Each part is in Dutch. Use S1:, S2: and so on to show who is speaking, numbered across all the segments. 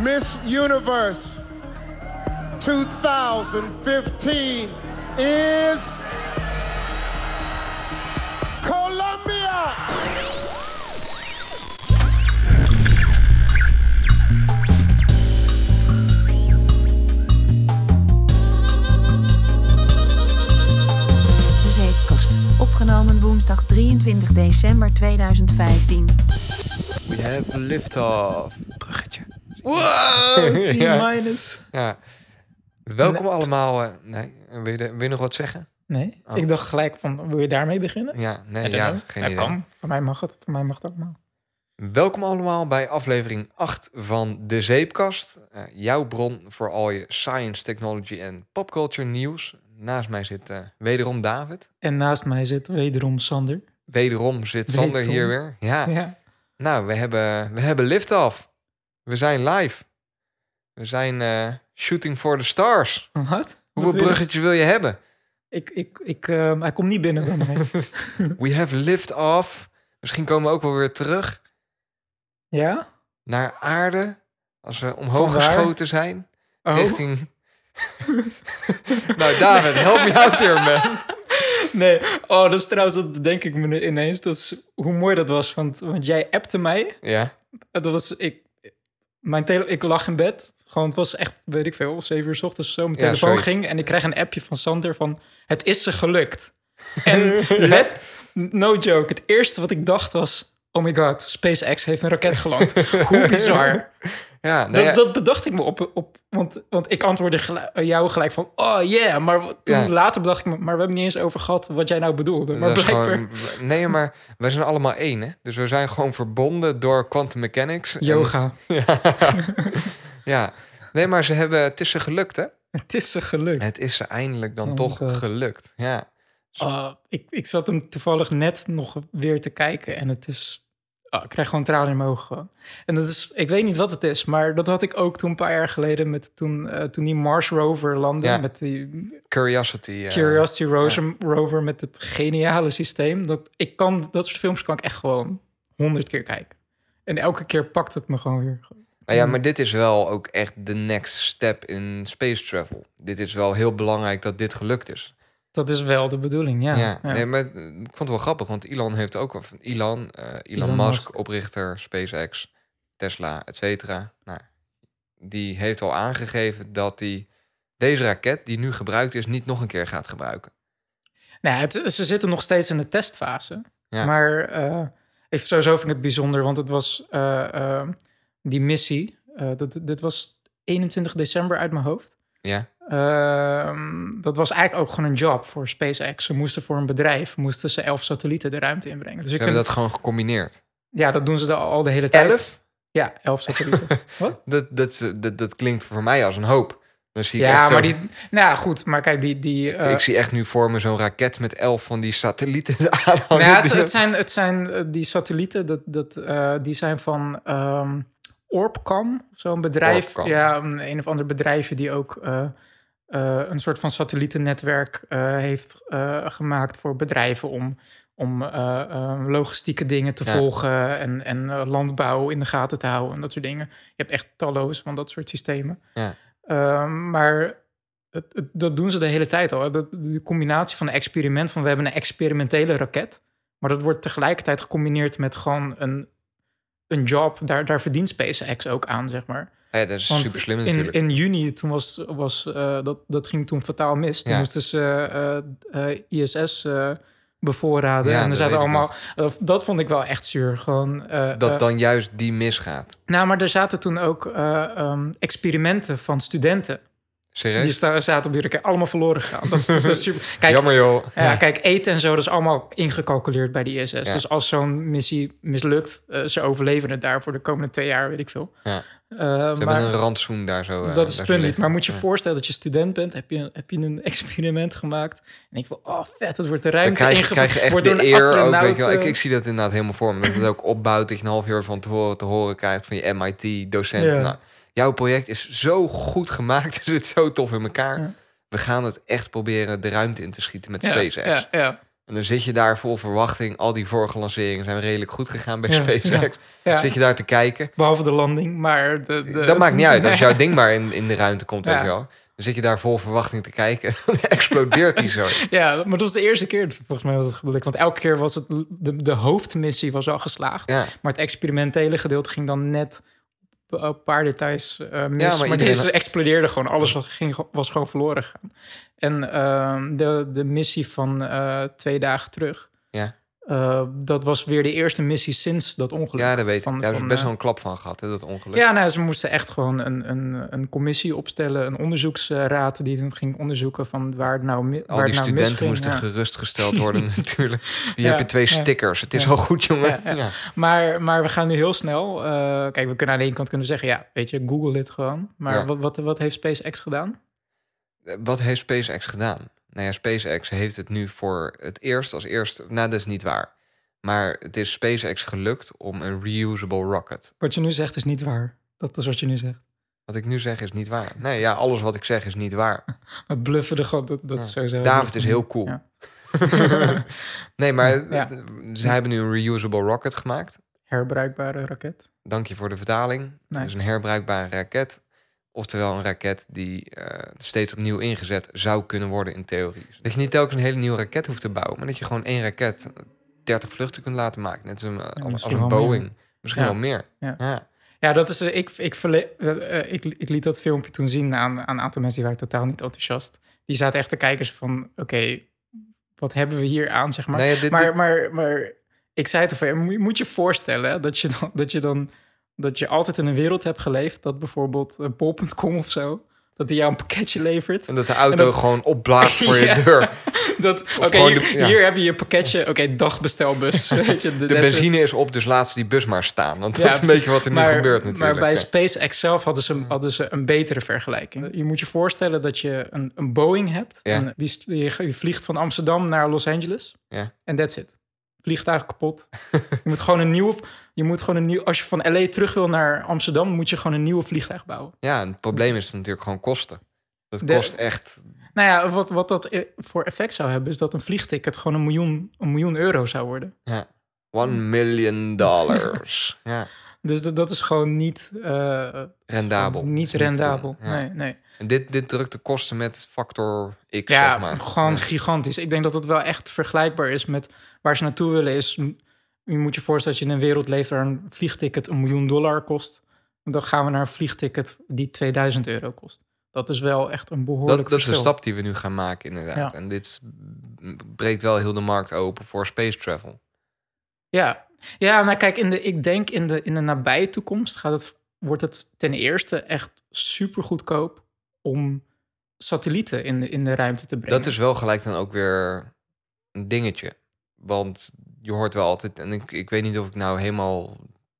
S1: Miss Universe 2015 is Colombia.
S2: De Zeepkast. Dus Opgenomen woensdag 23 december 2015.
S3: We have liftoff. Bruggetje.
S4: Wow, 10
S3: Ja.
S4: minus.
S3: Ja. Welkom allemaal. eh, nee, wil je, wil je nog wat zeggen?
S4: Nee,
S3: Oh.
S4: ik dacht gelijk van, wil je daarmee beginnen?
S3: Ja, nee,
S4: I don't
S3: ja,
S4: know.
S3: geen
S4: Ja,
S3: idee.
S4: kan. Voor mij mag het, voor mij mag het allemaal.
S3: Welkom allemaal bij aflevering 8 van De Zeepkast. Eh, jouw bron voor al je science, technology en popculture nieuws. Naast mij zit eh, wederom David.
S4: En naast mij zit wederom Sander.
S3: Wederom zit Sander
S4: Wederom.
S3: hier weer. Ja,
S4: Ja.
S3: nou, we hebben, we hebben liftoff. We zijn live. We zijn eh, shooting for the stars.
S4: Wat?
S3: Hoeveel
S4: Wat wil je?
S3: bruggetjes wil je hebben?
S4: Ik, ik, ik, ehm, hij komt niet binnen. dan, nee.
S3: We have lift off. Misschien komen we ook wel weer terug
S4: ja?
S3: naar aarde. Als we omhoog
S4: Vanwaar?
S3: geschoten zijn.
S4: Oh,
S3: Richting... nou, David, help me out here, man.
S4: nee. Oh, dat is trouwens, dat denk ik me nu ineens. Dat is hoe mooi dat was, want, want jij appte mij.
S3: Ja,
S4: Eh, Dat was, ik, mijn tele ik lag in bed. Gewoon, het was echt, weet ik veel, 7 uur s ochtends zo. Mijn
S3: Ja,
S4: telefoon
S3: zoiets.
S4: ging en ik kreeg een appje van Sander van... Het is ze gelukt. En let, no joke, het eerste wat ik dacht was... Oh my god, SpaceX heeft een raket geland. Hoe bizar.
S3: ja, nou ja,
S4: dat, dat bedacht ik me op... op want, want ik antwoordde gelu- eh, jou gelijk van... Oh yeah, maar wat- toen
S3: Ja.
S4: later bedacht ik me... Maar we hebben niet eens over gehad wat jij nou bedoelde. Maar
S3: dat is
S4: blijkbaar...
S3: gewoon... Nee, maar wij zijn allemaal één, hè? Dus we zijn gewoon verbonden door quantum mechanics. En-
S4: Yoga.
S3: ja. Nee, maar ze hebben... Het is ze gelukt, hè?
S4: Het is ze gelukt.
S3: Het is ze eindelijk dan
S4: Oh
S3: toch
S4: my God.
S3: gelukt. Ja.
S4: Ah, ik, ik zat hem toevallig net nog weer te kijken en het is. ah, ik krijg gewoon tranen in mijn ogen. gewoon. En dat is, ik weet niet wat het is, maar dat had ik ook toen een paar jaar geleden met toen, eh, toen die Mars rover landde.
S3: Ja.
S4: Met die
S3: Curiosity. eh,
S4: Curiosity rover, rover met het geniale systeem. Dat, ik kan, dat soort films kan ik echt gewoon honderd keer kijken. En elke keer pakt het me gewoon weer.
S3: Nou
S4: Hmm.
S3: ja, maar dit is wel ook echt de next step in space travel. Dit is wel heel belangrijk dat dit gelukt is.
S4: Dat is wel de bedoling, ja.
S3: Ja,
S4: Ja.
S3: Nee, maar eh, ik vond het wel grappig, want Elon heeft ook wel van Elon, eh, Elon,
S4: Elon
S3: Musk,
S4: Musk.
S3: oprichter SpaceX, Tesla, et cetera. Nou, die heeft al aangegeven dat hij deze raket die nu gebruikt is niet nog een keer gaat gebruiken.
S4: Nou, ja, het- ze zitten nog steeds in de testfase.
S3: Ja.
S4: Maar eh, ik, sowieso vind ik het bijzonder, want het was eh, eh, die missie. eh, dat, dit was 21 december uit mijn hoofd.
S3: Ja,
S4: Ehm, dat was eigenlijk ook gewoon een job voor SpaceX. Ze moesten voor een bedrijf moesten ze elf satellieten de ruimte inbrengen. Dus
S3: ze
S4: ik
S3: hebben
S4: vind,
S3: dat gewoon gecombineerd.
S4: ja, dat doen ze de- al de hele tijd.
S3: Elf?
S4: Ja, elf satellieten.
S3: Dat, dat, is- dat, dat klinkt voor mij als een hoop. Dan zie ik echt
S4: ja,
S3: zo-
S4: maar die. Nou ja, goed, maar kijk, die. die eh,
S3: ik zie echt nu voor me zo'n raket met elf van die satellieten aanhangen.
S4: Nou ja, het,
S3: Die-
S4: het zijn, het zijn eh, die satellieten, dat, dat, eh, die zijn van ehm Orbcom, zo'n bedrijf.
S3: Orbcom.
S4: Ja, een, een of ander bedrijfje die ook eh, eh, een soort van satellietennetwerk eh, heeft eh, gemaakt voor bedrijven om, om eh, eh, logistieke dingen te
S3: Ja.
S4: volgen en, en eh, landbouw in de gaten te houden en dat soort dingen. Je hebt echt talloze van dat soort systemen.
S3: Ja.
S4: Ehm, maar het, het- dat doen ze de hele tijd al. Dat, de combinatie van een experiment, van we hebben een experimentele raket. Maar dat wordt tegelijkertijd gecombineerd met gewoon een, een job. Daar, daar verdient SpaceX ook aan, zeg maar.
S3: Ja, dat is
S4: Want
S3: super slim
S4: in,
S3: natuurlijk.
S4: in juni, toen was, was eh, dat, dat ging toen fataal mis. Toen
S3: Ja.
S4: moesten ze eh, eh, ISS eh, bevoorraden.
S3: Ja,
S4: en er
S3: dat
S4: zaten
S3: weet ik
S4: allemaal. eh, dat vond ik wel echt zuur. Gewoon, eh,
S3: dat
S4: eh,
S3: dan juist die misgaat.
S4: nou, maar er zaten toen ook eh, ehm, experimenten van studenten.
S3: Serieus?
S4: Die sta- zaten op die raket allemaal verloren gegaan. Dat, dat is super. dus Kijk, eh,
S3: Jammer joh.
S4: ja, kijk, eten en zo, dat is allemaal ingecalculeerd bij de ISS.
S3: Ja.
S4: Dus als zo'n missie mislukt, eh, ze overleven het daar voor de komende twee jaar, weet ik veel.
S3: Ja.
S4: Eh,
S3: Ze
S4: maar
S3: hebben een rantsoen daar zo. eh,
S4: dat
S3: daar
S4: is
S3: zo
S4: het punt niet.
S3: liggen.
S4: Maar moet je
S3: Ja.
S4: voorstellen dat je student bent, heb je, heb je een experiment gemaakt. En ik van, oh vet, het wordt de
S3: Dan
S4: ruimte
S3: krijg je,
S4: ingevo-
S3: krijg je echt
S4: wordt door
S3: de
S4: een
S3: eer ook.
S4: astronaut,
S3: Weet je wel. Ik,
S4: eh,
S3: ik zie dat inderdaad helemaal voor me. Dat het ook opbouwt dat je een half uur van tevoren te horen krijgt van je MIT-docent.
S4: Ja.
S3: Nou, jouw project is zo goed gemaakt. Er zit zo tof in elkaar.
S4: Ja.
S3: We gaan het echt proberen de ruimte in te schieten met
S4: ja,
S3: SpaceX.
S4: Ja, ja.
S3: En En dan zit je daar vol verwachting. Al die vorige lanceringen zijn redelijk goed gegaan bij
S4: Ja,
S3: SpaceX.
S4: Ja,
S3: Zit je daar te kijken.
S4: Behalve de landing, maar... De, de-
S3: dat maakt niet uit. Als jouw
S4: Nee.
S3: ding maar in, in de ruimte komt, weet
S4: Ja.
S3: je wel. Dan zit je daar vol verwachting te kijken. Dan explodeert die zo.
S4: Ja, maar dat was de eerste keer volgens mij wat het gelukt. Want elke keer was het... De, de hoofdmissie was al geslaagd.
S3: Ja.
S4: Maar het experimentele gedeelte ging dan net op een paar details eh, mis.
S3: maar
S4: maar
S3: iedereen-
S4: deze explodeerde gewoon. Alles was, ging, was gewoon verloren gegaan. En ehm, de, de missie van eh, twee dagen terug...
S3: Ja.
S4: eh, dat was weer de eerste missie sinds dat ongeluk.
S3: ja, dat weet ik.
S4: van-
S3: Daar hebben ze
S4: van,
S3: best
S4: eh,
S3: wel een klap van gehad, hè, dat ongeluk.
S4: Ja, nou, ze moesten echt gewoon een, een, een commissie opstellen, een onderzoeksraad die toen ging onderzoeken van waar het nou, mi-
S3: Al
S4: waar
S3: die
S4: het nou
S3: studenten
S4: misging.
S3: moesten
S4: ja.
S3: gerustgesteld worden natuurlijk. Hier
S4: Ja,
S3: heb je twee
S4: ja.
S3: stickers. Het is
S4: Ja.
S3: al goed, jongen.
S4: Ja,
S3: Ja,
S4: maar, maar we gaan nu heel snel. eh, kijk, we kunnen aan de ene kant kunnen zeggen, ja, weet je, Google dit gewoon. Maar
S3: Ja.
S4: wat, wat, wat heeft SpaceX gedaan?
S3: Wat heeft SpaceX gedaan? Nou ja, SpaceX heeft het nu voor het eerst als eerste... Nou, dat is niet waar. Maar het is SpaceX gelukt om een reusable rocket.
S4: Wat je nu zegt is niet waar. Dat is wat je nu zegt.
S3: Wat ik nu zeg is niet waar. Nee, ja, alles wat ik zeg is niet waar.
S4: Het bluffen de god, dat, dat
S3: Ja.
S4: is sowieso...
S3: David is heel cool.
S4: Eh, Ja.
S3: nee, maar eh,
S4: Ja.
S3: ze hebben nu een reusable rocket gemaakt.
S4: Herbruikbare raket.
S3: Dank je voor de vertaling. Dat is
S4: Nice.
S3: een herbruikbare raket. Oftewel een raket die eh, steeds opnieuw ingezet zou kunnen worden in theorie. Dat je niet telkens een hele nieuwe raket hoeft te bouwen, maar dat je gewoon één raket 30 vluchten kunt laten maken. Net als een, eh, als,
S4: misschien
S3: een
S4: wel meer.
S3: Boeing. Misschien
S4: Ja.
S3: wel meer.
S4: Ja.
S3: Ja.
S4: Ja, dat is. eh, Ik, ik, verle- eh, eh, ik, ik liet dat filmpje toen zien aan, aan een aantal mensen die waren totaal niet enthousiast. Die zaten echt te kijken zo van: oké, wat hebben we hier aan, zeg maar.
S3: Nou ja, dit-
S4: maar,
S3: dit-
S4: maar, maar ik zei het ervan: moet je- moet je voorstellen hè, dat je dan. Dat je dan dat je altijd in een wereld hebt geleefd dat bijvoorbeeld eh, bol.com of zo, dat die jou een pakketje levert.
S3: En dat de auto
S4: dat-
S3: gewoon opblaast voor je
S4: Ja.
S3: deur.
S4: Dat, oké,
S3: gewoon
S4: hier,
S3: de- ja.
S4: hier heb je je pakketje, oké, dagbestelbus. weet je,
S3: De
S4: that's it.
S3: benzine is op, dus laat ze die bus maar staan. Want dat
S4: Ja,
S3: is een
S4: precies.
S3: beetje wat er nu
S4: Maar-
S3: gebeurt natuurlijk.
S4: Maar bij
S3: Ja.
S4: SpaceX zelf hadden ze, hadden ze een betere vergelijking. Eh, Je moet je voorstellen dat je een, een Boeing hebt.
S3: Ja.
S4: En die, st- je, je vliegt van Amsterdam naar Los Angeles.
S3: Ja.
S4: En that's it. Vliegtuig kapot. je moet gewoon een nieuw... Je moet gewoon een nieuw... Als je van L.A. terug wil naar Amsterdam... moet je gewoon een nieuwe vliegtuig bouwen.
S3: Ja, en het probleem is natuurlijk gewoon kosten. Dat
S4: De-
S3: kost echt...
S4: Nou ja, wat, wat dat eh, voor effect zou hebben... is dat een vliegticket gewoon een miljoen, een miljoen euro zou worden.
S3: Ja. One million dollars. ja,
S4: Dus dat, dat is gewoon niet... eh,
S3: rendabel.
S4: Niet
S3: Dat is te doen.
S4: rendabel.
S3: Ja.
S4: Nee, nee.
S3: En dit, dit drukt de kosten met factor X,
S4: Ja,
S3: zeg maar.
S4: gewoon
S3: Ja.
S4: gigantisch. Ik denk dat het wel echt vergelijkbaar is met waar ze naartoe willen. Is, m- je moet je voorstellen dat je in een wereld leeft waar een vliegticket een miljoen dollar kost. Dan gaan we naar een vliegticket die 2000 euro kost. Dat is wel echt een behoorlijk
S3: Dat, dat is de
S4: verschil.
S3: stap die we nu gaan maken, inderdaad.
S4: Ja.
S3: En dit is- breekt wel heel de markt open voor space travel.
S4: Ja, ja nou kijk, in de, ik denk in de, in de nabije toekomst gaat het, wordt het ten eerste echt super goedkoop om satellieten in de, in de ruimte te brengen.
S3: Dat is wel gelijk dan ook weer een dingetje. Want je hoort wel altijd, en ik, ik weet niet of ik nou helemaal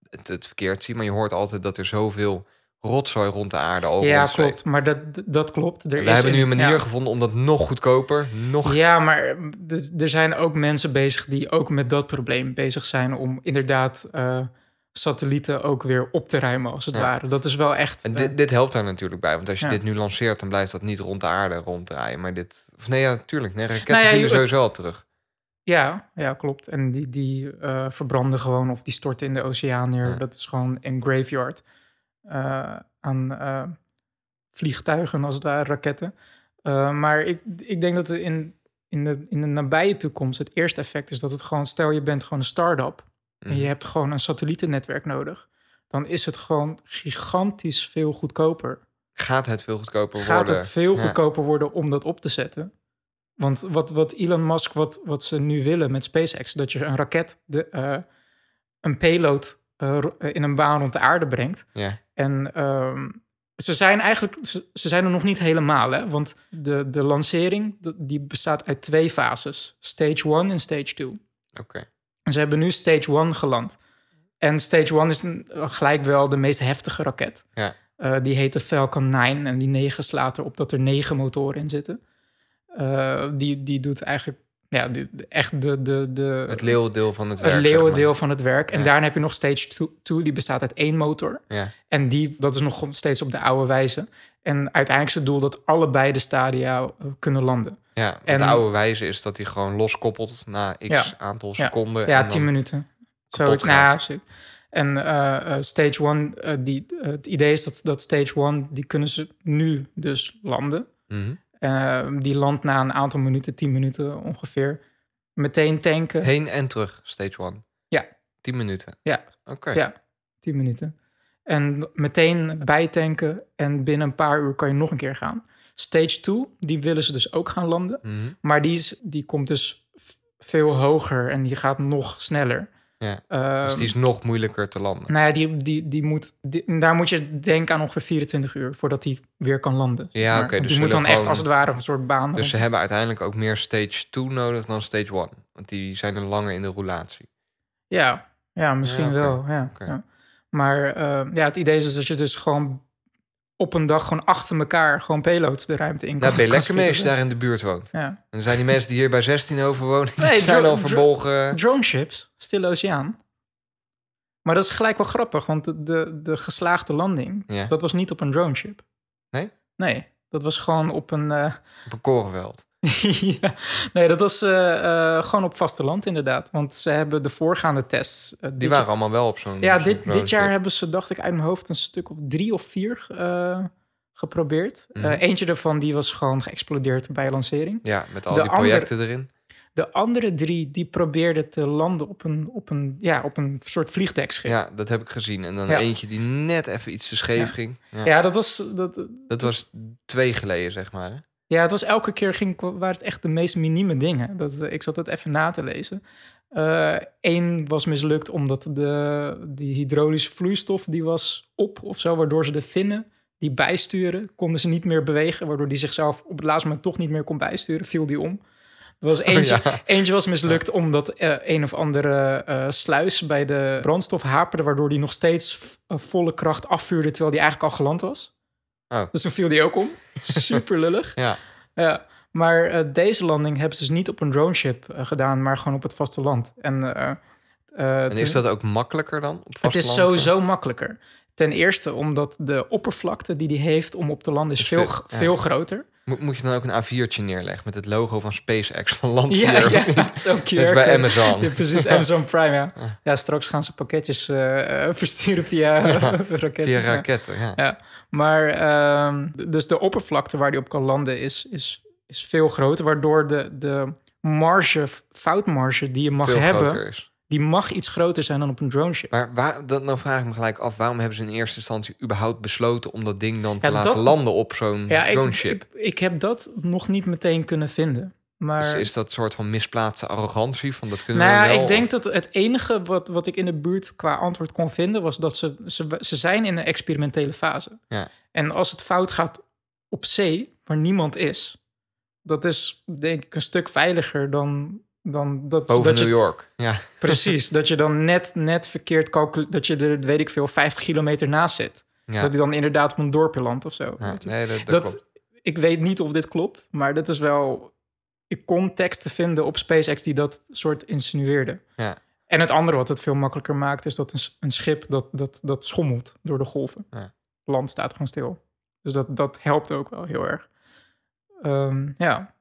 S3: het, het verkeerd zie, maar je hoort altijd dat er zoveel rotzooi rond de aarde over
S4: ja,
S3: ons zweeft.
S4: klopt. Maar dat, dat klopt. Er
S3: We
S4: is
S3: hebben nu
S4: in-
S3: een manier
S4: ja.
S3: gevonden om dat nog goedkoper, nog...
S4: Ja, maar mm, dus er zijn ook mensen bezig die ook met dat probleem bezig zijn om inderdaad eh, satellieten ook weer op te ruimen, als het
S3: Ja.
S4: ware. Dat is wel echt.
S3: En
S4: eh,
S3: dit, dit helpt daar natuurlijk bij, want als je
S4: Ja.
S3: dit nu lanceert, dan blijft dat niet rond de aarde ronddraaien. Maar dit... Of nee, ja, tuurlijk. Nee, raketten
S4: Nou ja,
S3: vliegen
S4: je-
S3: sowieso al terug.
S4: ja, ja, klopt. En die, die eh, verbranden gewoon of die storten in de oceaan neer.
S3: Ja.
S4: Dat is gewoon een graveyard eh, aan eh, vliegtuigen, als het ware, raketten. Eh, maar ik, ik denk dat er in, in, de, in de nabije toekomst het eerste effect is dat het gewoon, stel je bent gewoon een start-up.
S3: Mhm.
S4: en je hebt gewoon een satellietennetwerk nodig, dan is het gewoon gigantisch veel goedkoper.
S3: Gaat het veel goedkoper
S4: Gaat
S3: worden?
S4: het veel
S3: Ja.
S4: goedkoper worden om dat op te zetten? Want wat, wat Elon Musk, wat, wat ze nu willen met SpaceX, dat je een raket, de, eh, een payload eh, ro- eh, in een baan rond de aarde brengt.
S3: Ja.
S4: En ehm, ze zijn eigenlijk, ze, ze zijn er nog niet helemaal, hè? want de, de lancering de- die bestaat uit twee fases, stage 1 en stage 2.
S3: Oké.
S4: En Ze hebben nu Stage 1 geland. En Stage 1 is een- gelijk wel de meest heftige raket.
S3: Ja.
S4: Eh, die heet de Falcon 9 en die 9 slaat erop dat er 9 motoren in zitten. Eh, die, die doet eigenlijk ja, die- echt de, de, de,
S3: Het leeuwendeel van het werk.
S4: het
S3: zeg maar.
S4: leeuwendeel van het werk. En
S3: Ja.
S4: daarna heb je nog Stage 2, die bestaat uit één motor.
S3: Ja.
S4: En die, dat is nog steeds op de oude wijze. En uiteindelijk is het doel dat allebei de stadia eh, kunnen landen.
S3: Ja,
S4: En-
S3: en de oude wijze is dat hij gewoon loskoppelt na x
S4: Ja.
S3: aantal seconden.
S4: Ja,
S3: en
S4: tien
S3: dan-
S4: minuten. Zo,
S3: kapot
S4: nou ja,
S3: gaat.
S4: shit. En eh, eh, stage one, eh, die, eh, het idee is dat, dat stage one, die kunnen ze nu dus landen.
S3: Mhm.
S4: Eh, die landt na een aantal minuten, tien minuten ongeveer. Meteen tanken.
S3: Heen en terug, stage one.
S4: Ja.
S3: Tien minuten.
S4: Ja.
S3: Oké.
S4: Ja. 10 minuten. En meteen bijtanken en binnen een paar uur kan je nog een keer gaan. Stage 2, die willen ze dus ook gaan landen.
S3: Mhm.
S4: Maar die, is, die komt dus v- veel hoger en die gaat nog sneller.
S3: Ja.
S4: Ehm,
S3: Dus die is nog moeilijker te landen.
S4: Nou ja, die, die, die moet, die- daar moet je denken aan ongeveer 24 uur voordat hij weer kan landen. zeg
S3: Ja,
S4: maar.
S3: oké,
S4: Want
S3: dus
S4: die moet dan
S3: zullen
S4: echt
S3: gewoon-
S4: als het ware een soort baan.
S3: Dus ze hebben uiteindelijk ook meer stage 2 nodig dan stage 1. Want die zijn er langer in de roulatie.
S4: Ja, ja misschien
S3: Ja, oké,
S4: wel. Ja,
S3: oké.
S4: ja. Maar eh, ja, het idee is dus dat je dus gewoon op een dag gewoon achter elkaar gewoon payloads de ruimte in kan.
S3: Nou, ben je
S4: kan
S3: lekker mee als je
S4: schieten.
S3: daar in de buurt woont.
S4: Ja.
S3: En dan zijn die mensen die hier bij 16 over wonen, die
S4: Nee,
S3: zijn
S4: dro-
S3: al
S4: dro-
S3: verbolgen.
S4: Drone ships, stille oceaan. Maar dat is gelijk wel grappig, want de, de, de geslaagde landing,
S3: Ja.
S4: dat was niet op een drone ship.
S3: Nee?
S4: Nee, dat was gewoon op een... eh,
S3: Op een korenveld.
S4: ja, nee, dat was eh, eh, gewoon op vasteland inderdaad. Want ze hebben de voorgaande tests... eh,
S3: Die
S4: dit
S3: waren allemaal wel op zo'n
S4: Ja,
S3: zo'n
S4: dit,
S3: drone
S4: dit jaar
S3: ship.
S4: hebben ze, dacht ik, uit mijn hoofd een stuk of drie of vier eh, geprobeerd. Eh,
S3: Mhm.
S4: eentje daarvan die was gewoon geëxplodeerd bij lancering.
S3: Ja, met al
S4: de
S3: die projecten erin.
S4: De andere drie die probeerden te landen op een, op een, ja, op een soort vliegdekschip. Ja,
S3: Ja, dat heb ik gezien. En dan
S4: Ja.
S3: eentje die net even iets te scheef
S4: Ja.
S3: ging. Ja.
S4: dat was, dat,
S3: Dat was twee geleden, zeg maar. hè?
S4: ja, het was elke keer ging, waren het echt de meest minieme dingen. Dat, eh, ik zat het even na te lezen. Eén was mislukt omdat de, die hydraulische vloeistof die was op of zo, waardoor ze de vinnen die bijsturen, konden ze niet meer bewegen, waardoor die zichzelf op het laatste moment toch niet meer kon bijsturen, viel die om. Er was eentje,
S3: Oh ja.
S4: eentje was mislukt omdat eh, een of andere eh, sluis bij de brandstof haperde, waardoor die nog steeds v- eh, volle kracht afvuurde terwijl die eigenlijk al geland was.
S3: Oh.
S4: Dus toen viel die ook om. Super lullig.
S3: Ja,
S4: Ja, maar eh, deze landing hebben ze dus niet op een droneship eh, gedaan, maar gewoon op het vasteland. En, eh, eh,
S3: en
S4: toen-
S3: is dat ook makkelijker dan? Op
S4: het is
S3: vasteland? eh?
S4: sowieso makkelijker. Ten eerste omdat de oppervlakte die die heeft om op te landen is,
S3: Is
S4: veel,
S3: veel-
S4: g-
S3: ja.
S4: veel groter.
S3: Mo- moet je dan ook een A4'tje neerleggen met het logo van SpaceX van land
S4: Ja,
S3: hier?
S4: ja, zo
S3: Net als bij Amazon.
S4: Ja, precies, Amazon Prime, ja. Ja, straks gaan ze pakketjes eh, eh, versturen via raketten.
S3: Via
S4: Ja.
S3: raketten, ja.
S4: Ja, maar ehm, d- dus de oppervlakte waar die op kan landen is, is, is veel groter, waardoor de, de marge, f- foutmarge die je mag
S3: Veel
S4: hebben,
S3: groter is.
S4: die mag iets groter zijn dan op een droneship.
S3: Maar waar, dan, dan vraag ik me gelijk af, waarom hebben ze in eerste instantie überhaupt besloten om dat ding dan te
S4: Ja,
S3: laten
S4: dat-
S3: landen op zo'n
S4: Ja, ik,
S3: drone ship?
S4: ik, ik heb dat nog niet meteen kunnen vinden. Maar
S3: Dus is dat soort van misplaatste arrogantie van dat kunnen
S4: nou ja,
S3: we wel?
S4: ik denk dat het enige wat, wat ik in de buurt qua antwoord kon vinden was dat ze, ze, ze zijn in een experimentele fase.
S3: Ja.
S4: En als het fout gaat op zee, waar niemand is, dat is denk ik een stuk veiliger dan, dan dat,
S3: Boven
S4: dat
S3: New
S4: je
S3: York. Ja,
S4: Precies, dat je dan net, net verkeerd calculeert, dat je er, weet ik veel, 50 kilometer naast zit.
S3: ja.
S4: Dat hij dan inderdaad op een dorpje landt of zo.
S3: ja,
S4: weet je.
S3: nee, dat, dat
S4: dat
S3: klopt.
S4: Ik weet niet of dit klopt, maar dat is wel... Ik kon teksten vinden op SpaceX die dat soort insinueerden.
S3: Ja.
S4: En het andere wat het veel makkelijker maakt, is dat een, s- een schip dat, dat, dat schommelt door de golven.
S3: Ja.
S4: Land staat gewoon stil. Dus dat, dat helpt ook wel heel erg. Ehm, ja.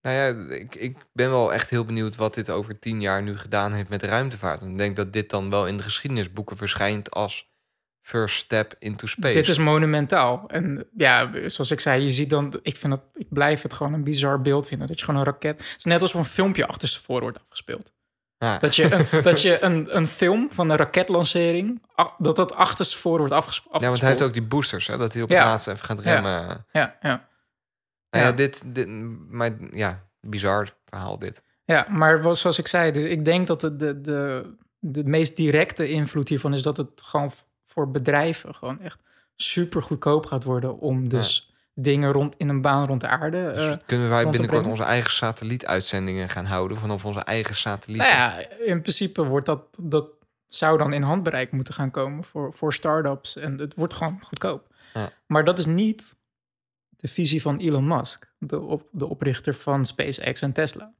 S3: Nou ja, ik, ik ben wel echt heel benieuwd wat dit over tien jaar nu gedaan heeft met ruimtevaart. Want ik denk dat dit dan wel in de geschiedenisboeken verschijnt als first step into space.
S4: Dit is monumentaal. En ja, zoals ik zei, je ziet dan... Ik, vind dat, ik blijf het gewoon een bizar beeld vinden. Dat je gewoon een raket... Het is net alsof een filmpje achterstevoren wordt afgespeeld.
S3: Ja.
S4: Dat je een, dat je een, een film van een raketlancering, a- dat dat achterstevoren wordt afges afgespeeld.
S3: Ja, want hij heeft ook die boosters, hè, dat hij op
S4: Ja.
S3: het laatste even gaat remmen.
S4: Ja, ja.
S3: Nou ja,
S4: Ja.
S3: dit, dit, maar ja, bizar verhaal dit.
S4: ja maar was- zoals ik zei, dus ik denk dat de, de, de, de meest directe invloed hiervan is dat het gewoon v- voor bedrijven gewoon echt super goedkoop gaat worden om dus dingen rond in een baan rond de aarde. eh,
S3: Dus kunnen wij
S4: rond te
S3: binnenkort
S4: brengen.
S3: onze eigen satellietuitzendingen gaan houden vanaf onze eigen satellieten?
S4: nou ja, in principe wordt dat, dat zou dan in handbereik moeten gaan komen voor, voor start-ups. En het wordt gewoon goedkoop.
S3: Ja.
S4: Maar dat is niet de visie van Elon Musk, de, op, de oprichter van SpaceX en Tesla.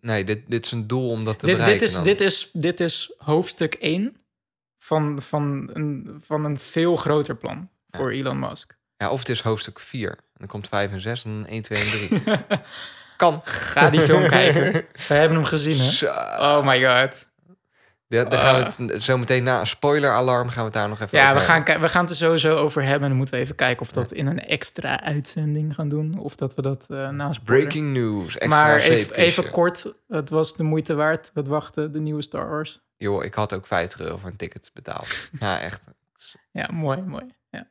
S3: Nee, dit, dit is een doel om dat te
S4: Dit, dit,
S3: bereiken.
S4: is,
S3: dan.
S4: dit, is, dit is hoofdstuk 1 van, van, een, van een veel groter plan voor Elon Musk.
S3: Ja, of het is hoofdstuk 4. En dan komt 5 en 6 en dan 1, 2 en 3. Kan.
S4: Ga die film kijken. We hebben hem gezien, hè?
S3: Zo.
S4: Oh my god.
S3: Ja, daar gaan we het zo meteen na een spoiler-alarm gaan we het daar nog even
S4: Eh. Ja,
S3: over
S4: we gaan,
S3: hebben.
S4: ki- we gaan het er sowieso over hebben. En dan moeten we even kijken of we dat in een extra uitzending gaan doen. Of dat we dat eh naast
S3: Breaking news. Extra
S4: Maar even,
S3: zeepkistje.
S4: even kort, het was de moeite waard. Het wachten, de nieuwe Star Wars.
S3: Joh, ik had ook 50 euro voor een ticket betaald. ja, echt.
S4: Ja, mooi, mooi. Ja.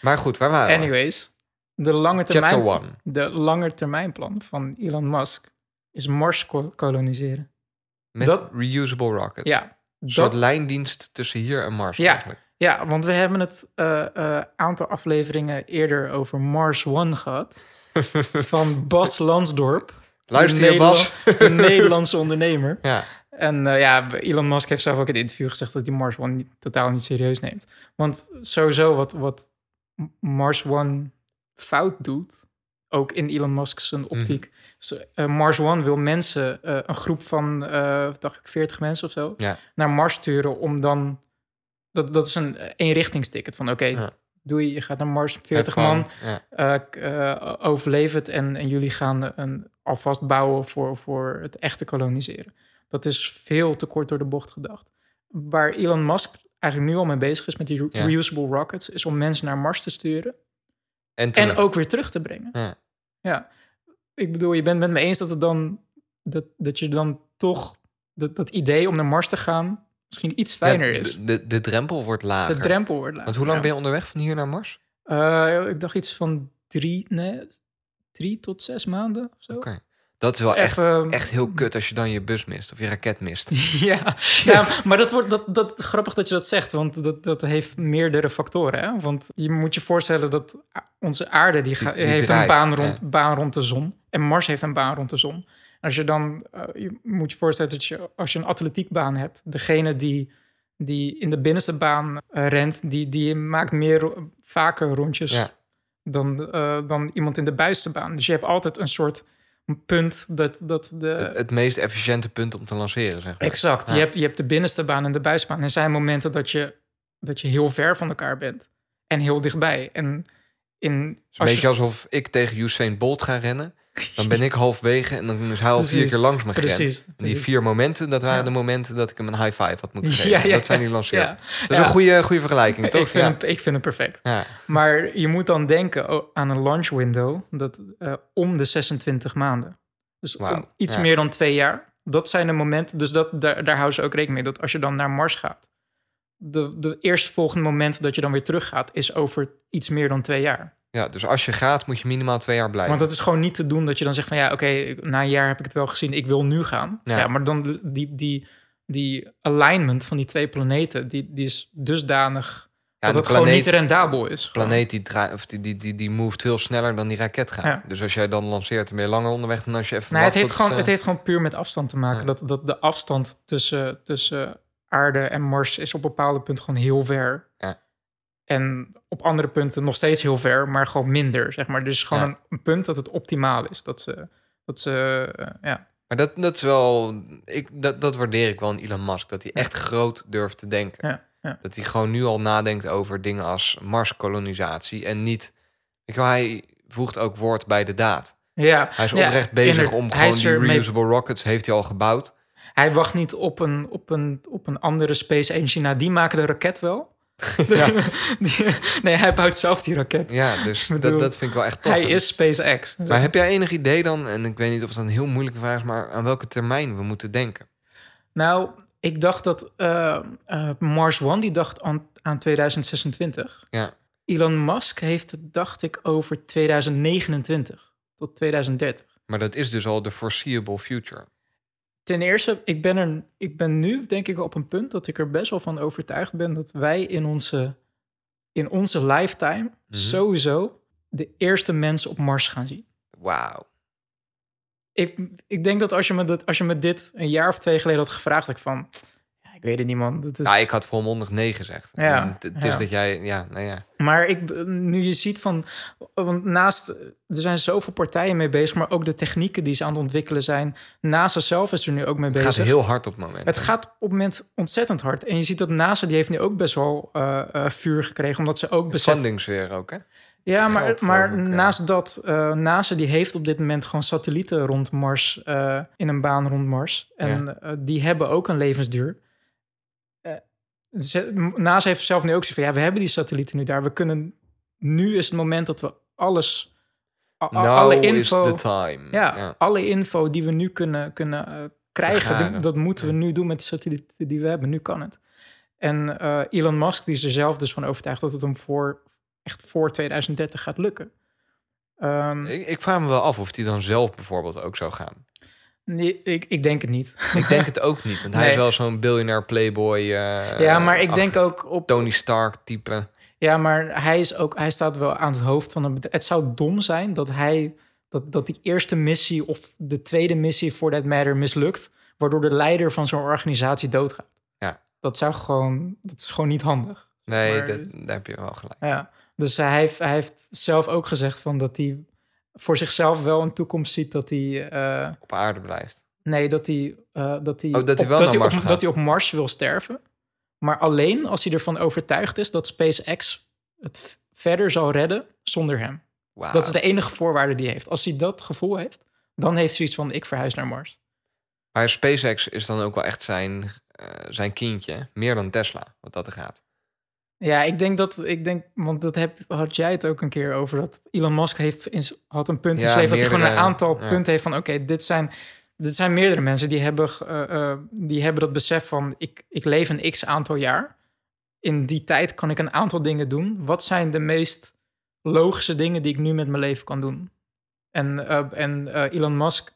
S3: Maar goed, waar waren we?
S4: Anyways, de lange
S3: Ah, Chapter
S4: termijn,
S3: 1.
S4: de langetermijnplan van Elon Musk is Mars ko- koloniseren.
S3: Met
S4: Dat-
S3: reusable rockets.
S4: Ja,
S3: Een soort
S4: dat,
S3: lijndienst tussen hier en Mars
S4: Ja.
S3: eigenlijk.
S4: ja, want we hebben het eh, eh, aantal afleveringen eerder over Mars One gehad. Van Bas Lansdorp.
S3: Luister
S4: de
S3: je, Bas.
S4: Nederla- De Nederlandse ondernemer.
S3: Ja,
S4: En eh, ja, Elon Musk heeft zelf ook in het interview gezegd dat hij Mars One niet, totaal niet serieus neemt. Want sowieso wat, wat M- Mars One fout doet, ook in Elon Musk's
S3: Mhm.
S4: optiek. is, eh, Mars One wil mensen, eh, een groep van, eh, dacht ik, 40 mensen of zo,
S3: Ja.
S4: naar Mars sturen om dan. Dat, dat is een eenrichtingsticket van oké,
S3: Ja.
S4: doei, je gaat naar Mars, 40
S3: Have fun.
S4: man
S3: Ja.
S4: eh k- eh, overleef het en, en jullie gaan een, alvast bouwen voor, voor het echte koloniseren. Dat is veel te kort door de bocht gedacht. Waar Elon Musk eigenlijk nu al mee bezig is met die re-
S3: Ja.
S4: reusable rockets, is om mensen naar Mars te sturen
S3: En, terug.
S4: en ook weer terug te brengen.
S3: Ja.
S4: Ja. Ik bedoel, je bent met me eens dat het dan dat, dat je dan toch dat, dat idee om naar Mars te gaan misschien iets
S3: Ja,
S4: fijner is.
S3: De, de, de drempel wordt lager.
S4: De drempel wordt lager.
S3: Want hoe lang
S4: ja.
S3: ben je onderweg van hier naar Mars?
S4: Eh, ik dacht iets van drie, nee, drie tot zes maanden of zo. ehm,
S3: Oké. Dat is wel echt,
S4: Even-
S3: echt heel kut als je dan je bus mist of je raket mist.
S4: Ja, ja maar dat, wordt, dat, dat is grappig dat je dat zegt, want dat, dat heeft meerdere factoren. Hè? Want je moet je voorstellen dat a- onze aarde die ga-
S3: Die- die
S4: heeft
S3: draait,
S4: een baan rond,
S3: ja.
S4: baan rond de zon en Mars heeft een baan rond de zon. Als je dan eh, je moet je voorstellen dat je als je een atletiekbaan hebt, degene die, die in de binnenste baan eh, rent, die, die maakt meer ro- vaker rondjes
S3: Ja.
S4: dan, eh, dan iemand in de buitenste baan. Dus je hebt altijd een soort punt dat, dat de,
S3: Het, het meest efficiënte punt om te lanceren, zeg maar.
S4: Eh, Exact.
S3: Ja.
S4: Je, hebt, je hebt de binnenste baan en de buisbaan. Er zijn momenten dat je, dat je heel ver van elkaar bent. En heel dichtbij. En in,
S3: Het is
S4: als
S3: een
S4: je-
S3: beetje alsof ik tegen Usain Bolt ga rennen. Dan ben ik halfwege en dan is hij al vier
S4: Precies.
S3: keer langs me gerend.
S4: Precies,
S3: En die
S4: precies.
S3: vier momenten, dat waren
S4: Ja.
S3: de momenten dat ik hem een high five had moeten
S4: Ja,
S3: geven.
S4: ja,
S3: dat zijn
S4: ja.
S3: die lanceer.
S4: Ja.
S3: Dat is
S4: Ja.
S3: een goede, goede vergelijking, toch?
S4: ik, vind
S3: ja.
S4: hem, ik vind hem perfect.
S3: Ja.
S4: Maar je moet dan denken o- aan een launch window dat, eh, om de 26 maanden. Dus
S3: Wauw,
S4: om iets
S3: ja.
S4: meer dan twee jaar. Dat zijn de momenten, dus dat, daar, daar houden ze ook rekening mee. Dat als je dan naar Mars gaat, de, de eerstvolgende moment dat je dan weer teruggaat, is over iets meer dan twee jaar.
S3: Ja, dus als je gaat, moet je minimaal twee jaar blijven.
S4: Want dat is gewoon niet te doen dat je dan zegt van ja, oké, ik- na een jaar heb ik het wel gezien, ik wil nu gaan.
S3: Ja.
S4: Ja, maar dan die, die, die alignment van die twee planeten, die, die is dusdanig
S3: en
S4: dat
S3: de
S4: het gewoon
S3: planeet-
S4: niet rendabel is.
S3: De planeet die, draa- of die, die, die, die moved veel sneller dan die raket gaat.
S4: Ja.
S3: Dus als jij dan lanceert, dan ben je langer onderweg dan als je even
S4: Nee, het
S3: wacht tot,
S4: heeft, gewoon,
S3: eh,
S4: het heeft gewoon puur met afstand te maken.
S3: Ja.
S4: Dat, dat de afstand tussen, tussen aarde en Mars is op bepaalde punten gewoon heel ver.
S3: Ja.
S4: En op andere punten nog steeds heel ver, maar gewoon minder, zeg maar. Dus gewoon
S3: Ja.
S4: een, een punt dat het optimaal is. Dat ze, dat ze eh, ja.
S3: Maar dat, dat is wel... Ik, dat, dat waardeer ik wel in Elon Musk. Dat hij echt groot durft te denken.
S4: ja, ja.
S3: Dat hij gewoon nu al nadenkt over dingen als Mars-kolonisatie. En niet... Ik, wel, hij voegt ook woord bij de daad.
S4: Ja,
S3: Hij is
S4: ja,
S3: oprecht bezig
S4: inderdaad.
S3: om
S4: Hij
S3: gewoon
S4: is
S3: die
S4: er mee-
S3: reusable rockets... heeft hij al gebouwd.
S4: Hij wacht niet op een, op een, op een andere space engine. Nou, die maken de raket wel. Die- nee, hij bouwt zelf die raket.
S3: Ja, dus
S4: bedoel,
S3: dat, dat vind ik wel echt tof.
S4: hij
S3: En-
S4: is SpaceX.
S3: Maar heb jij enig idee dan... en ik weet niet of het een heel moeilijke vraag is... maar aan welke termijn we moeten denken?
S4: Nou, ik dacht dat eh, eh, Mars One die dacht aan, aan 2026.
S3: Ja.
S4: Elon Musk heeft het, dacht ik, over 2029 tot 2030.
S3: Maar dat is dus al de foreseeable future.
S4: Ten eerste, ik ben, er, ik ben nu denk ik op een punt dat ik er best wel van overtuigd ben dat wij in onze, in onze lifetime
S3: Mhm.
S4: sowieso de eerste mensen op Mars gaan zien.
S3: Wauw.
S4: Ik, ik denk dat als, je me dat als je me dit een jaar of twee geleden had gevraagd, dat ik van, ja, ik weet het niet man. Dat is...
S3: Ja, ik had volmondig nee gezegd.
S4: Dus- Ja,
S3: En het- Het is
S4: ja.
S3: dat jij... Ja, nou ja.
S4: Maar ik, nu je ziet van, want naast, er zijn zoveel partijen mee bezig, maar ook de technieken die ze aan het ontwikkelen zijn. NASA zelf is er nu ook mee
S3: Het
S4: bezig.
S3: gaat heel hard op het moment.
S4: Het gaat op het moment ontzettend hard. En je ziet dat NASA, die heeft nu ook best wel eh, eh, vuur gekregen. Omdat ze ook beseft...
S3: Fundings weer ook, hè?
S4: Ja, maar,
S3: geld,
S4: maar
S3: geloof ik, ja.
S4: naast dat, eh, NASA die heeft op dit moment gewoon satellieten rond Mars, eh, in een baan rond Mars. En eh, die hebben ook een levensduur. Eh, ze- NASA heeft zelf nu ook zo van, ja, we hebben die satellieten nu daar. We kunnen, nu is het moment dat we alles, a- a-
S3: Now
S4: alle
S3: Nou is
S4: info,
S3: the time.
S4: ja, alle info die we nu kunnen, kunnen eh, krijgen,
S3: Vergaren.
S4: die- dat moeten we nu doen met de satellieten die we hebben. Nu kan het. En eh, Elon Musk die is er zelf dus van overtuigd dat het hem voor, echt voor 2030 gaat lukken. Ehm,
S3: Ik, ik vraag me wel af of die dan zelf bijvoorbeeld ook zou gaan.
S4: nee, ik, ik denk het niet.
S3: Ik denk het ook niet. Want hij
S4: Nee.
S3: is wel zo'n biljonair playboy. eh,
S4: ja, maar ik denk
S3: achtig
S4: ook op.
S3: Tony Stark type.
S4: Ja, maar hij, is ook, hij staat wel aan het hoofd van een bedrijf. Het zou dom zijn dat hij. Dat, dat die eerste missie of de tweede missie voor that matter mislukt. Waardoor de leider van zo'n organisatie doodgaat.
S3: Ja.
S4: Dat zou gewoon. Dat is gewoon niet handig.
S3: Nee,
S4: Maar-
S3: dat, daar heb je wel gelijk.
S4: Ja, dus hij heeft, hij heeft zelf ook gezegd van dat hij voor zichzelf wel een toekomst ziet dat hij. eh,
S3: Op aarde blijft.
S4: nee, dat hij. eh, dat hij,
S3: Oh, dat hij wel naar Mars
S4: op,
S3: gaat.
S4: dat hij op Mars wil sterven. Maar alleen als hij ervan overtuigd is dat SpaceX het v- verder zal redden zonder hem.
S3: Wauw.
S4: Dat is de enige voorwaarde die hij heeft. Als hij dat gevoel heeft, dan heeft hij zoiets van: ik verhuis naar Mars. e-
S3: Maar SpaceX is dan ook wel echt zijn, eh, zijn kindje. hè? Meer dan Tesla, wat dat er gaat.
S4: Ja, ik denk dat, ik denk, want dat heb, had jij het ook een keer over. Dat Elon Musk heeft in, z- had een punt
S3: Ja,
S4: in zijn leven dat hij gewoon een
S3: meerdere,
S4: aantal
S3: ja.
S4: punten heeft van: oké, dit, zijn, dit zijn meerdere mensen die hebben, ge- eh, eh, die hebben dat besef van: ik, ik leef een x aantal jaar. In die tijd kan ik een aantal dingen doen. Wat zijn de meest logische dingen die ik nu met mijn leven kan doen? En, eh, en eh, Elon Musk.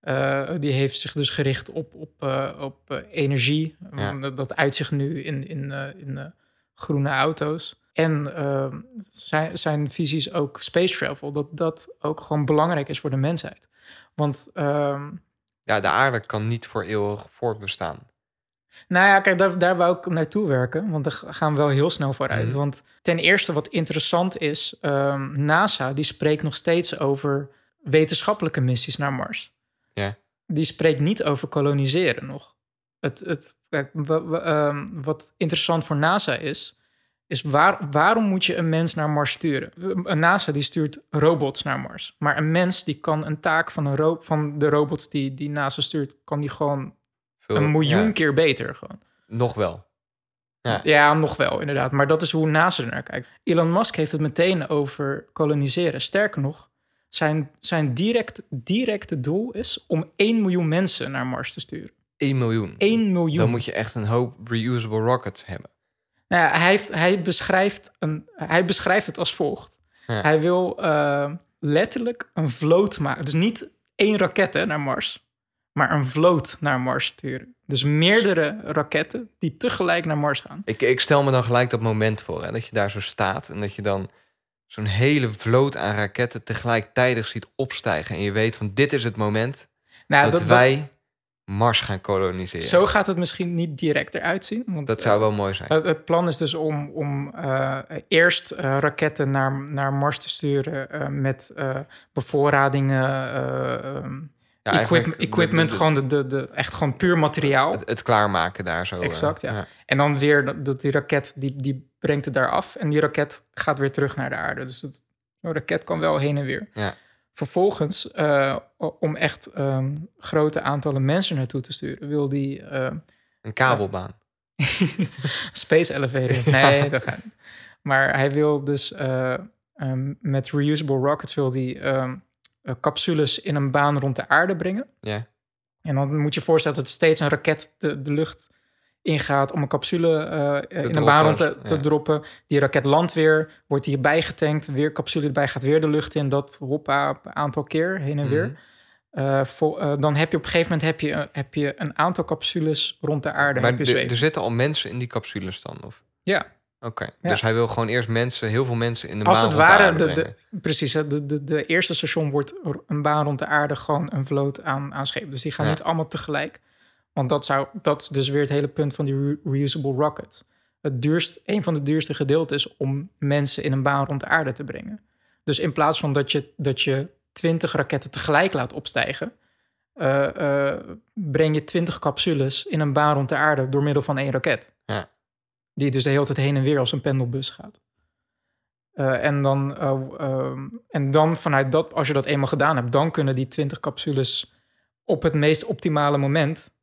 S4: eh, die heeft zich dus gericht op, op, eh, op eh, energie.
S3: Ja.
S4: Dat, dat uitzicht nu in, in, eh, in eh, groene auto's. En eh, zijn, zijn visies ook space travel, dat dat ook gewoon belangrijk is voor de mensheid. Want, ehm,
S3: Ja, de aarde kan niet voor eeuwig voortbestaan.
S4: nou ja, kijk, daar, daar wou ik naartoe werken, want daar g- gaan we wel heel snel vooruit.
S3: Mhm.
S4: Want ten eerste, wat interessant is, ehm, NASA die spreekt nog steeds over wetenschappelijke missies naar Mars.
S3: Ja.
S4: Die spreekt niet over koloniseren nog. Het, het, kijk, wa- wa- ehm, wat interessant voor NASA is, is waar, waarom moet je een mens naar Mars sturen? Een NASA die stuurt robots naar Mars. Maar een mens die kan een taak van, een ro- van de robots die, die NASA stuurt, kan die gewoon
S3: Veel-
S4: een miljoen
S3: ja,
S4: keer beter gewoon.
S3: nog wel. Ja.
S4: Ja. nog wel inderdaad. Maar dat is hoe NASA ernaar kijkt. Elon Musk heeft het meteen over koloniseren. Sterker nog, zijn, zijn direct, directe doel is om 1 miljoen mensen naar Mars te sturen.
S3: 1 miljoen.
S4: 1 miljoen.
S3: Dan moet je echt een hoop reusable rockets hebben.
S4: Nou ja, hij, heeft, hij, beschrijft een, hij beschrijft het als volgt.
S3: Ja.
S4: Hij wil eh, letterlijk een vloot maken. Dus niet één raket hè, naar Mars, maar een vloot naar Mars sturen. Dus meerdere raketten die tegelijk naar Mars gaan.
S3: Ik, ik stel me dan gelijk dat moment voor. Hè? Dat je daar zo staat en dat je dan zo'n hele vloot aan raketten tegelijkertijd ziet opstijgen. En je weet van dit is het moment
S4: Nou,
S3: dat, wij Mars gaan koloniseren.
S4: Zo gaat het misschien niet direct eruit zien. Want
S3: Dat zou wel mooi zijn.
S4: eh, het, het plan is dus om, om eh, eerst eh, raketten naar, naar Mars te sturen eh, met eh, bevoorradingen, eh, ehm,
S3: Ja,
S4: equip-
S3: eigenlijk de-
S4: equipment,
S3: de- de-
S4: gewoon, de, de, de, echt gewoon puur materiaal.
S3: het, het klaarmaken daar zo. eh,
S4: Exact, ja. En dan weer dat, dat die raket, die, die brengt het daar af en die raket gaat weer terug naar de aarde. Dus het, zo'n raket kan wel heen en weer.
S3: Ja.
S4: Vervolgens, eh, o- om echt ehm, grote aantallen mensen naartoe te sturen, wil die... ehm,
S3: Een kabelbaan.
S4: Space elevator. Nee, dat gaat niet. Maar hij wil dus eh, ehm, met reusable rockets wil die ehm, eh, capsules in een baan rond de aarde brengen.
S3: Ja.
S4: En dan moet je voorstellen dat steeds een raket de, de lucht ingaat om een capsule eh, in een
S3: droppen,
S4: baan rond te, te
S3: ja.
S4: droppen. Die raket landt weer, wordt hier bijgetankt, weer capsule erbij, gaat weer de lucht in. Dat hoppa, een aantal keer heen en weer.
S3: Mhm.
S4: Eh, vol- eh, dan heb je op een gegeven moment heb je, eh, heb je een aantal capsules rond de aarde.
S3: Maar
S4: heb je
S3: de- dus
S4: zweven.
S3: er zitten al mensen in die capsules dan? Of?
S4: ja.
S3: Oké,
S4: Ja.
S3: dus hij wil gewoon eerst mensen, heel veel mensen in de
S4: Als
S3: baan
S4: het
S3: rond de
S4: ware,
S3: aarde
S4: de,
S3: brengen.
S4: de- precies, hè, de, de, de eerste station wordt r- een baan rond de aarde gewoon een vloot aan, aan schepen. Dus die gaan
S3: Ja.
S4: niet allemaal tegelijk. Want dat, zou, dat is dus weer het hele punt van die re- reusable rocket. Het duurst, een van de duurste gedeelten is om mensen in een baan rond de aarde te brengen. Dus in plaats van dat je, dat je 20 raketten tegelijk laat opstijgen, eh, eh, breng je 20 capsules in een baan rond de aarde door middel van één raket.
S3: Ja.
S4: Die dus de hele tijd heen en weer als een pendelbus gaat. Eh, en, dan, eh, ehm, en dan vanuit dat, als je dat eenmaal gedaan hebt, dan kunnen die 20 capsules op het meest optimale moment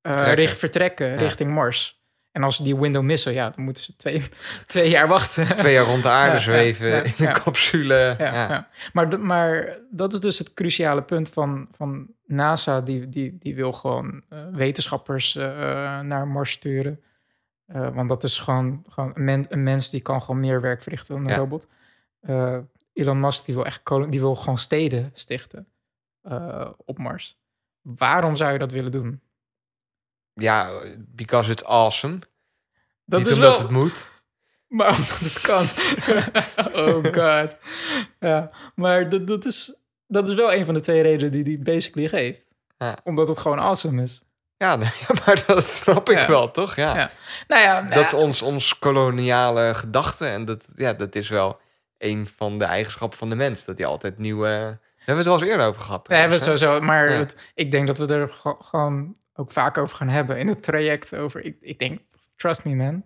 S4: eh,
S3: Vertrekken.
S4: richt- vertrekken
S3: Ja.
S4: richting Mars. En als ze die window missen, ja, dan moeten ze twee, twee jaar wachten.
S3: Twee jaar rond de aarde
S4: Ja, ja,
S3: zweven
S4: ja,
S3: in een
S4: ja.
S3: capsule.
S4: ja, ja. Maar, d- maar dat is dus het cruciale punt van, van NASA. Die, die, die wil gewoon eh, wetenschappers eh, naar Mars sturen. Eh, want dat is gewoon, gewoon een, men- een mens die kan gewoon meer werk verrichten dan een
S3: Ja.
S4: robot. Eh, Elon Musk die wil echt kolon- die wil gewoon steden stichten eh, op Mars. Waarom zou je dat willen doen?
S3: Ja, because it's awesome.
S4: Dat
S3: Niet
S4: is
S3: omdat
S4: wel,
S3: het moet.
S4: maar omdat het kan. oh god. Ja, maar dat, dat, is, dat is wel een van de twee redenen die die basically geeft.
S3: Ja.
S4: Omdat het gewoon awesome is.
S3: Ja, nou ja, maar dat snap ik
S4: Ja.
S3: wel, toch? Ja.
S4: Ja. Nou ja,
S3: Dat is
S4: nou,
S3: ons, ons koloniale gedachte. En dat, ja, dat is wel een van de eigenschappen van de mens. Dat hij altijd nieuwe... Daar hebben we het wel eens eerder over gehad.
S4: we hebben
S3: trouwens,
S4: het
S3: hè?
S4: sowieso. Maar
S3: Ja.
S4: het- ik denk dat we er ge- gewoon ook vaak over gaan hebben. In het traject over, ik, ik denk, trust me man,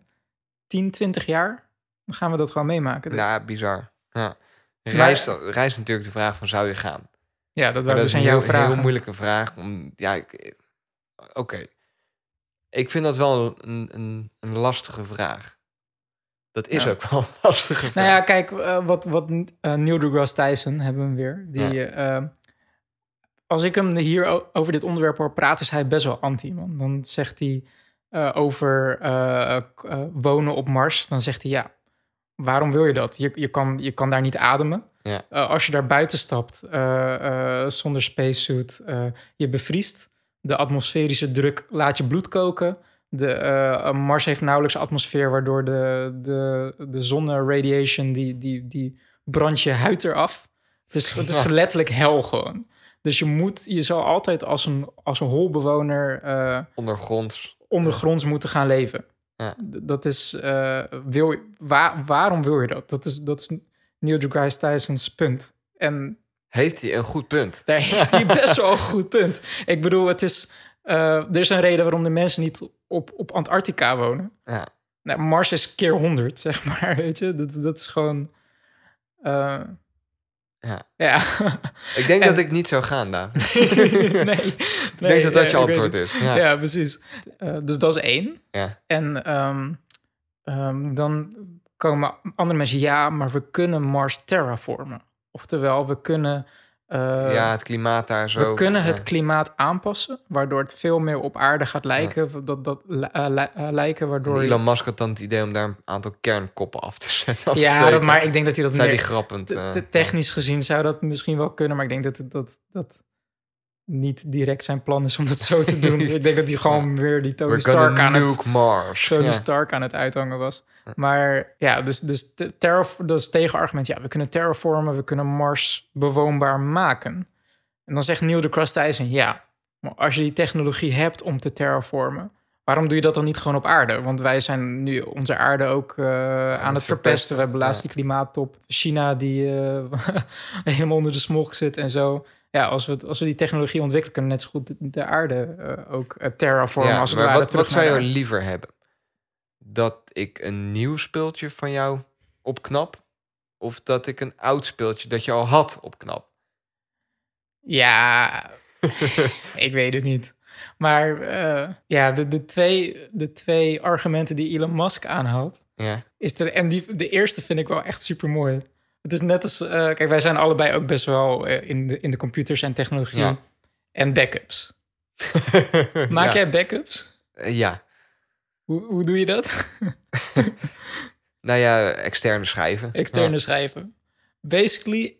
S4: 10, 20 jaar, dan gaan we dat gewoon meemaken.
S3: Ja, bizar. Ja. Rijst, rijst natuurlijk de vraag van zou je gaan?
S4: ja, dat,
S3: Maar
S4: waren
S3: dat
S4: dus
S3: is
S4: aan
S3: een
S4: jouw
S3: heel,
S4: vraag.
S3: heel moeilijke vraag. Om, ja, ik- eh, oké. Ik vind dat wel een, een, een lastige vraag. Dat is
S4: Ja.
S3: ook wel een lastige vraag.
S4: Nou ja, kijk, eh, wat, wat eh, Neil deGrasse Tyson hebben we hem weer. Die, eh, als ik hem hier o- over dit onderwerp hoor praten, is hij best wel anti, man. Dan zegt hij eh, over eh, k- eh, wonen op Mars. Dan zegt hij, ja, waarom wil je dat? Je, je, kan, je kan daar niet ademen.
S3: Ja.
S4: Eh, als je daar buiten stapt, eh, eh, zonder spacesuit, eh, je bevriest. De atmosferische druk laat je bloed koken. De, eh, Mars heeft nauwelijks atmosfeer, waardoor de, de, de zonne-radiation, die, die, die brandt je huid eraf. Het is, het is
S3: Ja.
S4: letterlijk hel gewoon. Dus je, moet, je zal altijd als een, als een holbewoner eh,
S3: Ondergronds.
S4: ondergronds moeten gaan leven.
S3: Ja.
S4: D- Dat is, eh, wil, je- waar, waarom wil je dat? Dat is, dat is Neil deGrasse Tyson's punt. En
S3: Heeft hij een goed punt?
S4: daar heeft hij best wel een goed punt. Ik bedoel, het is, eh, er is een reden waarom de mensen niet op, op Antarctica wonen.
S3: Ja.
S4: Nou, Mars is keer 100, zeg maar, weet je. Dat, dat is gewoon... eh,
S3: Ja.
S4: Ja.
S3: Ik denk
S4: En-
S3: dat ik niet zou gaan daar.
S4: nee,
S3: ik denk dat dat je antwoord
S4: is.
S3: is.
S4: Ja,
S3: Ja.
S4: precies. Eh, dus dat is één.
S3: Ja.
S4: En ehm, ehm, dan komen andere mensen, ja, maar we kunnen Mars terraformen. Oftewel, we kunnen, eh,
S3: Ja, het klimaat daar zo.
S4: we kunnen
S3: ja.
S4: het klimaat aanpassen, waardoor het veel meer op aarde gaat lijken. Dat, dat, eh, li- eh, lijken
S3: En
S4: waardoor
S3: Elon Musk had dan het idee om daar een aantal kernkoppen af te zetten. af te
S4: ja, dat,
S3: steken.
S4: maar ik denk dat hij
S3: Dat
S4: dat
S3: zei
S4: meer-
S3: die grappend.
S4: te-
S3: eh,
S4: te- technisch gezien zou dat misschien wel kunnen, maar ik denk dat het- dat, dat niet direct zijn plan is om dat zo te doen. ik denk dat hij gewoon weer die Tony
S3: We're
S4: Stark
S3: gonna
S4: aan het, dus
S3: nuke Mars.
S4: Tony
S3: Ja.
S4: Stark aan het uithangen was. Maar ja, dus, dus, te- terra- dus tegenargument, ja, we kunnen terraformen, we kunnen Mars bewoonbaar maken. En dan zegt Neil deGrasse Tyson, ja, maar als je die technologie hebt om te terraformen, waarom doe je dat dan niet gewoon op aarde? Want wij zijn nu onze aarde ook eh, aan het,
S3: het
S4: verpesten.
S3: verpesten,
S4: We hebben laatst
S3: ja.
S4: die klimaattop. China die eh, helemaal onder de smog zit en zo. Ja, als we, als we die technologie ontwikkelen, kunnen we net zo goed de, de aarde eh, ook eh, terraformen.
S3: Ja,
S4: als het
S3: maar
S4: ware
S3: wat,
S4: terug
S3: wat zou
S4: naar
S3: je
S4: de aarde.
S3: liever hebben? Dat ik een nieuw speeltje van jou opknap? Of dat ik een oud speeltje dat je al had opknap?
S4: Ja, ik weet het niet. Maar eh, ja, de, de, twee, de twee argumenten die Elon Musk aanhaalt,
S3: ja.
S4: is de, en die, de eerste vind ik wel echt super mooi. Het is net als, eh, kijk, wij zijn allebei ook best wel eh, in, de, in de computers en technologie
S3: Ja.
S4: en backups. Maak
S3: ja.
S4: jij backups?
S3: Eh, Ja.
S4: Hoe, hoe doe je dat?
S3: Nou ja, externe schrijven.
S4: Externe schrijven. Basically,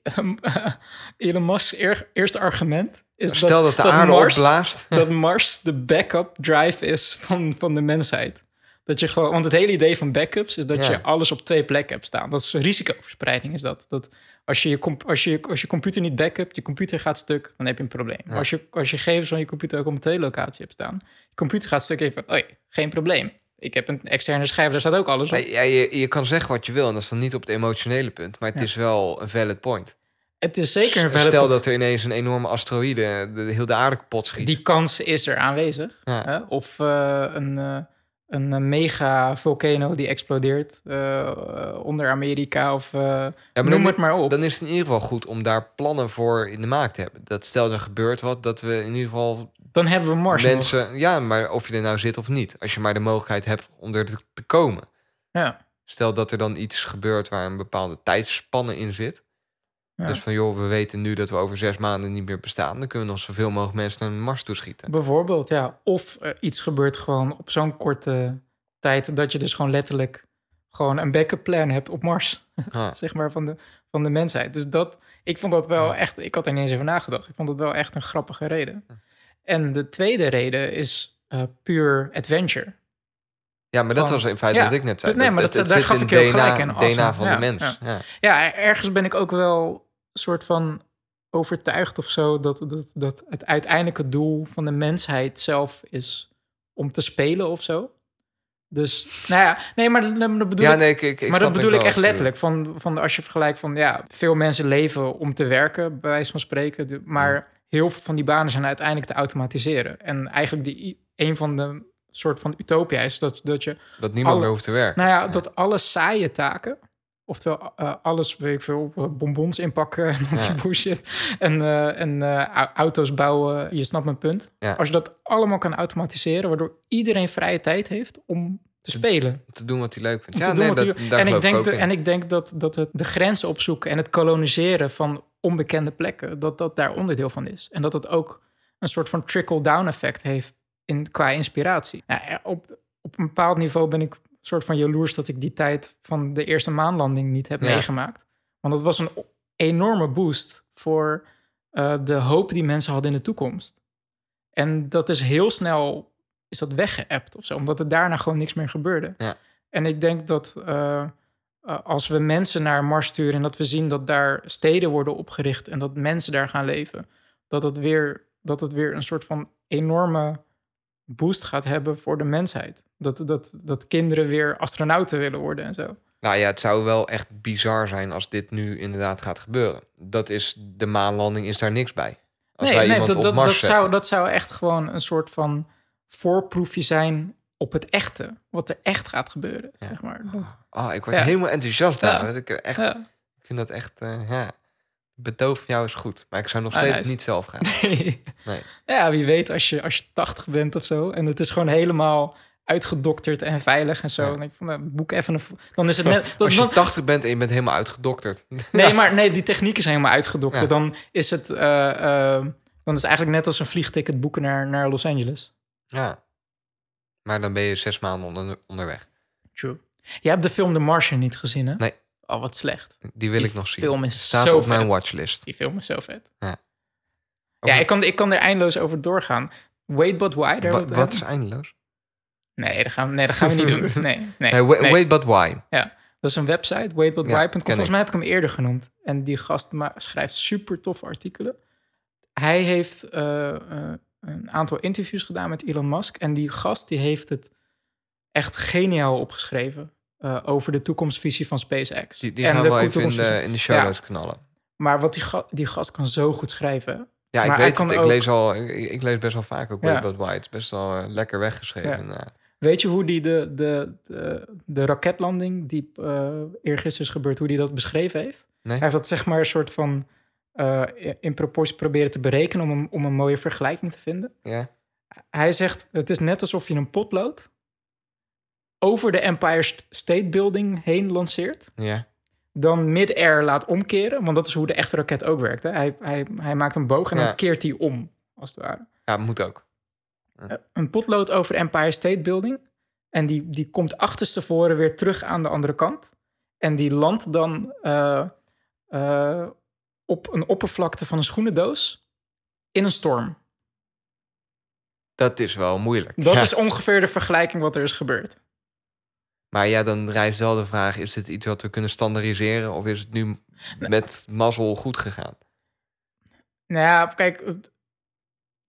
S4: Elon Musk's eer- eerste argument is
S3: Ja. Stel dat de aarde
S4: Mars-
S3: opblaast.
S4: dat Mars de backup drive is van, van de mensheid. Dat je gewoon, want het hele idee van backups is dat
S3: Ja.
S4: je alles op twee plekken hebt staan. Dat is risicoverspreiding, is dat. dat als, je je comp- als, je, als je computer niet backupt, je computer gaat stuk, dan heb je een probleem. Maar Als, je, als je gegevens van je computer ook op een telelocatie hebt staan, je computer gaat stuk even, oei, geen probleem. Ik heb een externe schijf, daar staat ook alles op.
S3: Nee, Ja, je, je kan zeggen wat je wil en dat is dan niet op het emotionele punt, maar het is wel een valid point.
S4: Het is zeker een valid
S3: Stel dat er ineens een enorme asteroïde de, de- heel de aarde kapot schiet.
S4: Die kans is er aanwezig.
S3: Ja.
S4: Hè? Of eh, een, eh, een eh, mega vulcano die explodeert eh, eh, onder Amerika of eh,
S3: Ja,
S4: noem
S3: dan,
S4: het maar op.
S3: dan is het in ieder geval goed om daar plannen voor in de maak te hebben. Dat stel er gebeurt wat, dat we in ieder geval
S4: Dan hebben we Mars nog.
S3: mensen... Ja, maar of je er nou zit of niet. Als je maar de mogelijkheid hebt om er te- te komen.
S4: Ja.
S3: Stel dat er dan iets gebeurt waar een bepaalde tijdspanne in zit.
S4: Ja.
S3: Dus van joh, we weten nu dat we over zes maanden niet meer bestaan. Dan kunnen we nog zoveel mogelijk mensen naar Mars toeschieten.
S4: Bijvoorbeeld, ja. Of eh, iets gebeurt gewoon op zo'n korte tijd dat je dus gewoon letterlijk gewoon een backup plan hebt op Mars,
S3: Ah,
S4: zeg maar, van de, van de mensheid. Dus dat, ik vond dat wel echt, ik had er niet eens over nagedacht. Ik vond dat wel echt een grappige reden. En de tweede reden is eh, puur adventure.
S3: ja, maar dat
S4: Gewoon-
S3: was in feite
S4: ja.
S3: wat ik net zei.
S4: Nee, maar dat- daar
S3: zit
S4: gaf
S3: in
S4: ik je ook
S3: DNA,
S4: gelijk in, awesome.
S3: DNA van
S4: Ja,
S3: de mens.
S4: ja.
S3: Ja.
S4: Ja, ergens ben ik ook wel soort van overtuigd of zo dat, dat, dat het uiteindelijke doel van de mensheid zelf is om te spelen of zo. Dus, nou ja, nee, maar dat, dat bedoel
S3: Ja,
S4: ik,
S3: nee, ik, ik, ik
S4: maar
S3: snap
S4: dat
S3: wel
S4: bedoel ik
S3: wat
S4: echt
S3: je
S4: letterlijk. Van, van als je vergelijkt van, ja, veel mensen leven om te werken, bij wijze van spreken. de- Maar heel veel van die banen zijn uiteindelijk te automatiseren. En eigenlijk die, een van de soort van utopia is dat, dat je
S3: bedoelt. Dat niemand
S4: alle-
S3: meer hoeft te werken.
S4: nou ja, dat alle saaie taken, oftewel eh, alles, weet ik veel, eh, bonbons inpakken en dat
S3: Ja.
S4: soort bullshit. En, eh, en eh, au- auto's bouwen, je snapt mijn punt.
S3: Ja.
S4: Als je dat allemaal kan automatiseren, waardoor iedereen vrije tijd heeft om te spelen.
S3: Te doen wat hij leuk vindt.
S4: om
S3: Ja,
S4: te doen
S3: nee,
S4: wat hij
S3: dat,
S4: wil.
S3: daar
S4: en,
S3: geloof
S4: ik denk
S3: ik ook
S4: dat-
S3: in.
S4: en ik denk dat, dat het de grenzen opzoeken en het koloniseren van onbekende plekken, dat dat daar onderdeel van is. En dat het ook een soort van trickle-down effect heeft in, qua inspiratie. Nou, er- op, op een bepaald niveau ben ik soort van jaloers dat ik die tijd van de eerste maanlanding niet heb
S3: Ja.
S4: meegemaakt. Want dat was een o- enorme boost voor eh, de hoop die mensen hadden in de toekomst. En dat is heel snel is dat weggeëpt of zo, omdat er daarna gewoon niks meer gebeurde.
S3: Ja.
S4: En ik denk dat eh, eh, als we mensen naar Mars sturen en dat we zien dat daar steden worden opgericht en dat mensen daar gaan leven, dat het weer, dat het weer een soort van enorme boost gaat hebben voor de mensheid. Dat, dat, dat kinderen weer astronauten willen worden en zo.
S3: Nou ja, het zou wel echt bizar zijn als dit nu inderdaad gaat gebeuren. Dat is, de maanlanding is daar niks bij. Als wij iemand
S4: dat,
S3: op
S4: dat,
S3: Mars
S4: dat,
S3: zetten.
S4: zou, dat zou echt gewoon een soort van voorproefje zijn op het echte. Wat er echt gaat gebeuren,
S3: Ja.
S4: zeg maar. Dat-
S3: Ah, ik word
S4: Ja.
S3: helemaal enthousiast daar.
S4: Ja.
S3: want Ik, heb echt,
S4: ja.
S3: ik vind dat echt, eh, ja, betoog van jou is goed. Maar ik zou nog
S4: Ah,
S3: steeds
S4: nice.
S3: niet zelf gaan. Nee.
S4: ja, wie weet als je, als je 80 bent of zo. En het is gewoon helemaal uitgedokterd en veilig en zo.
S3: Ja.
S4: En ik van, nou, boek even een... vo- Dan is het net... Dan,
S3: Als je
S4: dan-
S3: 80 bent en je bent helemaal uitgedokterd.
S4: nee, maar nee, die techniek is helemaal uitgedokterd.
S3: Ja.
S4: Dan is het... eh, eh, dan is het eigenlijk net als een vliegticket boeken naar, naar Los Angeles.
S3: Ja. Maar dan ben je zes maanden onder, onderweg.
S4: True. Jij hebt de film The Martian niet gezien, hè?
S3: Nee.
S4: Oh, wat slecht.
S3: Die wil
S4: Die
S3: ik nog zien.
S4: film is
S3: Staat
S4: zo
S3: op mijn
S4: vet.
S3: watchlist.
S4: Die film is zo vet.
S3: Over-
S4: Ja, ik kan, ik kan er eindeloos over doorgaan. Wait But Why? Daar
S3: Wa-
S4: wat-
S3: wat is eindeloos?
S4: Nee, dat gaan, we- nee, dat gaan we niet doen. Nee, nee,
S3: Nee, wa-
S4: nee.
S3: Wait, but why?
S4: Dat is een website, waitbutwhy.com.
S3: Ja, ken ik.
S4: Volgens mij heb ik hem eerder genoemd. En die gast ma- schrijft super toffe artikelen. Hij heeft eh, eh, een aantal interviews gedaan met Elon Musk. En die gast die heeft het echt geniaal opgeschreven. eh, over de toekomstvisie van SpaceX.
S3: Die, die
S4: En
S3: gaan we
S4: de
S3: wel even in
S4: toekomstvisie-
S3: de, in de show
S4: Ja.
S3: notes knallen.
S4: Maar wat die, ga- die gast kan zo goed schrijven. hè?
S3: Ja, ik
S4: Maar hij
S3: weet
S4: kan
S3: het. Ik,
S4: ook-
S3: lees al, ik, ik lees best wel vaak ook
S4: Ja.
S3: Wait, but why. Het is best wel eh, lekker weggeschreven. inderdaad.
S4: Weet je hoe die de, de, de, de raketlanding die eh eergisteren is gebeurd, hoe die dat beschreven heeft?
S3: Nee.
S4: Hij heeft dat zeg maar een soort van eh, in proportie proberen te berekenen om een, om een mooie vergelijking te vinden.
S3: Ja.
S4: Hij zegt, het is net alsof je een potlood over de Empire State Building heen lanceert.
S3: ja.
S4: Dan mid-air laat omkeren, want dat is hoe de echte raket ook werkt. Hè? Hij, hij, hij maakt een boog en
S3: Ja.
S4: dan keert hij om, als het ware
S3: Ja, moet ook.
S4: een potlood over de Empire State Building. En die, die komt achterstevoren weer terug aan de andere kant. En die landt dan eh, eh, op een oppervlakte van een schoenendoos in een storm.
S3: Dat is wel moeilijk.
S4: Dat
S3: Ja.
S4: is ongeveer de vergelijking wat er is gebeurd.
S3: Maar ja, dan rijst wel de vraag: is dit iets wat we kunnen standaardiseren? Of is het nu met mazzel goed gegaan?
S4: Nou ja, kijk, het-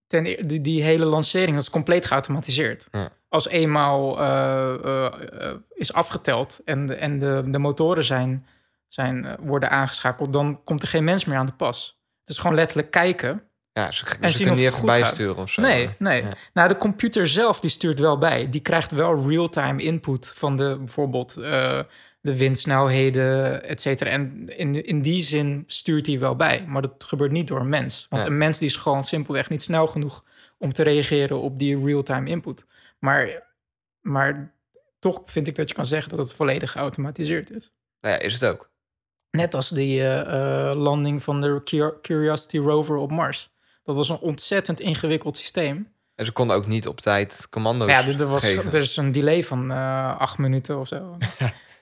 S4: ten, eer- die, die hele lancering dat is compleet geautomatiseerd.
S3: Ja.
S4: Als eenmaal eh, eh, eh, is afgeteld en, de- en de, de motoren zijn, zijn, eh, worden aangeschakeld, dan komt er geen mens meer aan de pas. Het is gewoon letterlijk kijken
S3: Ja, ze, ze
S4: zien of
S3: kunnen niet
S4: het
S3: even
S4: goed gaat.
S3: bijsturen of zo.
S4: Nee, nee.
S3: Ja.
S4: Nou, de computer zelf die stuurt wel bij. Die krijgt wel real-time input van de, bijvoorbeeld eh, de windsnelheden, et cetera. En in, in die zin stuurt hij wel bij. Maar dat gebeurt niet door een mens. Want
S3: Ja.
S4: een mens die is gewoon simpelweg niet snel genoeg om te reageren op die real-time input. Maar, maar toch vind ik dat je kan zeggen dat het volledig geautomatiseerd is.
S3: Nou ja, is het ook.
S4: Net als die eh, eh, landing van de Cur- Curiosity rover op Mars. Dat was een ontzettend ingewikkeld systeem.
S3: En ze konden ook niet op tijd commando's
S4: Nou Ja, er, er was,
S3: geven.
S4: er is een delay van eh, acht minuten of zo.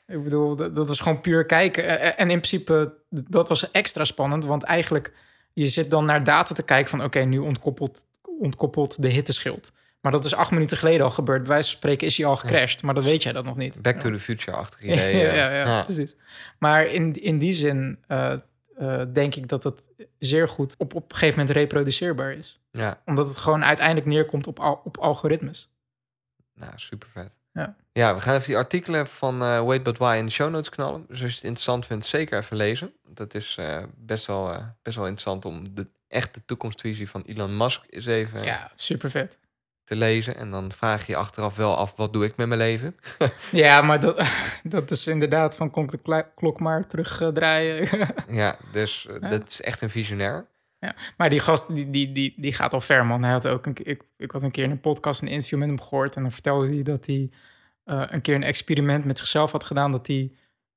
S4: Ik bedoel, dat, dat is gewoon puur kijken. Eh, eh, En in principe, d- dat was extra spannend. Want eigenlijk, je zit dan naar data te kijken van... oké, nu ontkoppelt, ontkoppelt de hitteschild. Maar dat is acht minuten geleden al gebeurd. Wij spreken, is hij al gecrashed. Maar dat weet jij dat nog niet.
S3: Back
S4: Ja.
S3: to the future-achtig idee.
S4: ja,
S3: eh.
S4: ja, ja, precies. Maar in, in die zin eh, eh, denk ik dat dat zeer goed op, op een gegeven moment reproduceerbaar is.
S3: Ja,
S4: Omdat het gewoon uiteindelijk neerkomt op, al- op algoritmes.
S3: nou, super vet.
S4: Ja.
S3: we gaan even die artikelen van eh, Wait But Why in de show notes knallen. Dus als je het interessant vindt, zeker even lezen. Dat is eh, best, wel, eh, best wel interessant om de echte toekomstvisie van Elon Musk eens even
S4: Ja, super vet.
S3: te lezen. En dan vraag je je achteraf wel af, wat doe ik met mijn leven?
S4: Ja, maar dat, dat is inderdaad van kon ik de kla- klok maar terugdraaien.
S3: ja, dus eh,
S4: Ja.
S3: dat is echt een visionair.
S4: maar die gast, die, die, die, die gaat al ver, man. Hij had ook een, ke- ik, ik had een keer in een podcast een interview met hem gehoord. En dan vertelde hij dat hij eh, een keer een experiment met zichzelf had gedaan. Dat hij,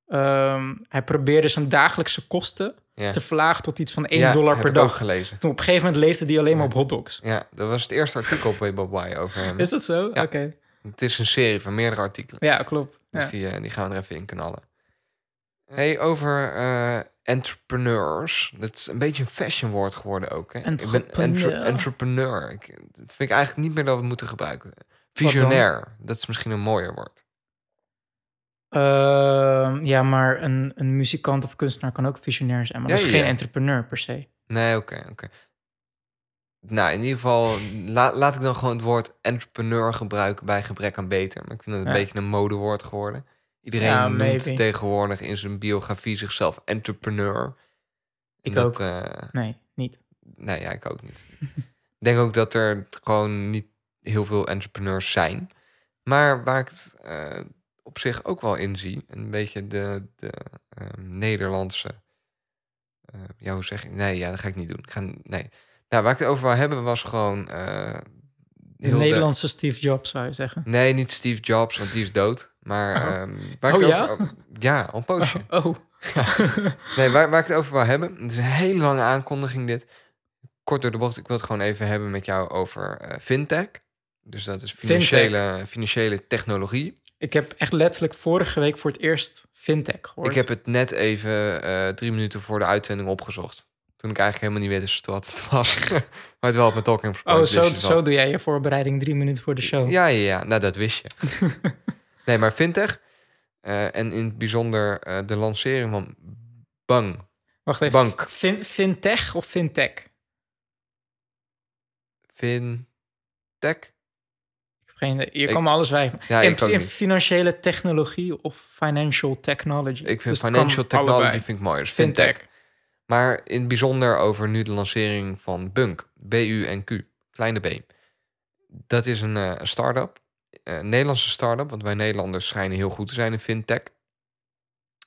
S4: ehm, hij probeerde zijn dagelijkse kosten
S3: Ja.
S4: te verlagen tot iets van 1
S3: Ja,
S4: dollar
S3: heb
S4: per
S3: ik ook
S4: dag.
S3: gelezen.
S4: Toen op een gegeven moment leefde die alleen maar op hotdogs.
S3: Ja, dat was het eerste artikel op Wait But Why over hem.
S4: Is dat zo?
S3: Ja.
S4: Oké.
S3: Het is een serie van meerdere artikelen.
S4: Ja, klopt. Ja.
S3: Dus die, eh, die gaan we er even in knallen. Hey, over eh, entrepreneurs. Dat is een beetje een fashionwoord geworden ook. Hè? Ik ben entre-
S4: Entrepreneur.
S3: entrepreneur. Ik, dat vind ik eigenlijk niet meer dat we het moeten gebruiken.
S4: dan?
S3: Visionair. Dat is misschien een mooier woord.
S4: Ehm, ja, maar een, een muzikant of kunstenaar kan ook visionair zijn. Maar
S3: Ja,
S4: dat is
S3: ja,
S4: geen
S3: ja.
S4: entrepreneur per se.
S3: Nee, oké, oké. Nou, in ieder geval la- laat ik dan gewoon het woord entrepreneur gebruiken bij gebrek aan beter. Maar ik vind dat een
S4: Ja.
S3: beetje een modewoord geworden. Iedereen
S4: Ja,
S3: noemt
S4: maybe.
S3: tegenwoordig in zijn biografie zichzelf entrepreneur. En
S4: Ik
S3: dat,
S4: ook.
S3: eh,
S4: Nee, niet.
S3: Nee, ja, ik ook niet. ik denk ook dat er gewoon niet heel veel entrepreneurs zijn. Maar waar ik het eh, op zich ook wel in zie, een beetje de, de ehm, Nederlandse. eh ja, hoe zeg ik? Nee, ja, dat ga ik niet doen. Ik ga, nee. Nou, waar ik het over wou hebben was gewoon. eh,
S4: De
S3: heel
S4: Nederlandse Steve Jobs zou je zeggen.
S3: Nee, niet Steve Jobs, want die is dood. Maar
S4: Oh.
S3: ehm, waar ik
S4: Oh,
S3: het
S4: ja?
S3: over, ja, al een poosje.
S4: Oh.
S3: Nee, waar, waar ik het over wil hebben. Het is een hele lange aankondiging dit. Kort door de bocht. Ik wil het gewoon even hebben met jou over eh, fintech. Dus dat is financiële, financiële technologie.
S4: Ik heb echt letterlijk vorige week voor het eerst fintech gehoord.
S3: Ik heb het net even eh, drie minuten voor de uitzending opgezocht. Toen ik eigenlijk helemaal niet wist wat het was. maar het wel op mijn talking
S4: oh,
S3: point
S4: zo,
S3: wist je het al.
S4: zo doe jij je voorbereiding drie minuten voor de show.
S3: Ja, ja, ja. Nou, dat wist je. nee, maar fintech. eh, en in het bijzonder eh, de lancering van Bang.
S4: Wacht even.
S3: Bank.
S4: Fin- fintech of fintech?
S3: Fintech.
S4: Ik heb geen idee. Je
S3: Ik-
S4: kan me alles wijzen.
S3: Ja,
S4: in,
S3: ik ook
S4: in
S3: niet.
S4: financiële technologie of financial technology.
S3: Ik vind
S4: Dus het
S3: financial
S4: kan
S3: technology
S4: allebei.
S3: vind ik mooi. Dus fintech.
S4: Fintech.
S3: Maar in het bijzonder over nu de lancering van Bunk. B-U en Q. Kleine B. Dat is een eh, een start-up. Eh, Een Nederlandse start-up. Want wij Nederlanders schijnen heel goed te zijn in fintech.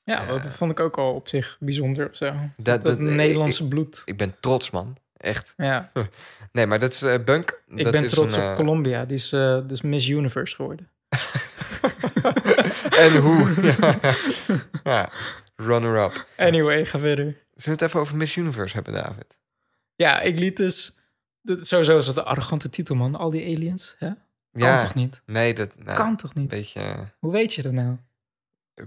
S4: Ja, dat vond ik ook al op zich bijzonder of zo. Dat,
S3: dat-
S4: Nederlandse bloed.
S3: Ik ben trots, man. Echt.
S4: Ja,
S3: Nee, maar dat is eh, Bunk.
S4: ik
S3: dat
S4: ben
S3: is
S4: trots
S3: een,
S4: op
S3: eh,
S4: Colombia. Die is, eh, die is Miss Universe geworden.
S3: en hoe. ja. ja. Runner-up. Zullen
S4: Anyway, ga verder.
S3: we het even over Miss Universe hebben, David?
S4: Ja, ik liet dus... Dat, sowieso is dat een arrogante titel, man. Al die aliens, hè? Kan toch niet?
S3: Nee, dat... nou,
S4: Kan toch
S3: Een
S4: niet?
S3: beetje... eh,
S4: Hoe weet je dat nou?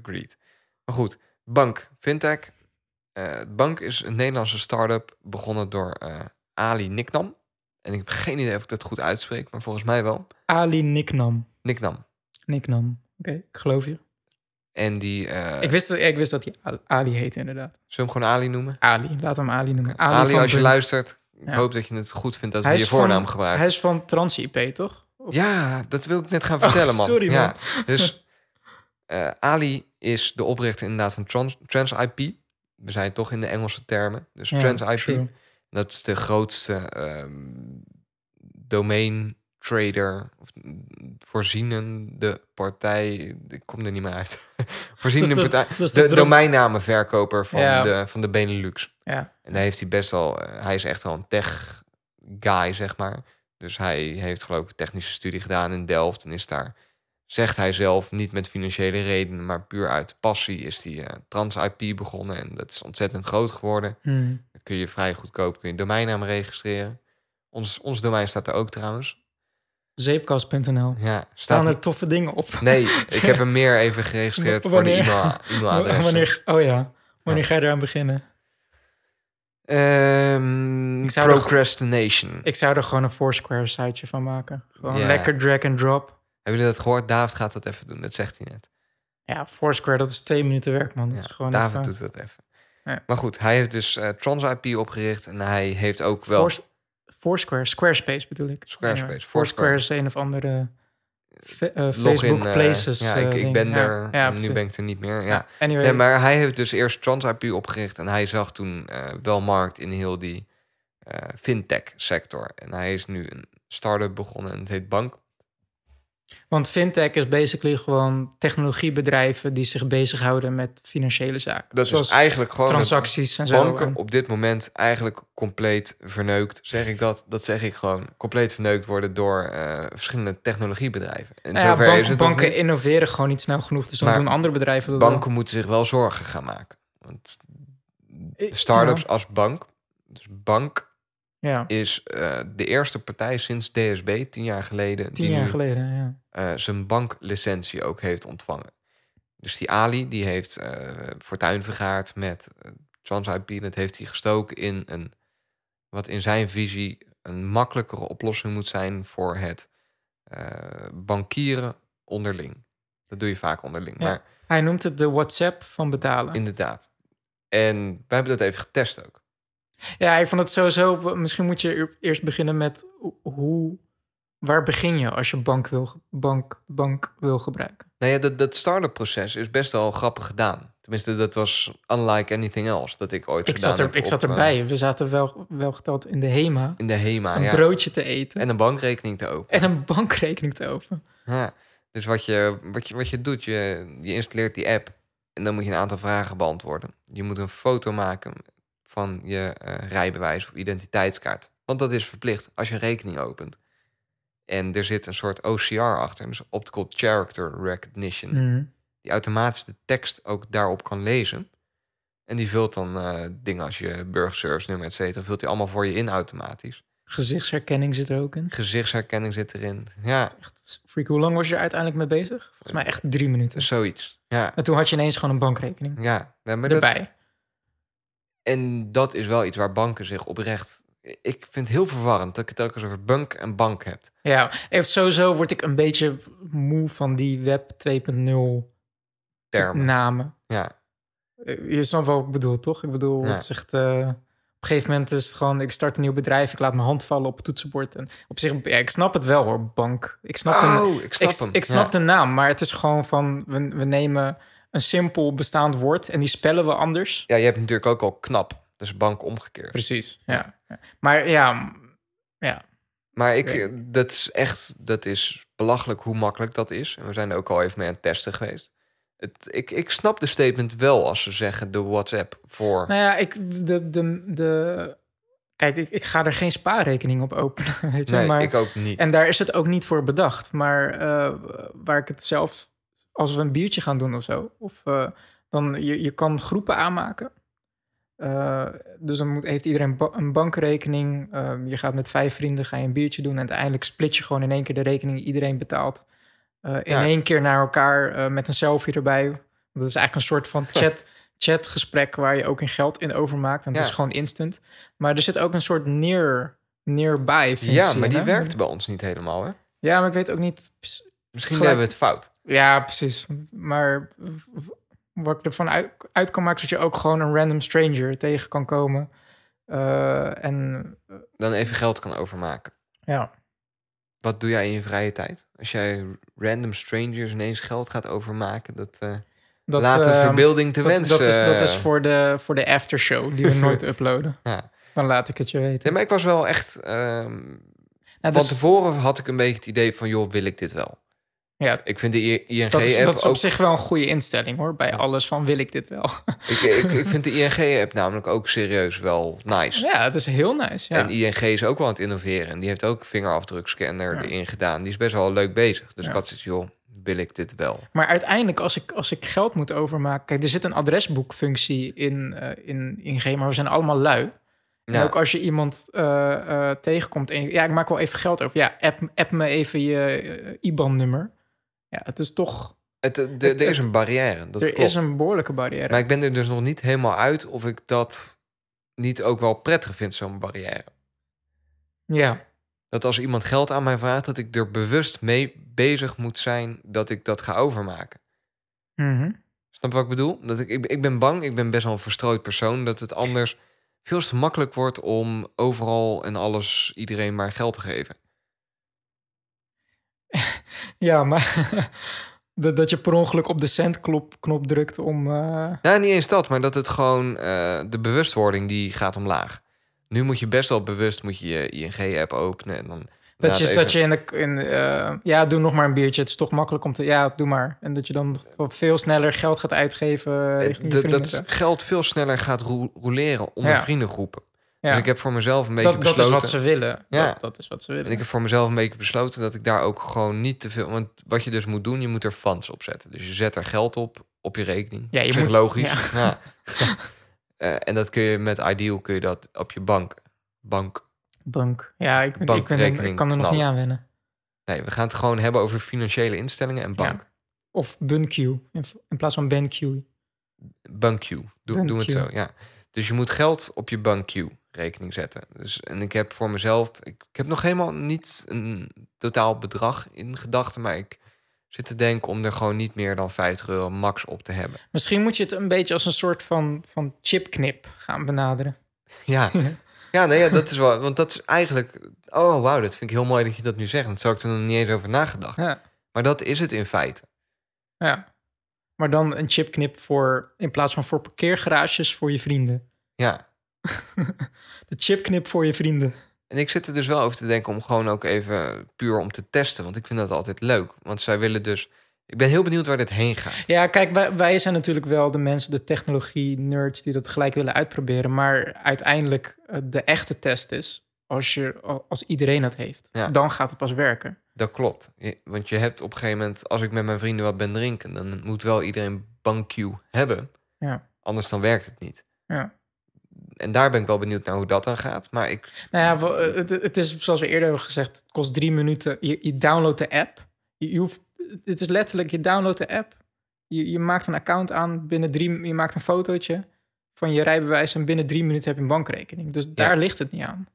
S3: Agreed. Maar goed, Bank, Fintech. Eh, Bank is een Nederlandse start-up begonnen door eh, Ali Niknam. En ik heb geen idee of ik dat goed uitspreek, maar volgens mij wel.
S4: Ali Niknam.
S3: Niknam.
S4: Niknam. Oké, ik geloof je.
S3: En die. eh
S4: Ik wist, dat, ik wist dat hij Al- Ali heet, inderdaad.
S3: Zullen we hem gewoon Ali noemen?
S4: Ali, laat hem Ali noemen.
S3: Ali,
S4: van
S3: als je
S4: Bun-
S3: luistert, ik
S4: Ja.
S3: hoop dat je het goed vindt dat
S4: Hij
S3: we je
S4: is van-
S3: voornaam gebruiken.
S4: Hij is van Trans-IP, toch? Of-
S3: Ja, dat wil ik net gaan vertellen, man.
S4: sorry, man.
S3: Ja, dus eh, Ali is de oprichter inderdaad van Trans, Trans IP. We zijn toch in de Engelse termen. Dus
S4: Ja,
S3: Trans IP.
S4: true.
S3: Dat is de grootste ehm, domain trader, of voorzienende partij. Ik kom er niet meer uit. voorzienende
S4: Dat is de-
S3: partij.
S4: dat is de
S3: de
S4: drum-
S3: domeinnamenverkoper van,
S4: Ja.
S3: de, van de Benelux.
S4: Ja.
S3: En daar heeft hij best al, eh, hij is echt wel een tech guy, zeg maar. Dus hij heeft geloof ik een technische studie gedaan in Delft en is daar, zegt hij zelf, niet met financiële redenen, maar puur uit passie is die eh, trans IP begonnen en dat is ontzettend groot geworden.
S4: Hmm.
S3: Dan kun je vrij goedkoop kun je domeinnaam registreren. Ons, ons domein staat er ook trouwens.
S4: Zeepkast.nl.
S3: Ja, staat
S4: Staan er toffe dingen op?
S3: Nee, ik heb hem meer even geregistreerd voor de
S4: Wanneer-
S3: e-mail- e-mailadressen.
S4: Wanneer, oh ja, wanneer ga je eraan beginnen?
S3: Ehm,
S4: Ik zou er-
S3: procrastination.
S4: Ik zou er gewoon een Foursquare siteje van maken. Gewoon
S3: Ja.
S4: lekker drag and drop.
S3: Hebben jullie dat gehoord? David gaat dat even doen. Dat zegt hij net.
S4: Ja, Foursquare, dat is twee minuten werk, man. Dat is
S3: Ja,
S4: gewoon
S3: David
S4: even-
S3: doet dat even.
S4: Ja.
S3: Maar goed, hij heeft dus eh Trans IP opgericht en hij heeft ook wel
S4: Fours- Foursquare, Squarespace bedoel ik.
S3: Squarespace,
S4: Anyway,
S3: Foursquare.
S4: Foursquare is een of andere fe- eh,
S3: login.
S4: Facebook
S3: eh,
S4: Places.
S3: ja,
S4: eh,
S3: ik, ik
S4: ding.
S3: ben
S4: Ja,
S3: er.
S4: ja,
S3: en nu
S4: precies.
S3: ben ik er niet meer. Ja.
S4: Anyway,
S3: Nee, maar hij heeft dus eerst Trans IP opgericht en hij zag toen eh, wel markt in heel die eh, fintech sector. En hij is nu een start-up begonnen en het heet Bank.
S4: Want fintech is basically gewoon technologiebedrijven die zich bezighouden met financiële zaken.
S3: Dat
S4: Zoals
S3: is Dus eigenlijk gewoon dat
S4: transacties en zo.
S3: banken op dit moment eigenlijk compleet verneukt. Zeg ik dat? Dat zeg ik gewoon. Compleet verneukt worden door eh, verschillende technologiebedrijven. En
S4: Nou ja,
S3: zover
S4: bank-
S3: is het nog
S4: banken
S3: niet.
S4: innoveren gewoon niet snel genoeg. Dus dan
S3: Maar
S4: doen andere bedrijven dat wel.
S3: banken moeten zich wel zorgen gaan maken. Want
S4: Ik-
S3: start-ups als bank. Dus bank
S4: Ja,
S3: is eh, de eerste partij sinds DSB tien jaar geleden.
S4: tien
S3: die
S4: jaar
S3: nu,
S4: geleden. Ja.
S3: eh, zijn banklicentie ook heeft ontvangen. Dus die Ali die heeft eh, fortuin vergaard met eh, Trans IP. Dat heeft hij gestoken in een, wat in zijn visie een makkelijkere oplossing moet zijn voor het eh, bankieren onderling. Dat doe je vaak onderling.
S4: Ja.
S3: Maar
S4: Hij noemt het de WhatsApp van betalen.
S3: Inderdaad. En wij hebben dat even getest ook.
S4: Ja, ik vond het sowieso. Misschien moet je e- eerst beginnen met ho- hoe. Waar begin je als je bank wil, bank, bank wil gebruiken?
S3: Nou ja, dat, dat start-up proces is best wel grappig gedaan. Tenminste, dat was unlike anything else dat ik ooit
S4: Ik
S3: gedaan
S4: zat, er,
S3: heb
S4: ik
S3: op,
S4: zat
S3: eh,
S4: erbij. We zaten wel, wel geteld in de HEMA.
S3: in de HEMA,
S4: Een
S3: ja.
S4: broodje te eten. En,
S3: En een bankrekening te openen.
S4: een bankrekening te openen.
S3: Ja. Dus wat je, wat je, wat je doet, je, je installeert die app en dan moet je een aantal vragen beantwoorden. Je moet een foto maken van je eh, rijbewijs of identiteitskaart. Want dat is verplicht als je een rekening opent. En er zit een soort OCR achter, dus Optical Character Recognition.
S4: Mm.
S3: die automatisch de tekst ook daarop kan lezen. En die vult dan eh, dingen als je burgerservice nummer, et cetera, vult hij allemaal voor je in automatisch.
S4: Gezichtsherkenning zit er ook in.
S3: Gezichtsherkenning zit erin. Ja,
S4: Echt, freak, hoe lang was je er uiteindelijk mee bezig? Volgens mij echt drie minuten.
S3: zoiets. Ja,
S4: En toen had je ineens gewoon een bankrekening
S3: ja. Nee, maar dat-
S4: erbij.
S3: en dat is wel iets waar banken zich oprecht... Ik vind het heel verwarrend dat ik het telkens over bank en bank heb.
S4: Ja, even sowieso word ik een beetje moe van die Web 2.0
S3: Termen.
S4: namen.
S3: Ja,
S4: Eh, Je snapt wel wat ik bedoel, toch? Ik bedoel,
S3: Ja.
S4: het is echt, eh, op een gegeven moment is het gewoon... ik start een nieuw bedrijf, ik laat mijn hand vallen op het toetsenbord. En op zich, ja, ik snap het wel hoor, bank. Ik snap, de,
S3: oh, ik snap
S4: ik,
S3: hem.
S4: ik snap
S3: Ja.
S4: de naam, maar het is gewoon van... We, we nemen een simpel bestaand woord en die spellen we anders.
S3: ja, je hebt natuurlijk ook al knap. Dus bank omgekeerd.
S4: Precies, ja. ja. Maar ja, ja.
S3: Maar ik,
S4: Ja.
S3: dat is echt, dat is belachelijk hoe makkelijk dat is. En we zijn er ook al even mee aan het testen geweest. Het, ik, ik snap de statement wel als ze zeggen de WhatsApp voor. Nee,
S4: Nou ja, ik... De, de, de, kijk, ik, ik ga er geen spaarrekening op openen, weet je. maar,
S3: ik ook niet.
S4: En daar is het ook niet voor bedacht. Maar eh, waar ik het zelf, als we een biertje gaan doen of zo, of, eh, dan je, je kan groepen aanmaken. Eh, dus dan moet, heeft iedereen ba- een bankrekening. Eh, je gaat met vijf vrienden ga je een biertje doen. En uiteindelijk split je gewoon in één keer de rekening. Iedereen betaalt eh, in
S3: Ja.
S4: één keer naar elkaar eh, met een selfie erbij. Dat is eigenlijk een soort van chat, chatgesprek waar je ook in geld in overmaakt. En het
S3: Ja.
S4: is gewoon instant. Maar er zit ook een soort near, nearby functie
S3: ja, maar die
S4: in, hè?
S3: werkt bij ons niet helemaal. Hè?
S4: Ja, maar ik weet ook niet. pers-
S3: Misschien
S4: Gelijk-
S3: hebben we het fout.
S4: Ja, precies. Maar w- wat ik ervan uit, uit kan maken, is dat je ook gewoon een random stranger tegen kan komen. Eh, en
S3: Dan even geld kan overmaken.
S4: ja,
S3: Wat doe jij in je vrije tijd? Als jij random strangers ineens geld gaat overmaken, dat, eh,
S4: dat,
S3: laat de
S4: eh,
S3: verbeelding te
S4: dat,
S3: wensen.
S4: dat is, dat is
S3: eh,
S4: voor de, voor de aftershow die we nooit uploaden.
S3: ja.
S4: Dan laat ik het je weten.
S3: Nee, maar ik was wel echt... ehm
S4: Nou,
S3: van
S4: dat is-
S3: tevoren had ik een beetje het idee van... joh, wil ik dit wel?
S4: Ja.
S3: Ik vind de I-
S4: dat, is, dat
S3: ING-app
S4: is op
S3: ook...
S4: zich wel een goede instelling hoor. Bij alles van wil ik dit wel.
S3: Ik, ik, ik vind de ING-app namelijk ook serieus wel nice.
S4: ja, het is heel nice. Ja.
S3: En ING is ook wel aan het innoveren. En die heeft ook vingerafdrukscanner
S4: Ja.
S3: erin gedaan. Die is best wel leuk bezig. Dus
S4: Ja.
S3: ik had zoiets, joh, wil ik dit wel?
S4: Maar uiteindelijk, als ik, als ik geld moet overmaken... Kijk, er zit een adresboekfunctie in, eh in, in G, maar we zijn allemaal lui. En
S3: Nou,
S4: ook als je iemand eh, eh, tegenkomt en je- ja, ik maak wel even geld over. Ja, app, app me even je eh, IBAN-nummer. Ja, het is toch...
S3: het, de-
S4: het-
S3: er is een barrière, dat
S4: er
S3: klopt.
S4: is een behoorlijke barrière.
S3: Maar ik ben er dus nog niet helemaal uit of ik dat niet ook wel prettig vind, zo'n barrière.
S4: Ja,
S3: Dat als iemand geld aan mij vraagt, dat ik er bewust mee bezig moet zijn dat ik dat ga overmaken.
S4: Mhm.
S3: Snap je wat ik bedoel? Dat ik, ik, ik ben bang, ik ben best wel een verstrooid persoon, dat het anders veel te makkelijk wordt om overal en alles iedereen maar geld te geven.
S4: ja maar dat, dat je per ongeluk op de centknop knop drukt om... eh,
S3: Nou, niet eens dat, maar dat het gewoon eh, de bewustwording die gaat omlaag. Nu moet je best wel bewust moet je, je ING-app openen en dan.
S4: dat,
S3: laat
S4: je,
S3: even-
S4: dat je in de... In, eh, ja, doe nog maar een biertje. Het is toch makkelijk om te... Ja, doe maar. En dat je dan veel sneller geld gaat uitgeven.
S3: eh,
S4: richting
S3: dat-
S4: je vrienden en
S3: dat
S4: zo.
S3: geld veel sneller gaat roe- roleren onder
S4: Ja.
S3: vriendengroepen.
S4: Ja.
S3: Dus ik heb voor mezelf een beetje
S4: dat, dat
S3: besloten.
S4: is wat ze willen.
S3: Ja.
S4: Dat, dat is wat ze willen.
S3: En ik heb voor mezelf een beetje besloten dat ik daar ook gewoon niet te veel. Want wat je dus moet doen, je moet er funds op zetten. Dus je zet er geld op, op je rekening.
S4: Ja, je
S3: Op zich
S4: moet-
S3: logisch. Ja. Eh, en dat kun je met Ideal kun je dat op je bank. Bank.
S4: Bank. Ja, ik, ben, ik, ben, ik
S3: Bankrekening
S4: kan er nog niet
S3: knallen.
S4: aan wennen.
S3: Nee, we gaan het gewoon hebben over financiële instellingen en bank.
S4: Of BunQ in, in plaats van BenQ.
S3: BankQ. Doe,
S4: BankQ.
S3: doe het zo, ja. Dus je moet geld op je BankQ-rekening zetten. Dus, en ik heb voor mezelf... Ik, ik heb nog helemaal niet een totaal bedrag in gedachten... maar ik zit te denken om er gewoon niet meer dan 50 euro max op te hebben.
S4: Misschien moet je het een beetje als een soort van, van chipknip gaan benaderen.
S3: Ja, ja, nee, ja dat is wel... Want dat is eigenlijk... Oh, wauw, dat vind ik heel mooi dat je dat nu zegt. Want zo had ik er nog niet eens over nagedacht.
S4: Ja,
S3: Maar dat is het in feite.
S4: ja. Maar dan een chipknip voor, in plaats van voor parkeergarages voor je vrienden.
S3: Ja.
S4: De chipknip voor je vrienden.
S3: En ik zit er dus wel over te denken om gewoon ook even puur om te testen. Want ik vind dat altijd leuk. Want zij willen dus... Ik ben heel benieuwd waar dit heen gaat.
S4: Ja, kijk, wij, wij zijn natuurlijk wel de mensen, de technologie-nerds, die dat gelijk willen uitproberen. Maar uiteindelijk, eh, de echte test is, als, je, als iedereen dat heeft,
S3: Ja.
S4: dan gaat het pas werken.
S3: Dat klopt. Je- Want je hebt op een gegeven moment... Als ik met mijn vrienden wat ben drinken... dan moet wel iedereen BankQ hebben.
S4: Ja.
S3: Anders dan werkt het niet.
S4: Ja.
S3: En daar ben ik wel benieuwd naar hoe dat dan gaat. Maar ik...
S4: Nou ja, wel, eh, het, het is zoals we eerder hebben gezegd, het kost drie minuten. Je, je downloadt de app. Je, je hoeft, het is letterlijk, je downloadt de app. Je, je maakt een account aan binnen drie, je maakt een fotootje van je rijbewijs en binnen drie minuten heb je een bankrekening. Dus daar ligt het niet aan.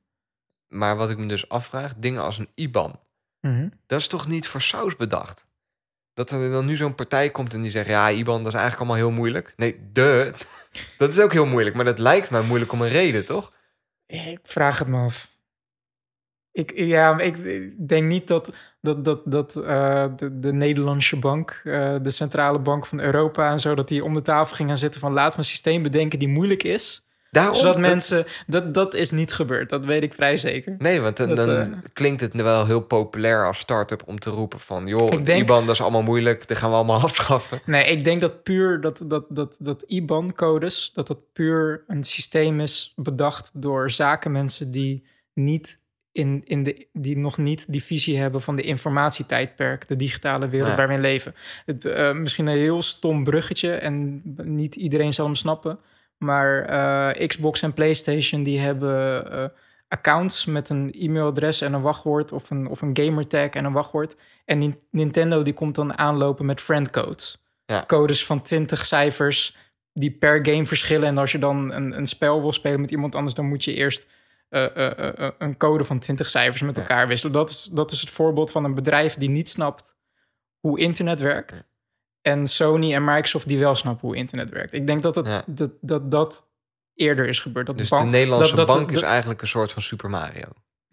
S3: Maar wat ik me dus afvraag... Dingen als een IBAN. Dat is toch niet voor saus bedacht? Dat er dan nu zo'n partij komt en die zegt... Ja, IBAN, dat is eigenlijk allemaal heel moeilijk. Nee, de. Dat is ook heel moeilijk. Maar dat lijkt mij moeilijk om een reden, toch?
S4: Ik vraag het me af. Ik, ja, ik ik denk niet dat, dat, dat, dat eh, de, de Nederlandse bank, eh, de centrale bank van Europa en zo, dat die om de tafel ging gaan zitten van laten we een systeem bedenken die moeilijk is.
S3: Daarom...
S4: Zodat
S3: dat-
S4: mensen, dat, dat is niet gebeurd, dat weet ik vrij zeker.
S3: Nee, want dan,
S4: Dat,
S3: dan
S4: eh,
S3: klinkt het wel heel populair als start-up om te roepen van... joh,
S4: Ik denk-
S3: IBAN, dat is allemaal moeilijk, dat gaan we allemaal afschaffen.
S4: Nee, ik denk dat puur dat, dat, dat, dat IBAN-codes, dat dat puur een systeem is bedacht door zakenmensen die niet in, in de, die nog niet die visie hebben van de informatietijdperk, de digitale wereld
S3: Ja.
S4: waar we in leven. Het, eh, misschien een heel stom bruggetje en niet iedereen zal hem snappen, maar eh, Xbox en PlayStation die hebben eh, accounts met een e-mailadres en een wachtwoord of een, of een gamertag en een wachtwoord. En Nin- Nintendo die komt dan aanlopen met friendcodes.
S3: Ja.
S4: Codes van 20 cijfers die per game verschillen. En als je dan een, een spel wil spelen met iemand anders, dan moet je eerst eh, eh, eh, eh, een code van 20 cijfers met elkaar wisselen. Dat is, dat is het voorbeeld van een bedrijf die niet snapt hoe internet werkt. En Sony en Microsoft die wel snappen hoe internet werkt. Ik denk dat dat,
S3: Ja.
S4: dat, dat, dat eerder is gebeurd. Dat
S3: Dus
S4: bank-
S3: de Nederlandse
S4: dat- dat-
S3: bank is
S4: dat-
S3: eigenlijk een soort van Super Mario.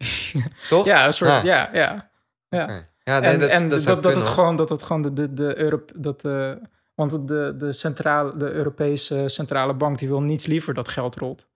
S3: toch?
S4: Ja, een soort,
S3: Ja.
S4: ja, ja. ja.
S3: Oké. Ja, nee,
S4: en
S3: dat,
S4: dat, en
S3: dat
S4: dat,
S3: zou
S4: dat,
S3: kunnen,
S4: het
S3: hoor.
S4: gewoon dat het gewoon de, de, de Europe, dat eh, de, want de, de centrale de Europese centrale bank die wil niets liever dat geld rolt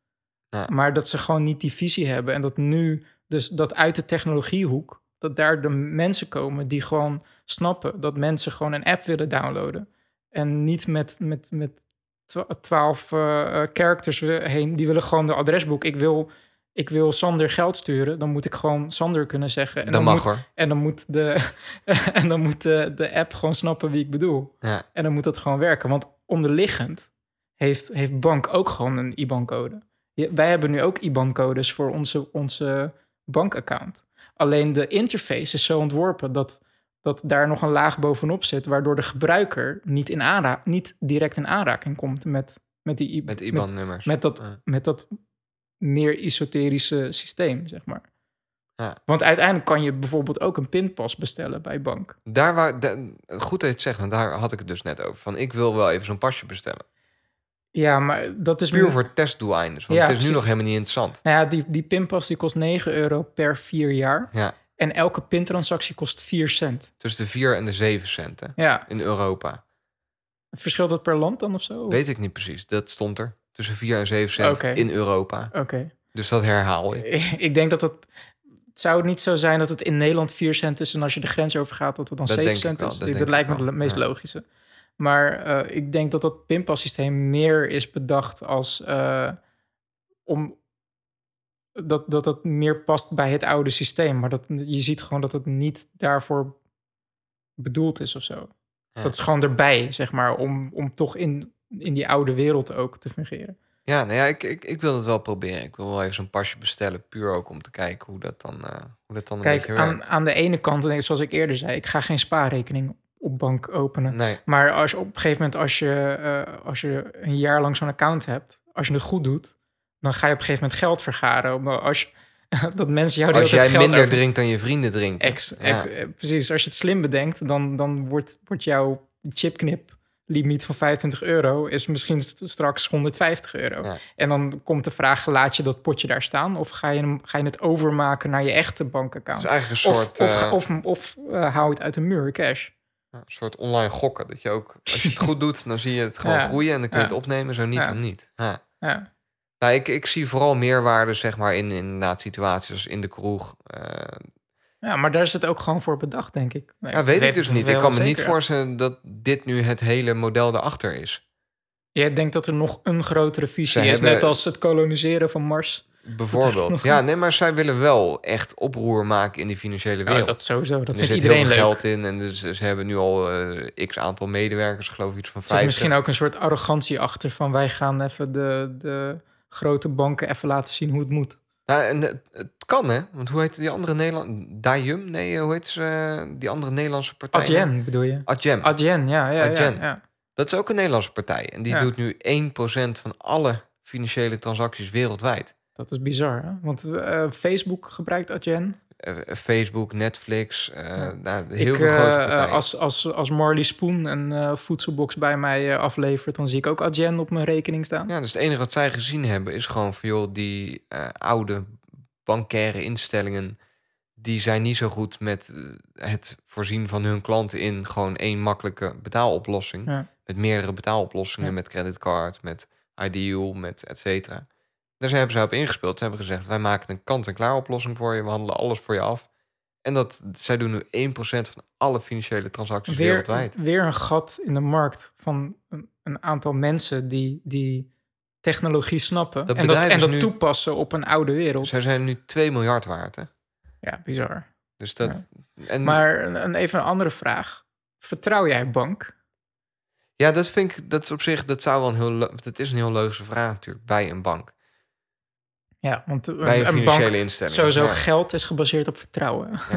S3: Ja.
S4: Maar dat ze gewoon niet die visie hebben. En dat nu, dus dat uit de technologiehoek, dat daar de mensen komen die gewoon snappen dat mensen gewoon een app willen downloaden. En niet met, met, met twa- twaalf eh, eh, characters we- heen. Die willen gewoon de adresboek. Ik wil, ik wil Sander geld sturen. Dan moet ik gewoon Sander kunnen zeggen. En
S3: dat
S4: dan
S3: mag
S4: moet,
S3: hoor.
S4: En dan moet, de, en dan moet de, de app gewoon snappen wie ik bedoel.
S3: Ja.
S4: En dan moet dat gewoon werken. Want onderliggend heeft, heeft bank ook gewoon een IBAN-code. Je- Wij hebben nu ook IBAN-codes voor onze, onze bankaccount. Alleen de interface is zo ontworpen dat, dat daar nog een laag bovenop zit, waardoor de gebruiker niet, in aanra- niet direct in aanraking komt met, met die I-
S3: Met
S4: Met,
S3: IBAN-nummers.
S4: met dat,
S3: Ja.
S4: met dat meer esoterische systeem, zeg maar.
S3: Ja.
S4: Want uiteindelijk kan je bijvoorbeeld ook een pinpas bestellen bij bank.
S3: Daar waar, da- goed dat je het zegt, want daar had ik het dus net over. Van ik wil wel even zo'n pasje bestellen.
S4: Ja, maar dat is nu-
S3: Puur voor testdoeleinden. Want
S4: Ja,
S3: het is nu
S4: precies.
S3: nog helemaal niet interessant.
S4: Nou ja, die, die pinpas die kost 9 euro per vier jaar.
S3: Ja,
S4: En elke pintransactie kost 4 cent.
S3: tussen de 4 en de 7 centen
S4: Ja,
S3: in Europa.
S4: verschilt dat per land dan of zo?
S3: Weet ik niet precies. Dat stond er. Tussen 4 en 7 cent
S4: Oké.
S3: in Europa.
S4: Oké.
S3: Dus dat herhaal ik.
S4: Ik denk dat dat... Het zou het niet zo zijn dat het in Nederland 4 cent is... en als je de grens overgaat dat het dan
S3: Dat
S4: 7
S3: denk ik
S4: cent
S3: wel,
S4: is?
S3: dat
S4: Dat,
S3: denk ik
S4: lijkt me
S3: wel,
S4: het meest
S3: ja.
S4: logische. Maar eh, ik denk dat dat pinpassysteem meer is bedacht als... eh, om, dat, dat dat meer past bij het oude systeem. Maar dat, je ziet gewoon dat het niet daarvoor bedoeld is of zo.
S3: Ja.
S4: Dat is gewoon erbij, zeg maar, om, om toch in, in die oude wereld ook te fungeren.
S3: Ja, nou ja, ik, ik, ik wil het wel proberen. Ik wil wel even zo'n pasje bestellen. Puur ook om te kijken hoe dat dan, eh, hoe dat dan een
S4: Kijk,
S3: beetje werkt.
S4: aan, aan de ene kant, en zoals ik eerder zei, ik ga geen spaarrekening op bank openen.
S3: Nee,
S4: Maar als je op een gegeven moment, als je, eh, als je een jaar lang zo'n account hebt, als je het goed doet, dan ga je op een gegeven moment geld vergaren. Maar als je- dat mensen jou de
S3: als
S4: hele
S3: jij
S4: tijd geld
S3: minder
S4: over-
S3: drinkt dan je vrienden drinken.
S4: Ex,
S3: Ja.
S4: ex- eh, precies, als je het slim bedenkt, dan, dan wordt, wordt jouw chipknip limiet van 25 euro is misschien st- straks 150 euro.
S3: Ja.
S4: En dan komt de vraag, laat je dat potje daar staan? Of ga je, hem, ga je het overmaken naar je echte
S3: Het
S4: bankaccount?
S3: is eigenlijk een soort,
S4: of of,
S3: eh,
S4: of, of, eh, hou het uit een muur, cash.
S3: ja, een soort online gokken. Dat je ook, als je het goed doet, dan zie je het gewoon
S4: Ja.
S3: groeien. En dan kun je
S4: Ja.
S3: het opnemen. Zo niet,
S4: Ja.
S3: dan niet. Ja.
S4: Ja,
S3: Nou, ik, ik zie vooral meerwaarde zeg maar, in inderdaad situaties als in de kroeg. eh,
S4: ja maar daar is het ook gewoon voor bedacht, denk ik. Nee,
S3: ja, weet, ik
S4: het
S3: dus niet. Ik
S4: wel
S3: kan me
S4: zeker.
S3: niet voorstellen dat dit nu het hele model erachter is.
S4: Jij denkt dat er nog een grotere visie
S3: Ze
S4: is,
S3: hebben-
S4: net als het koloniseren van Mars.
S3: Bijvoorbeeld. Ja, nee, maar zij willen wel echt oproer maken in die financiële
S4: Ja,
S3: wereld.
S4: dat sowieso, dat
S3: er
S4: vindt
S3: zit heel
S4: iedereen
S3: veel
S4: leuk.
S3: geld in en dus, ze hebben nu al eh, x aantal medewerkers, geloof ik, iets van
S4: Er zit
S3: 50.
S4: misschien ook een soort arrogantie achter van wij gaan even de, de grote banken even laten zien hoe het moet.
S3: Nou, en het, het kan, hè? Want hoe heet die andere Nederland? Dajum? Nee, hoe heet ze? eh, die andere Nederlandse partij?
S4: Adyen bedoel je?
S3: Adyen.
S4: Adyen, ja. ja, ja,
S3: Adyen.
S4: ja.
S3: Dat is ook een Nederlandse partij. En die
S4: Ja.
S3: doet nu 1% van alle financiële transacties wereldwijd.
S4: Dat is bizar, hè? Want eh, Facebook gebruikt Adyen.
S3: Eh, Facebook, Netflix, eh,
S4: Ja.
S3: nou, heel
S4: ik,
S3: veel grote
S4: eh,
S3: partijen.
S4: eh, als, als, als Marley Spoon een eh, voedselbox bij mij eh, aflevert, dan zie ik ook Adyen op mijn rekening staan.
S3: Ja, dus het enige wat zij gezien hebben is gewoon van joh, die eh, oude bankaire instellingen, die zijn niet zo goed met eh, het voorzien van hun klanten in gewoon één makkelijke betaaloplossing.
S4: Ja.
S3: Met meerdere betaaloplossingen,
S4: Ja.
S3: met creditcard, met Ideal, met et cetera. Daar zijn- hebben ze op ingespeeld. Ze hebben gezegd, wij maken een kant-en-klaar oplossing voor je, we handelen alles voor je af. En dat, zij doen nu 1% van alle financiële transacties
S4: Weer,
S3: wereldwijd.
S4: weer een gat in de markt van een, een aantal mensen die, die technologie snappen
S3: Dat
S4: en dat,
S3: bedrijf
S4: en
S3: is
S4: dat
S3: nu-
S4: toepassen op een oude wereld.
S3: Zij zijn nu 2 miljard waard, hè?
S4: Ja, bizar.
S3: Dus dat... En,
S4: Maar een, een- even een andere vraag. Vertrouw jij bank?
S3: Ja, dat vind ik, dat is op zich, dat zou wel een heel, lo- dat is een heel logische vraag natuurlijk bij een bank,
S4: Ja, want een,
S3: bij een,
S4: een
S3: financiële
S4: bank,
S3: instelling.
S4: sowieso
S3: Ja.
S4: geld is gebaseerd op vertrouwen.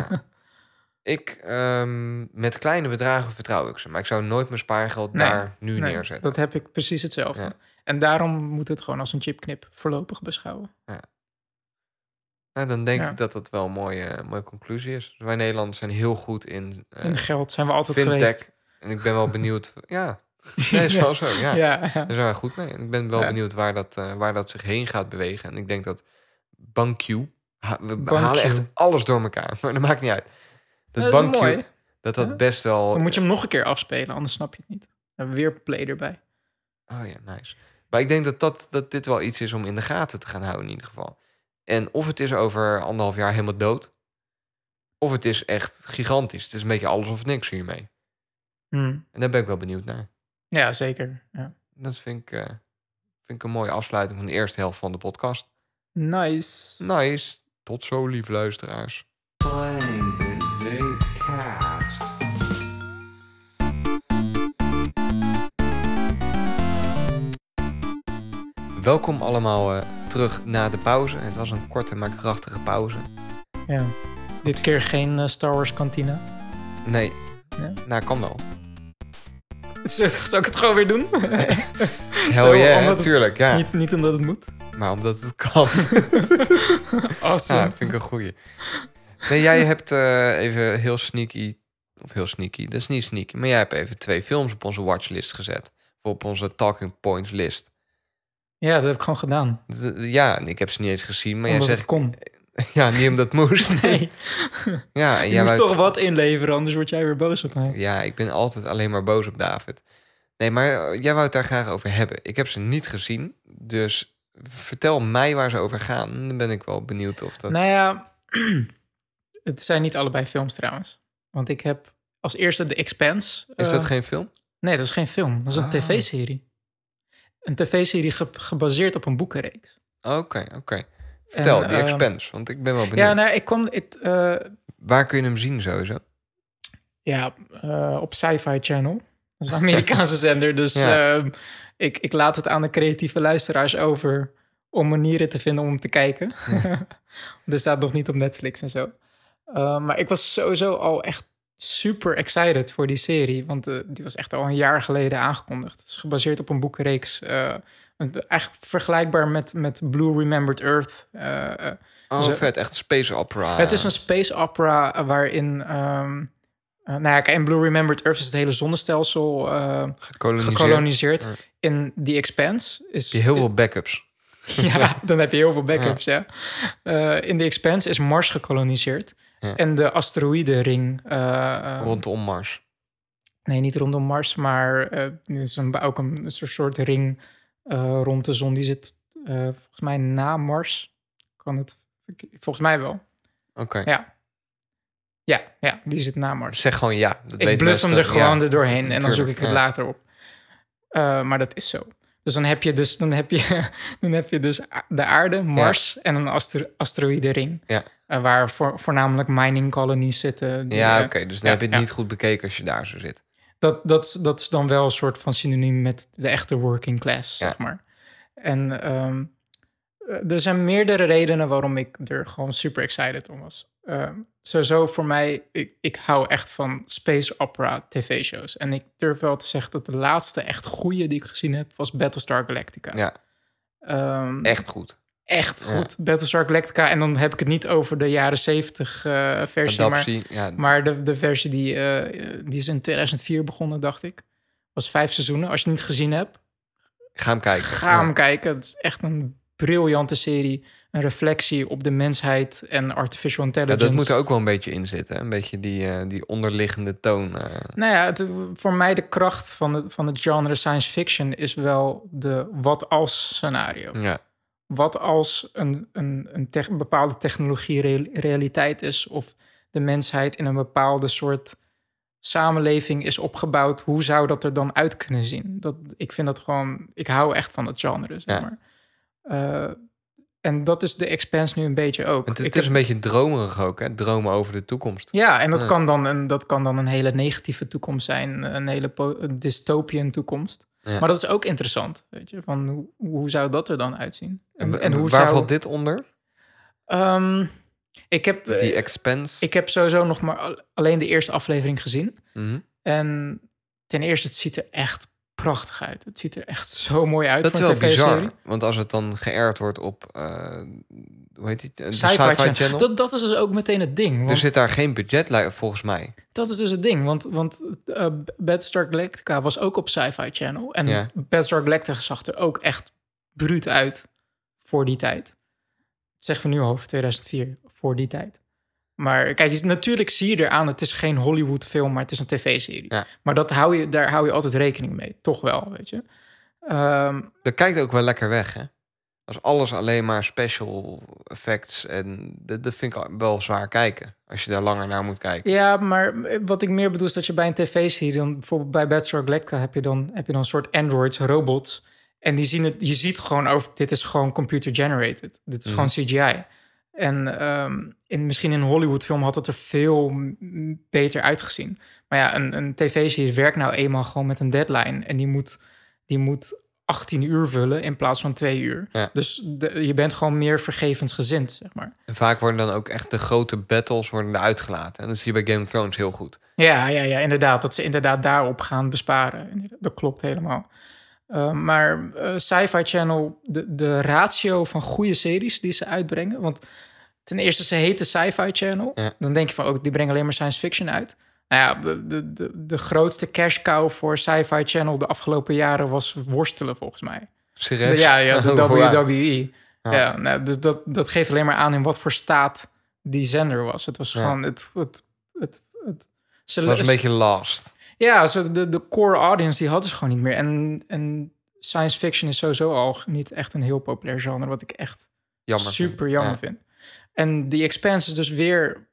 S3: Ik ehm, met kleine bedragen vertrouw ik ze, maar ik zou nooit mijn spaargeld
S4: Nee,
S3: daar nu
S4: Nee,
S3: neerzetten.
S4: dat heb ik precies hetzelfde.
S3: Ja.
S4: En daarom moet het gewoon als een chipknip voorlopig beschouwen.
S3: Nou, dan denk
S4: Ja.
S3: ik dat dat wel een mooie, mooie conclusie is. Dus Wij Nederlanders zijn heel goed in eh,
S4: In geld zijn we altijd
S3: fintech
S4: geweest.
S3: en ik ben wel benieuwd. ja, nee, is wel zo. Ja.
S4: Ja, ja.
S3: daar zijn wij goed mee. En ik ben wel
S4: Ja.
S3: benieuwd waar dat, eh, waar dat zich heen gaat bewegen. En ik denk dat BankQ, ha- we
S4: BankQ.
S3: halen echt alles door elkaar, maar dat maakt niet uit.
S4: Dat is
S3: BankQ
S4: mooi.
S3: Dat dat
S4: Ja.
S3: best wel.
S4: Dan moet je hem nog een keer afspelen, anders snap je het niet. Dan hebben we weer play erbij.
S3: Oh ja, nice. Maar ik denk dat, dat, dat dit wel iets is om in de gaten te gaan houden in ieder geval. En of het is over anderhalf jaar helemaal dood. Of het is echt gigantisch. Het is een beetje alles of niks hiermee.
S4: Hm.
S3: En daar ben ik wel benieuwd naar.
S4: Ja, zeker. Ja.
S3: Dat vind ik, eh, vind ik een mooie afsluiting van de eerste helft van de podcast.
S4: Nice.
S3: Nice. Tot zo, lieve luisteraars.
S5: playing is a cast.
S3: Welkom allemaal eh, terug na de pauze. Het was een korte maar krachtige pauze.
S4: Ja. Dit keer geen eh, Star Wars kantine.
S3: Nee,
S4: Ja?
S3: nou kan wel.
S4: Zou ik het gewoon weer doen?
S3: Hell yeah,
S4: omdat het
S3: natuurlijk, ja.
S4: niet, niet omdat het moet.
S3: Maar omdat het kan,
S4: Awesome.
S3: ja, vind ik een goeie. Nee, jij hebt eh, even heel sneaky, of heel sneaky, dat is niet sneaky, maar jij hebt even twee films op onze watchlist gezet. Of op onze talking points list.
S4: Ja, dat heb ik gewoon gedaan.
S3: D- Ja, en ik heb ze niet eens gezien, maar
S4: omdat
S3: jij
S4: het
S3: zegt...
S4: kon.
S3: Ja, niet omdat het moest.
S4: Nee,
S3: Ja, en
S4: je
S3: jij
S4: moet
S3: wou-
S4: toch wat inleveren, anders word jij weer boos op mij.
S3: Ja, ik ben altijd alleen maar boos op David. Nee, maar eh, jij wou het daar graag over hebben. Ik heb ze niet gezien, dus vertel mij waar ze over gaan. Dan ben ik wel benieuwd of dat...
S4: Nou ja, het zijn niet allebei films trouwens. Want ik heb als eerste The Expanse.
S3: Is dat
S4: eh,
S3: geen film?
S4: Nee, dat is geen film. Dat is een
S3: Ah.
S4: tv-serie. Een tv-serie ge- gebaseerd op een boekenreeks.
S3: Oké, oké. Vertel,
S4: En,
S3: die
S4: eh,
S3: Expense, want ik ben wel benieuwd.
S4: Ja, nou, ik kom... Het, eh,
S3: Waar kun je hem zien
S4: Oh,
S3: sowieso?
S4: ja, eh, op Sci-Fi Channel. Dat is een Amerikaanse zender, dus
S3: Ja.
S4: eh, ik, ik laat het aan de creatieve luisteraars over... om manieren te vinden om hem te kijken. er staat nog niet op Netflix en zo. Eh, maar ik was sowieso al echt super excited voor die serie. Want eh, die was echt al een jaar geleden aangekondigd. Het is gebaseerd op een boekenreeks. eh, een- eigenlijk vergelijkbaar met, met Blue Remembered Earth. eh, eh,
S3: Oh,
S4: Zo-
S3: vet. Echt space opera.
S4: het is een space opera eh, waarin... ehm eh, nou ja, kijk, in Blue Remembered Earth is het hele zonnestelsel eh,
S3: gekoloniseerd.
S4: gekoloniseerd.
S3: Ja.
S4: In The Expanse is...
S3: Heb je heel veel backups.
S4: Ja, dan heb je heel veel backups, ja. Eh, in The Expanse is Mars gekoloniseerd.
S3: Ja.
S4: En de asteroïdenring... eh, eh,
S3: Rondom Mars.
S4: Nee, niet rondom Mars, maar eh, er is een, ook een, soort- soort ring eh, rond de zon. Die zit eh, volgens mij na Mars. Kan het... Volgens mij wel.
S3: Oké.
S4: Ja. Ja, ja, die zit na Mars.
S3: Zeg gewoon ja. Dat
S4: Ik
S3: weet
S4: bluff hem
S3: mensen
S4: er
S3: dat-
S4: gewoon dus-
S3: ja,
S4: er doorheen en dan
S3: tuurlijk,
S4: zoek ik het
S3: ja.
S4: later op. Eh, maar dat is zo. Dus dan heb je dus, dan heb je, dan heb je dus a- de aarde, Mars en een astro asteroïdenring.
S3: Ja.
S4: Eh, waar voor, voornamelijk mining colonies zitten. die,
S3: Ja,
S4: eh,
S3: oké. Dus dan
S4: ja,
S3: heb je het
S4: ja.
S3: niet goed bekeken als je daar zo zit.
S4: dat, dat, dat is dan wel een soort van synoniem met de echte working class,
S3: Ja.
S4: zeg maar. En ehm, eh, er zijn meerdere redenen waarom ik er gewoon super excited om was. Ehm, sowieso voor mij, ik, ik hou echt van space opera tv-shows. En ik durf wel te zeggen dat de laatste echt goede die ik gezien heb, was Battlestar Galactica.
S3: Ja,
S4: Ehm,
S3: echt goed.
S4: echt
S3: ja.
S4: goed, Battlestar Galactica. En dan heb ik het niet over de jaren zeventig eh, versie, maar...
S3: Adaptie. Ja,
S4: Maar de, de versie die, eh, eh, die is in 2004 begonnen, dacht ik. Was vijf seizoenen. Als je het niet gezien hebt,
S3: ga hem kijken.
S4: ga hem
S3: Ja.
S4: kijken. Het is echt een briljante serie. Een reflectie op de mensheid en artificial
S3: Ja,
S4: intelligence.
S3: dat moet er ook wel een beetje in zitten. hè? Een beetje die, eh, die onderliggende toon. eh.
S4: Nou ja, het, voor mij de kracht van het, van het genre science fiction is wel de wat-als scenario.
S3: ja.
S4: wat als een, een, een tech- een bepaalde technologie real- realiteit is of de mensheid in een bepaalde soort samenleving is opgebouwd, hoe zou dat er dan uit kunnen zien? Dat, ik vind dat gewoon, ik hou echt van dat genre, zeg
S3: Ja.
S4: maar. Eh, en dat is de expense nu een beetje ook.
S3: Want het
S4: Ik
S3: is
S4: heb-
S3: een beetje dromerig ook, hè? Dromen over de toekomst.
S4: ja, en dat,
S3: Ja.
S4: Kan dan een, dat kan dan een hele negatieve toekomst zijn, een hele po- een dystopian toekomst.
S3: Ja.
S4: Maar dat is ook interessant, weet je, van hoe, hoe zou dat er dan uitzien?
S3: En, waar valt dit onder?
S4: Ehm, ik, heb, eh,
S3: Die expense?
S4: ik heb sowieso nog maar al- alleen de eerste aflevering gezien.
S3: Mhm.
S4: En ten eerste, het ziet er echt prachtig uit. Het ziet er echt zo mooi uit.
S3: Dat is
S4: voor een
S3: wel bizar.
S4: TV-serie.
S3: Want als het dan geërd wordt op... eh, hoe heet die? De
S4: Sci-fi Channel. Dat, dat is dus ook meteen het ding. Want
S3: Er zit daar geen budget li- volgens mij.
S4: Dat is dus het ding. Want, want eh, Battlestar Galactica was ook op Sci-Fi Channel. En
S3: Ja.
S4: Battlestar Galactica zag er ook echt bruut uit voor die tijd. Dat zeggen we nu over 2004, voor die tijd. Maar kijk, je- natuurlijk zie je eraan, het is geen Hollywood film, maar het is een tv-serie.
S3: Ja.
S4: Maar dat hou je, daar hou je altijd rekening mee, toch wel, weet je. Eh, Ehm,
S3: Dat kijkt ook wel lekker weg, hè? Als alles alleen maar special effects en dat, dat vind ik wel zwaar kijken. Als je daar langer naar moet kijken.
S4: ja, maar eh, wat ik meer bedoel is dat je bij een tv-serie, dan bijvoorbeeld bij Battlestar Galactica, heb je dan, heb je dan een soort androids, robots. En die zien het, je ziet gewoon over, dit is gewoon computer-generated. Dit is
S3: Mhm.
S4: gewoon CGI. En ehm, in, misschien in een Hollywood-film had het er veel m- beter uitgezien. Maar ja, een, een tv-serie werkt nou eenmaal gewoon met een deadline. En die moet, die moet 18 uur vullen in plaats van 2 uur.
S3: Ja.
S4: Dus de- je bent gewoon meer vergevensgezind, zeg maar.
S3: En vaak worden dan ook echt de grote battles worden eruit gelaten. En dat zie je bij Game of Thrones heel goed.
S4: Ja, ja, ja, inderdaad. Dat ze inderdaad daarop gaan besparen. Inderdaad, Dat klopt helemaal. Uh, maar eh Sci-Fi Channel, de, de ratio van goede series die ze uitbrengen. Want ten eerste, ze heten Sci-Fi Channel.
S3: Ja.
S4: Dan denk je van, ook die brengen alleen maar science fiction uit. Nou ja, de, de, de, de grootste cash cow voor Sci-Fi Channel de afgelopen jaren was worstelen, volgens mij.
S3: Serieus?
S4: Ja, ja, de
S3: Oh, wauw.
S4: WWE.
S3: Ja.
S4: Dus- Ja. nou, dus dat, dat geeft alleen maar aan in wat voor staat die zender was. Het was
S3: Ja.
S4: gewoon het... het, het, het ze-
S3: Dat was een
S4: ze-
S3: beetje last.
S4: ja, ze- de, de core audience die hadden ze gewoon niet meer. En, en science fiction is sowieso al niet echt een heel populair genre, wat ik echt
S3: Jammer. vind.
S4: super jammer
S3: Ja.
S4: vind. En The Expanse is dus weer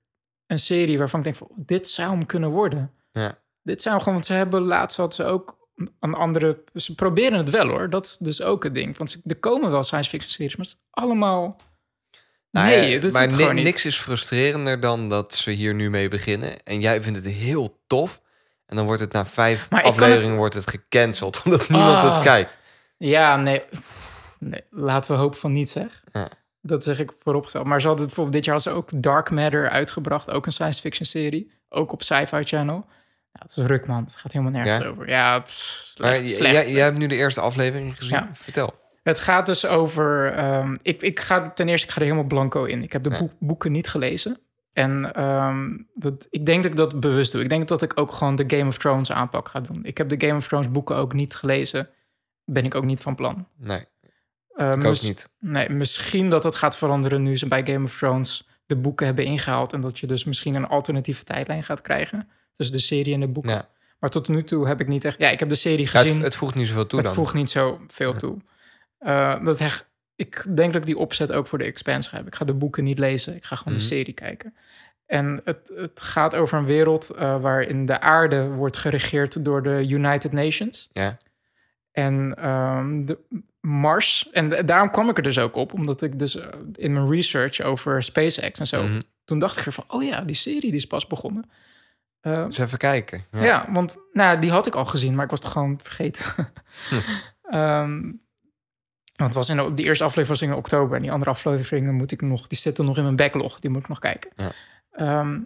S4: een serie waarvan ik denk van, dit zou hem kunnen worden.
S3: Ja.
S4: Dit zou hem gewoon, want ze hebben laatst had ze ook een andere, ze proberen het wel hoor. Dat is dus ook het ding. Want ze- er komen wel science fiction series, maar het is allemaal...
S3: Nou ja,
S4: nee, dat is
S3: maar
S4: het
S3: ni-
S4: gewoon niet.
S3: niks is frustrerender dan dat ze hier nu mee beginnen. En jij vindt het heel tof. En dan wordt het na vijf
S4: Maar ik kan
S3: afleveringen wordt het gecanceld. Omdat niemand het
S4: Ah.
S3: kijkt.
S4: Ja, nee. Pff, nee. Laten we hoop van niet zeg.
S3: Ja.
S4: Dat zeg ik vooropgesteld. Maar ze hadden bijvoorbeeld dit jaar had ze ook Dark Matter uitgebracht. Ook een science fiction serie. Ook op Sci-Fi Channel. Ja, het is ruk, man. Het gaat helemaal nergens
S3: Ja?
S4: over. Ja, pff, slecht.
S3: Maar j-
S4: slecht.
S3: jij, jij hebt nu de eerste aflevering gezien.
S4: Ja.
S3: Vertel.
S4: Het gaat dus over... ehm, ik, ik ga, ten eerste, ik ga er helemaal blanco in. Ik heb de
S3: Ja.
S4: boek- boeken niet gelezen. En ehm, dat, ik denk dat ik dat bewust doe. Ik denk dat ik ook gewoon de Game of Thrones aanpak ga doen. Ik heb de Game of Thrones boeken ook niet gelezen. Ben ik ook niet van plan.
S3: Nee,
S4: Ehm,
S3: ik ook
S4: dus-
S3: niet.
S4: Nee, misschien dat het gaat veranderen nu ze bij Game of Thrones de boeken hebben ingehaald. En dat je dus misschien een alternatieve tijdlijn gaat krijgen. Tussen de serie en de boeken.
S3: Ja.
S4: Maar tot nu toe heb ik niet echt. Ja, ik heb de serie
S3: Ja,
S4: gezien.
S3: het, het voegt niet zoveel toe
S4: het
S3: dan.
S4: voegt niet zoveel toe. Eh, dat hech- ik denk dat ik die opzet ook voor de Expanse ga hebben. Ik ga de boeken niet lezen. Ik ga gewoon
S3: Mhm.
S4: de serie kijken. En het, het gaat over een wereld eh, waarin de aarde wordt geregeerd door de United Nations.
S3: Ja.
S4: En ehm, de Mars. En da- daarom kwam ik er dus ook op, omdat ik dus eh, in mijn research over SpaceX en zo.
S3: Mhm.
S4: Toen dacht ik er van, oh ja, die serie die is pas begonnen. Eh,
S3: Dus even kijken. Ja.
S4: ja. want nou, die had ik al gezien, maar ik was het gewoon vergeten.
S3: Hm.
S4: Ehm, want het was in de, de eerste aflevering was in oktober en die andere afleveringen moet ik nog, die zitten nog in mijn backlog, die moet ik nog kijken.
S3: Ja.
S4: Ehm,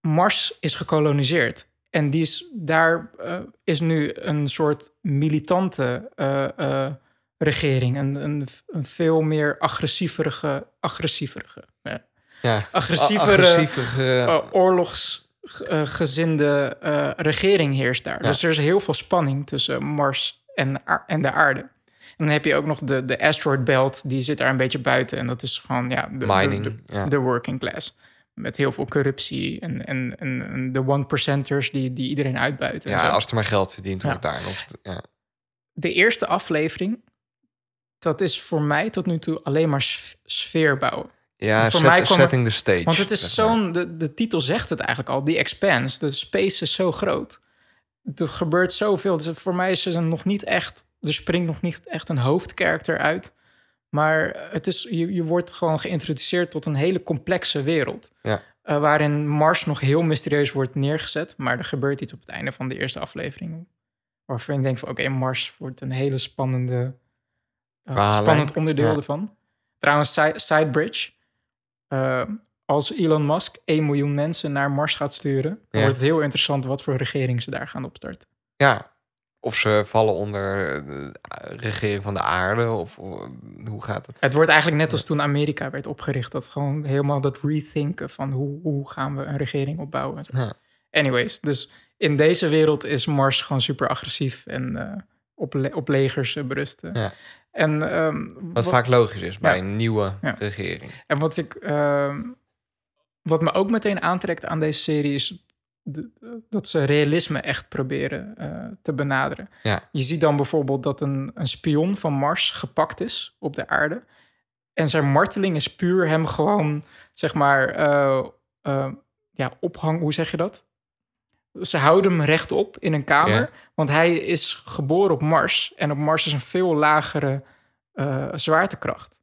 S4: Mars is gekoloniseerd en die is, daar eh, is nu een soort militante eh, eh, regering, een, een, een veel meer agressieverige, agressieverige, eh,
S3: Ja.
S4: agressievere,
S3: Agressievere-
S4: eh, oorlogsgezinde eh, regering heerst daar.
S3: Ja.
S4: Dus er is heel veel spanning tussen Mars en, aar- en de aarde. En dan heb je ook nog de, de asteroid belt, die zit daar een beetje buiten. En dat is gewoon ja, de, de-
S3: Mining,
S4: de,
S3: ja.
S4: de working class. Met heel veel corruptie en, en, en, en de one-percenters die, die iedereen uitbuiten. en
S3: ja,
S4: zo
S3: als er maar geld verdient
S4: Ja.
S3: wordt daar. Of, het- ja.
S4: de eerste aflevering, dat is voor mij tot nu toe alleen maar sf- sfeer bouwen.
S3: ja
S4: Voor
S3: set-
S4: mij kwam er-
S3: setting the stage.
S4: Want het is
S3: zeg maar.
S4: zo'n, de, de titel zegt het eigenlijk al, die expanse, de space is zo groot. Er gebeurt zoveel. Dus voor mij is er nog niet echt, er springt nog niet echt een hoofdkarakter uit. Maar het is, je, je wordt gewoon geïntroduceerd tot een hele complexe wereld.
S3: Ja.
S4: Eh, waarin Mars nog heel mysterieus wordt neergezet. Maar er gebeurt iets op het einde van de eerste aflevering. Waarvan ik denk van oké, Mars wordt een hele spannende, eh,
S3: Verhaallijn.
S4: spannend onderdeel
S3: Ja.
S4: ervan. Trouwens, si- Sidebridge. Eh, als Elon Musk 1 miljoen mensen naar Mars gaat sturen... dan
S3: Ja.
S4: wordt het heel interessant wat voor regering ze daar gaan opstarten.
S3: Ja. Of ze vallen onder eh, de regering van de aarde. Of eh, hoe gaat het?
S4: Het wordt eigenlijk net als toen Amerika werd opgericht. Dat gewoon helemaal dat rethinken van hoe, hoe gaan we een regering opbouwen. en zo.
S3: Ja.
S4: Anyways, dus in deze wereld is Mars gewoon super agressief en eh, op, le- op legers eh, berusten.
S3: Ja.
S4: En, ehm,
S3: Wat,
S4: wat-
S3: vaak logisch is bij
S4: Ja.
S3: een nieuwe
S4: Ja.
S3: regering.
S4: en wat ik. ehm, wat me ook meteen aantrekt aan deze serie is de- dat ze realisme echt proberen eh, te benaderen.
S3: Ja.
S4: Je ziet dan bijvoorbeeld dat een, een spion van Mars gepakt is op de aarde. En zijn marteling is puur hem gewoon, zeg maar, eh, eh, ja, ophang, hoe zeg je dat? Ze houden hem rechtop in een kamer,
S3: Ja.
S4: want hij is geboren op Mars. En op Mars is een veel lagere eh, zwaartekracht.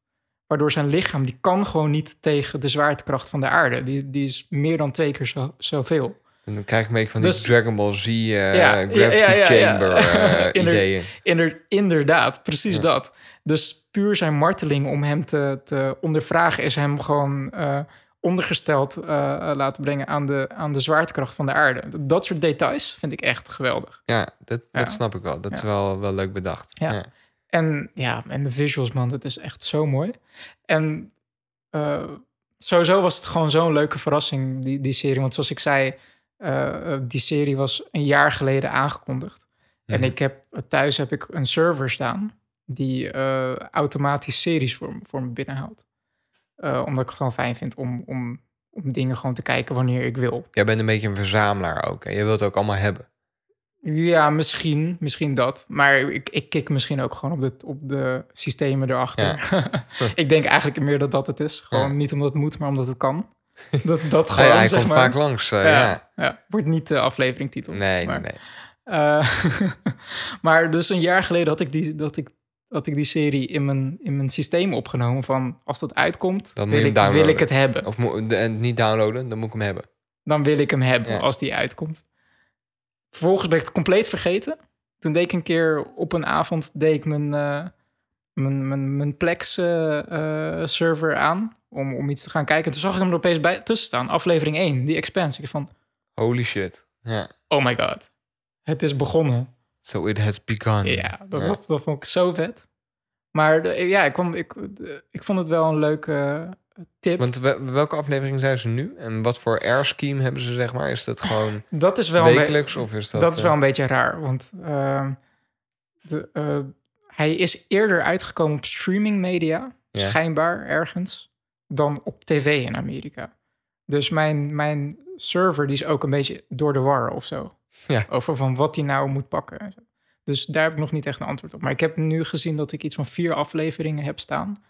S4: Waardoor zijn lichaam, die kan gewoon niet tegen de zwaartekracht van de aarde. Die, die is meer dan twee keer zo, zoveel.
S3: En dan krijg ik een beetje van die
S4: Dus-
S3: Dragon Ball Z eh,
S4: ja,
S3: Gravity
S4: ja, ja, ja.
S3: Chamber eh,
S4: Inder-
S3: ideeën.
S4: Inder- inderdaad, precies
S3: Ja.
S4: dat. Dus puur zijn marteling om hem te, te ondervragen is hem gewoon eh, ondergesteld eh, laten brengen aan de, aan de zwaartekracht van de aarde. Dat soort details vind ik echt geweldig.
S3: Ja, dat,
S4: Ja.
S3: dat snap ik wel. Dat is
S4: Ja.
S3: wel, wel leuk bedacht.
S4: Ja. En ja, en de visuals, man, dat is echt zo mooi. En eh, sowieso was het gewoon zo'n leuke verrassing, die, die serie. Want zoals ik zei, eh, eh, die serie was een jaar geleden aangekondigd. En
S3: Mhm.
S4: ik heb eh, thuis heb ik een server staan die eh, automatisch series voor, me- voor me binnenhoudt. Eh, omdat ik het gewoon fijn vind om, om, om dingen gewoon te kijken wanneer ik wil.
S3: Jij bent een beetje een verzamelaar ook. En je wilt het ook allemaal hebben.
S4: Ja, misschien, misschien dat. Maar ik, ik kik misschien ook gewoon op de, op de systemen erachter. ik denk eigenlijk meer dat dat het is. Gewoon
S3: Ja.
S4: niet omdat het moet, maar omdat het kan. Dat, dat
S3: Ah,
S4: gewoon,
S3: ja, hij
S4: zeg
S3: komt
S4: maar.
S3: vaak langs. eh, ja.
S4: ja. ja, wordt niet de afleveringtitel.
S3: Nee, nee,
S4: maar,
S3: nee.
S4: Eh, maar dus een jaar geleden had ik die, dat ik, had ik die serie in mijn, in mijn systeem opgenomen. Van als dat uitkomt,
S3: Dan moet
S4: wil
S3: je hem
S4: ik, wil ik
S3: downloaden.
S4: het hebben.
S3: Of mo- de- en niet downloaden, dan moet ik hem hebben.
S4: Dan wil ik hem hebben
S3: Ja.
S4: als die uitkomt. Vervolgens ben ik het compleet vergeten. Toen deed ik een keer op een avond deed ik mijn, eh, mijn, mijn, mijn Plex eh, eh, server aan. Om, om iets te gaan kijken. Toen zag ik hem er opeens bij tussen staan. Aflevering 1, die Expanse. Ik dacht van,
S3: Holy shit. Ja.
S4: oh my god. Het is begonnen.
S3: So it has begun.
S4: Ja, dat,
S3: Ja.
S4: was, dat vond ik zo vet. Maar de- ja, ik, kwam, ik, de- ik vond het wel een leuke eh, tip.
S3: Want we- welke aflevering zijn ze nu? En wat voor air scheme hebben ze, zeg maar? Is dat gewoon
S4: dat is Ah, wel een be-
S3: wekelijks? Of is Dus dat, eh,
S4: dat, is wel een beetje raar. Want ehm, de, eh, hij is eerder uitgekomen op streaming media,
S3: Ja.
S4: schijnbaar ergens, dan op tv in Amerika. Dus mijn, mijn server die is ook een beetje door de war of zo.
S3: Ja.
S4: Over van wat hij nou moet pakken. en zo. Dus daar heb ik nog niet echt een antwoord op. Maar ik heb nu gezien dat ik iets van vier afleveringen heb staan.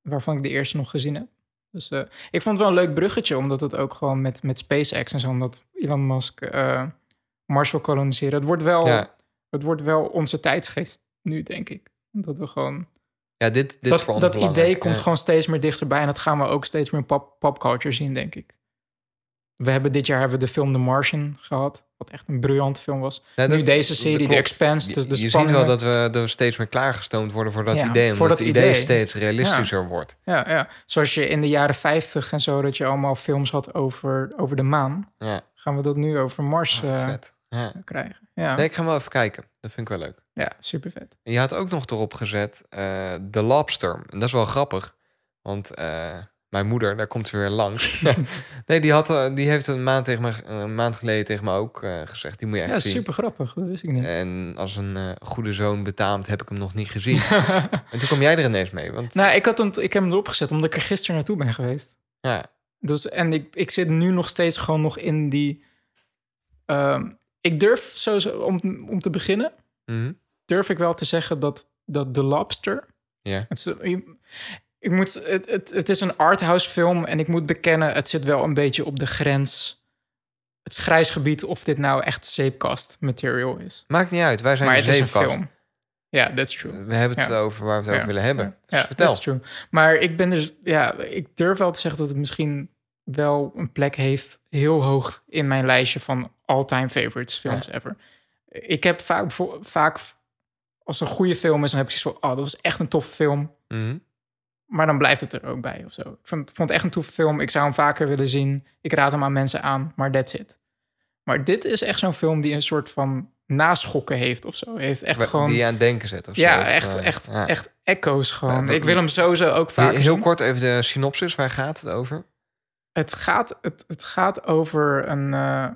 S4: Waarvan ik de eerste nog gezien heb. Dus eh, ik vond het wel een leuk bruggetje. Omdat het ook gewoon met, met SpaceX en zo. Omdat Elon Musk eh, Mars wil koloniseren. Het wordt, wel,
S3: Ja,
S4: het wordt wel onze tijdsgeest nu, denk ik. Omdat we gewoon
S3: ja dit, dit is voor
S4: dat,
S3: ons
S4: dat
S3: belangrijk.
S4: idee komt
S3: Ja.
S4: gewoon steeds meer dichterbij. En dat gaan we ook steeds meer in pop, popculture zien, denk ik. We hebben dit jaar hebben we de film The Martian gehad. Wat echt een briljante film was.
S3: Ja,
S4: nu
S3: dat-
S4: deze
S3: dat
S4: serie, The
S3: klopt.
S4: Expanse.
S3: Je-
S4: Dus de
S3: je ziet
S4: spanningen.
S3: wel dat we, dat we steeds meer klaargestoomd worden voor dat
S4: Ja,
S3: idee. Omdat
S4: voor dat
S3: het idee,
S4: idee.
S3: steeds realistischer wordt.
S4: Ja, ja. Zoals je in de jaren 50 en zo... dat je allemaal films had over, over de maan.
S3: Ja,
S4: Gaan we dat nu over Mars
S3: Ah,
S4: eh,
S3: vet. Ja.
S4: krijgen. Ja,
S3: Nee, ik ga wel even kijken. Dat vind ik wel leuk.
S4: ja super vet.
S3: En je had ook nog erop gezet eh The Lobster. En dat is wel grappig. Want eh, mijn moeder, daar komt ze weer langs. nee, die, had, eh, die heeft een maand, tegen me, ge- een maand geleden tegen me ook eh, gezegd. Die moet je echt
S4: Ja,
S3: zien.
S4: super grappig. Dat wist ik niet.
S3: En als een eh, goede zoon betaamt, heb ik hem nog niet gezien. en toen kwam jij er ineens mee. Want
S4: nou, ik, had hem, ik heb hem erop gezet omdat ik er gisteren naartoe ben geweest.
S3: ja,
S4: Dus, en ik, ik zit nu nog steeds gewoon nog in die... ehm, ik durf, sowieso, om, om te beginnen,
S3: mhm.
S4: durf ik wel te zeggen dat, dat The Lobster...
S3: Ja.
S4: Het, is, je- ik moet, het, het, het is een arthouse film en ik moet bekennen... het zit wel een beetje op de grens... het is grijs gebied of dit nou echt zeepkast material is.
S3: maakt niet uit. Wij zijn
S4: maar
S3: de
S4: het is een
S3: zeepkast.
S4: film. Ja, that's true.
S3: We hebben het
S4: Ja.
S3: over waar we het over
S4: Ja.
S3: willen hebben. Dus
S4: Ja,
S3: vertel.
S4: that's true. Maar ik ben dus, ja, ik durf wel te zeggen dat het misschien wel een plek heeft heel hoog in mijn lijstje van all-time favorites films ever. Ik heb vaak, vo- vaak als het een goede film is, dan heb ik zoiets van, oh, dat was echt een toffe film.
S3: Mhm.
S4: Maar dan blijft het er ook bij of zo. Ik vond, vond het echt een toffe film. Ik zou hem vaker willen zien. Ik raad hem aan mensen aan, maar that's it. Maar dit is echt zo'n film die een soort van naschokken heeft of zo. Heeft echt
S3: Wa-
S4: gewoon...
S3: Die je aan het denken zet of zo.
S4: Ja,
S3: Of,
S4: echt,
S3: eh,
S4: echt,
S3: ja.
S4: echt echo's gewoon.
S3: Maar-
S4: Ik wil hem sowieso ook
S3: Heel-
S4: vaak.
S3: Heel kort even de synopsis. Waar gaat het over?
S4: Het gaat, het, het gaat over een, eh,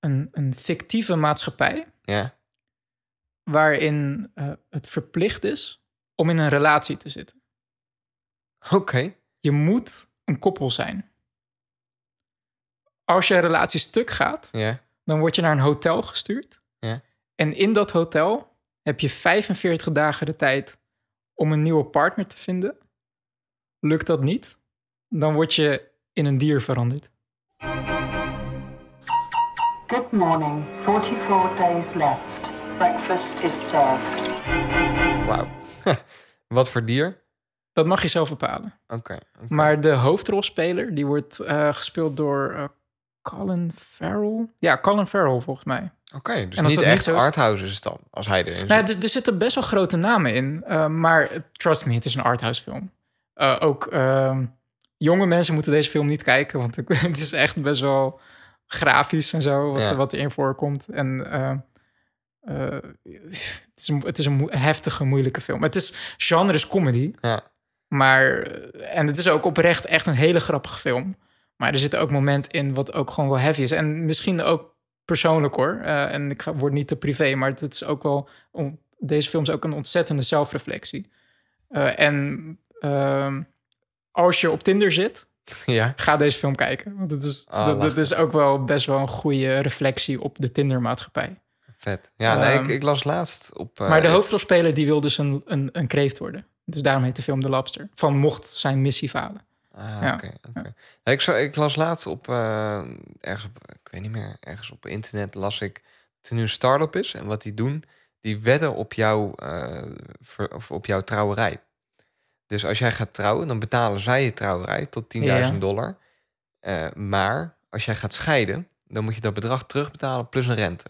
S4: een, een fictieve maatschappij
S3: Ja.
S4: waarin eh, het verplicht is om in een relatie te zitten.
S3: Oké.
S4: Je moet een koppel zijn. als je relatie stuk gaat,
S3: Ja.
S4: dan word je naar een hotel gestuurd.
S3: Ja.
S4: En in dat hotel heb je 45 dagen de tijd om een nieuwe partner te vinden. Lukt dat niet, dan word je in een dier veranderd.
S6: Good morning. 44 days left. Breakfast is served.
S3: Wauw. Wat voor dier?
S4: Dat mag je zelf bepalen.
S3: Oké. oké.
S4: Maar de hoofdrolspeler, die wordt eh, gespeeld door eh, Colin Farrell. Ja, Colin Farrell volgens mij.
S3: Oké, dus
S4: En als
S3: niet
S4: dat niet
S3: echt
S4: zo is-
S3: arthouse is het dan, als hij erin zit.
S4: Nou, er, er zitten best wel grote namen in. eh, maar eh, trust me, het is een arthouse film. Eh, ook ehm, jonge mensen moeten deze film niet kijken. Want het, het is echt best wel grafisch en zo. Wat,
S3: Ja.
S4: wat erin voorkomt. En eh, eh, het is een, het is een moe- heftige, moeilijke film. Het is genre is comedy.
S3: Ja.
S4: Maar, eh, en het is ook oprecht echt een hele grappige film. Maar er zitten ook momenten in wat ook gewoon wel heavy is. En misschien ook persoonlijk hoor. Eh, en ik ga, word niet te privé, maar het is ook wel... on- deze film is ook een ontzettende zelfreflectie. Eh, en ehm, als je op Tinder zit,
S3: Ja.
S4: ga deze film kijken. Want het is,
S3: Ah,
S4: dat, dat
S3: lachen.
S4: is ook wel best wel een goede reflectie op de Tinder-maatschappij.
S3: Vet. Ja, nee,
S4: Ehm,
S3: ik, ik las laatst op... eh,
S4: Maar de hoofdrolspeler die wil dus een, een, een kreeft worden. Dus daarom heet de film De Lobster. Van mocht zijn missie falen.
S3: Ah,
S4: Ja.
S3: oké, oké. Ik, zou- ik las laatst op, eh, ergens op, ik weet niet meer, ergens op internet las ik dat er nu een start-up is. En wat die doen, die wedden op, jou, eh, ver- of op jouw trouwerij. Dus als jij gaat trouwen, dan betalen zij je trouwerij tot 10.000 dollar. Eh, maar als jij gaat scheiden, dan moet je dat bedrag terugbetalen plus een rente.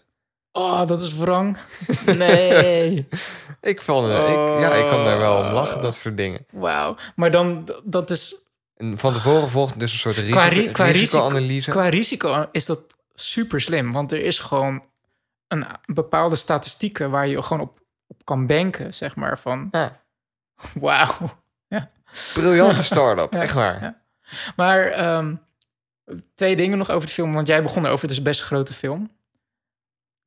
S4: Oh, dat is wrang. Nee.
S3: Ik, vond, eh, ik, ja, ik kan daar wel om lachen, dat soort dingen.
S4: Wauw. Maar dan, d- dat is...
S3: En van tevoren volgt dus een soort
S4: Qua, ri-
S3: risico,
S4: qua, risico,
S3: risicoanalyse.
S4: qua risico is dat super slim. Want er is gewoon een a- bepaalde statistieken waar je gewoon op, op kan banken, zeg maar. Van,
S3: Ja,
S4: wauw.
S3: briljante start-up, echt waar.
S4: ja. Maar ehm, twee dingen nog over de film. Want jij begon erover, het is best een grote film.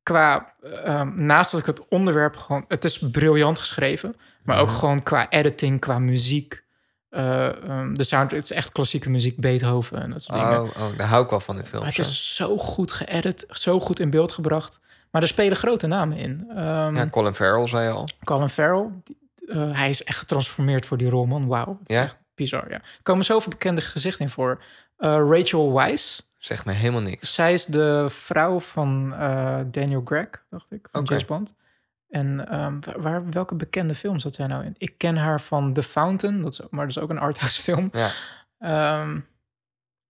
S4: Qua, ehm, naast dat ik het onderwerp gewoon... Het is briljant geschreven. Maar
S3: Mhm.
S4: ook gewoon qua editing, qua muziek. Eh, ehm, de sound, het is echt klassieke muziek. Beethoven en dat soort dingen.
S3: Oh, oh, daar hou ik wel van in
S4: Maar
S3: films.
S4: het is zo goed geëdit, zo goed in beeld gebracht. Maar er spelen grote namen in. Ehm,
S3: hoor. Ja, Colin Farrell zei je al.
S4: Colin Farrell, die- eh, hij is echt getransformeerd voor die rol, man. Wauw, het is
S3: Ja?
S4: echt bizar, ja. Er komen zoveel bekende gezichten in voor. Eh, Rachel Weisz,
S3: Zegt me helemaal niks.
S4: zij is de vrouw van eh, Daniel Gregg, dacht ik, van
S3: Oké.
S4: James Bond. En ehm, wa- waar, welke bekende film zat zij nou in? Ik ken haar van The Fountain, dat is, maar dat is ook een arthouse film.
S3: Ja.
S4: Ehm,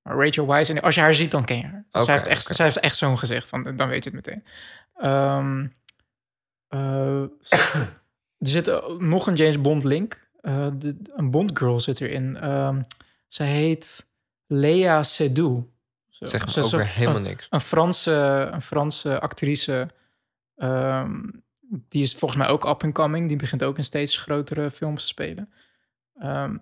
S4: maar Rachel Weisz, en als je haar ziet, dan ken je haar.
S3: Oké,
S4: zij, heeft echt,
S3: oké.
S4: zij heeft echt zo'n gezicht, van, dan weet je het meteen. Ehm, eh, s- er zit eh, nog een James Bond link. Eh, de- een Bond girl zit erin. Ehm zij heet Lea Seydoux. Zo-
S3: Zegt
S4: ze
S3: me
S4: is
S3: ook
S4: een-
S3: weer helemaal
S4: een-
S3: niks.
S4: een Franse, een Franse actrice. ehm, die is volgens mij ook up and coming. Die begint ook in steeds grotere films te spelen. Ehm,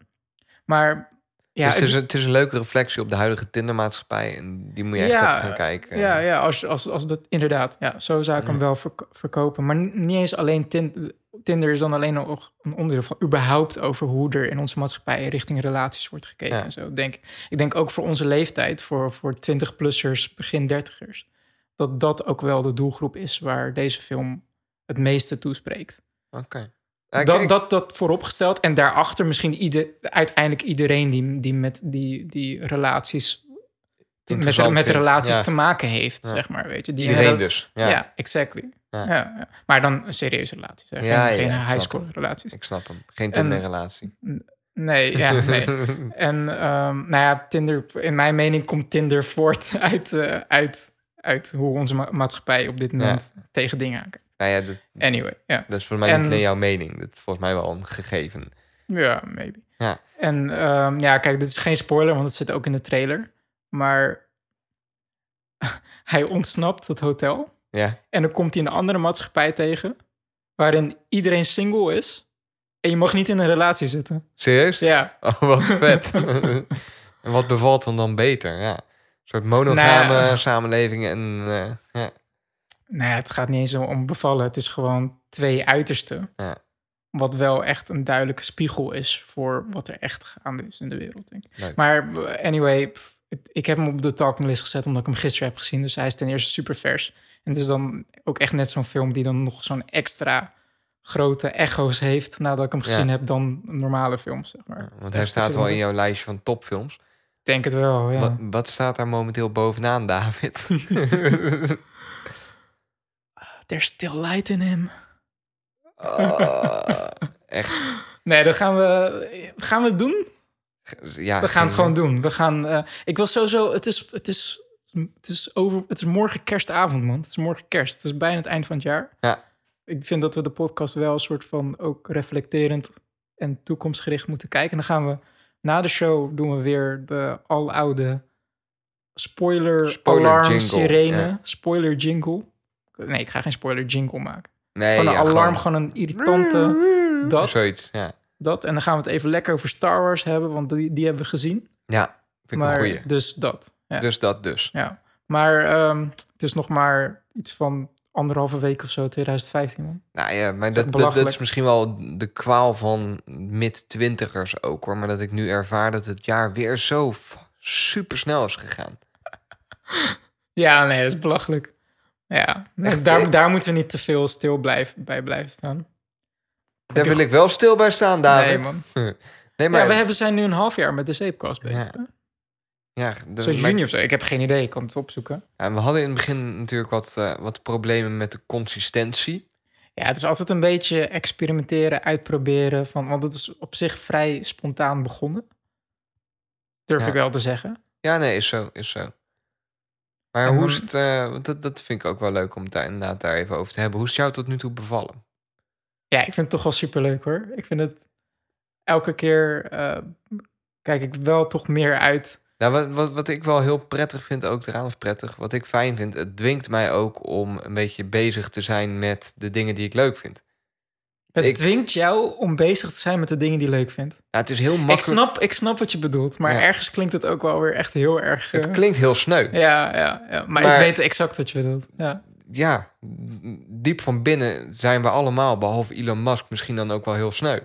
S4: maar ja,
S3: dus het
S4: ik-
S3: is, een- het is een leuke reflectie op de huidige Tindermaatschappij. En die moet je echt
S4: Ja,
S3: even gaan kijken.
S4: ja, ja als, als, als dat inderdaad. Ja, zo zou ik hem
S3: Ja.
S4: wel verk- verkopen. Maar ni- niet eens alleen Tin- Tinder is dan alleen nog een onderdeel van überhaupt over hoe er in onze maatschappij richting relaties wordt gekeken.
S3: Ja.
S4: En zo denk ik. Ik denk ook voor onze leeftijd, voor, voor 20-plussers, begin 30ers, dat dat ook wel de doelgroep is waar deze film het meeste toespreekt.
S3: Oké. Ja, ik-
S4: Dat,
S3: ik-
S4: dat, dat vooropgesteld. En daarachter misschien ieder, uiteindelijk iedereen die, die met die, die relaties. te- Met,
S3: Interessant
S4: met
S3: vindt,
S4: relaties
S3: ja.
S4: te maken heeft,
S3: Ja.
S4: zeg maar. Weet je. Die
S3: Iedereen
S4: rela-
S3: dus. Ja,
S4: Ja, exactly.
S3: Ja.
S4: Ja. ja. Maar dan een serieuze relaties. Hè. Geen,
S3: Ja, ja,
S4: geen
S3: ik snap
S4: highscore relaties.
S3: ik snap hem. Geen
S4: En-
S3: Tinder-relatie.
S4: Nee, ja, nee. En ehm, nou ja, Tinder, in mijn mening komt Tinder voort uit, eh, uit, uit hoe onze ma- maatschappij op dit moment tegen dingen aankijkt.
S3: nou ja, dat,
S4: Anyway, ja.
S3: dat is volgens mij niet
S4: En-
S3: alleen jouw mening. Dat is volgens mij wel een gegeven.
S4: Ja, maybe.
S3: Ja.
S4: En ehm, ja, kijk, dit is geen spoiler, want het zit ook in de trailer. Maar hij ontsnapt het hotel.
S3: Ja,
S4: En dan komt hij een andere maatschappij tegen. Waarin iedereen single is. En je mag niet in een relatie zitten.
S3: serieus?
S4: Ja.
S3: Oh, wat vet. en wat bevalt hem dan beter? Ja. Een soort monogame
S4: Nou ja.
S3: samenleving. En, eh, ja.
S4: Nee, Nou het gaat niet eens om bevallen. Het is gewoon twee uitersten.
S3: Ja.
S4: Wat wel echt een duidelijke spiegel is voor wat er echt gaande is in de wereld. Denk ik.
S3: Leuk.
S4: Maar anyway, pff, het- ik heb hem op de talking list gezet omdat ik hem gisteren heb gezien. Dus hij is ten eerste super vers. En het is dan ook echt net zo'n film die dan nog zo'n extra grote echo's heeft nadat ik hem gezien
S3: Ja.
S4: heb dan een normale films. Zeg maar. Dus
S3: Want hij staat wel in jouw lijstje van topfilms.
S4: Ik denk het wel, ja.
S3: Wat, wat staat daar momenteel bovenaan, David?
S4: There's still light in him.
S3: Ah, echt.
S4: Nee, dat gaan we, gaan we het doen.
S3: Ja,
S4: We gaan het gewoon doen. We gaan, eh, ik wil sowieso, het is, het, is, het, is over, het is morgen kerstavond, man. Het is morgen kerst. Het is bijna het eind van het jaar.
S3: Ja.
S4: Ik vind dat we de podcast wel een soort van ook reflecterend en toekomstgericht moeten kijken. En dan gaan we na de show doen we weer de aloude spoiler,
S3: Spoiler
S4: alarm
S3: jingle,
S4: sirene.
S3: ja.
S4: Spoiler jingle. Nee, ik ga geen spoiler jingle maken.
S3: Nee,
S4: Gewoon een
S3: ja,
S4: alarm, gewoon een irritante dat.
S3: Zoiets, ja.
S4: Dat. En dan gaan we het even lekker over Star Wars hebben, want die, die hebben we gezien.
S3: Ja, vind ik een
S4: maar
S3: goeie.
S4: dus dat. Ja.
S3: Dus dat dus.
S4: ja. Maar ehm, het is nog maar iets van anderhalve week of zo, 2015. Man.
S3: Nou ja, maar
S4: is
S3: dat, dat,
S4: echt
S3: dat is
S4: belachelijk.
S3: misschien wel de kwaal van mid-twintigers ook hoor. Maar dat ik nu ervaar dat het jaar weer zo super snel is gegaan.
S4: Ja, nee, dat is belachelijk. Ja, nee,
S3: Echt,
S4: daar,
S3: ik-
S4: daar moeten we niet te veel stil blijven, bij blijven staan.
S3: Daar wil ik wel stil bij staan, David.
S4: Nee, man.
S3: Nee, maar...
S4: Ja, we hebben, zijn nu een half jaar met de zeepkast bezig.
S3: Ja,
S4: hè?
S3: ja, de-
S4: Zo
S3: maar-
S4: juni of zo. Ik heb geen idee, ik kan het opzoeken.
S3: ja, we hadden in het begin natuurlijk wat, eh, wat problemen met de consistentie.
S4: Ja, het is altijd een beetje experimenteren, uitproberen. Van, want het is op zich vrij spontaan begonnen. Durf
S3: Ja.
S4: ik wel te zeggen.
S3: Ja, nee, is zo, is zo. Maar
S4: En
S3: hoe
S4: dan-
S3: is het... eh, want dat, dat vind ik ook wel leuk om het daar inderdaad daar even over te hebben. Hoe is het jou tot nu toe bevallen?
S4: Ja, ik vind het toch wel superleuk hoor. Ik vind het elke keer eh, kijk ik wel toch meer uit.
S3: Nou, wat, wat, wat ik wel heel prettig vind ook eraan, of prettig, wat ik fijn vind, het dwingt mij ook om een beetje bezig te zijn met de dingen die ik leuk vind.
S4: Het
S3: Ik-
S4: dwingt jou om bezig te zijn met de dingen die je leuk vindt.
S3: Nou, het is heel
S4: Ik
S3: makkelijk.
S4: snap, ik snap wat je bedoelt, maar
S3: Ja.
S4: ergens klinkt het ook wel weer echt heel erg. eh,
S3: Het klinkt heel sneu.
S4: Ja, ja, ja. Maar,
S3: Maar-
S4: ik weet exact wat je bedoelt. Ja.
S3: Ja, diep van binnen zijn we allemaal, behalve Elon Musk, misschien dan ook wel heel sneu.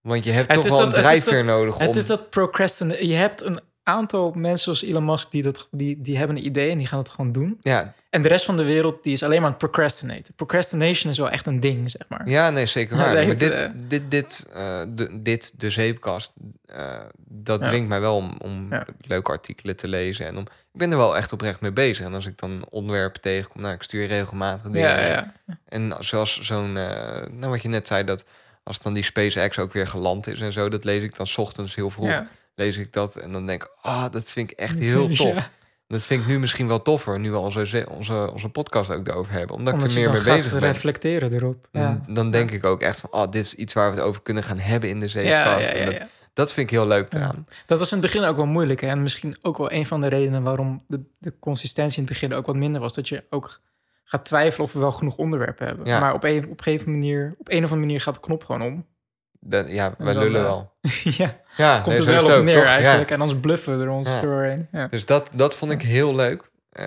S3: Want je hebt
S4: Het
S3: toch
S4: is
S3: wel een
S4: dat- het is
S3: drijfveer nodig om...
S4: Het is dat procrastineren. Je hebt een aantal mensen zoals Elon Musk die, dat, die, die hebben een idee en die gaan het gewoon doen.
S3: Ja,
S4: En de rest van de wereld die is alleen maar aan het procrastinaten. Procrastination is wel echt een ding, zeg maar.
S3: ja, nee, zeker
S4: Ja,
S3: waar.
S4: dat
S3: maar
S4: heeft,
S3: dit,
S4: eh,
S3: dit, dit, eh, de, dit, de zeepkast, eh, dat
S4: Ja.
S3: dwingt mij wel om, om
S4: Ja.
S3: leuke artikelen te lezen. En om, ik ben er wel echt oprecht mee bezig. En als ik dan onderwerpen tegenkom, nou, ik stuur regelmatig dingen.
S4: ja,
S3: en zo.
S4: ja.
S3: En zoals zo'n, eh, nou wat je net zei, dat als dan die SpaceX ook weer geland is en zo, dat lees ik dan 's ochtends heel vroeg.
S4: Ja.
S3: Lees ik dat en dan denk ik, ah, dat vind ik echt heel
S4: Ja.
S3: tof. Dat vind ik nu misschien wel toffer, nu we onze, ze- onze, onze podcast ook erover hebben, omdat,
S4: Omdat
S3: ik
S4: je
S3: er meer
S4: dan
S3: mee
S4: gaat
S3: bezig ben.
S4: reflecteren erop. Ja.
S3: Dan- Dan denk ik ook echt van, ah, dit is iets waar we het over kunnen gaan hebben in de
S4: Ja,
S3: zeepkast.
S4: ja,
S3: En
S4: ja,
S3: dat,
S4: ja.
S3: dat vind ik heel leuk eraan.
S4: Dat was in het begin ook wel moeilijk. Hè? En misschien ook wel een van de redenen waarom de, de consistentie in het begin ook wat minder was. Dat je ook gaat twijfelen of we wel genoeg onderwerpen hebben.
S3: Ja.
S4: Maar op een, op, een gegeven manier, op een of andere manier gaat de knop gewoon om.
S3: Dat, ja, wij
S4: dan,
S3: lullen
S4: eh,
S3: wel.
S4: ja,
S3: Ja,
S4: komt
S3: nee, zo
S4: het
S3: is
S4: wel op
S3: ook,
S4: neer
S3: toch? Ja.
S4: eigenlijk. En anders bluffen we er ons
S3: Ja.
S4: doorheen. Ja.
S3: Dus dat, dat vond ik heel leuk. Eh,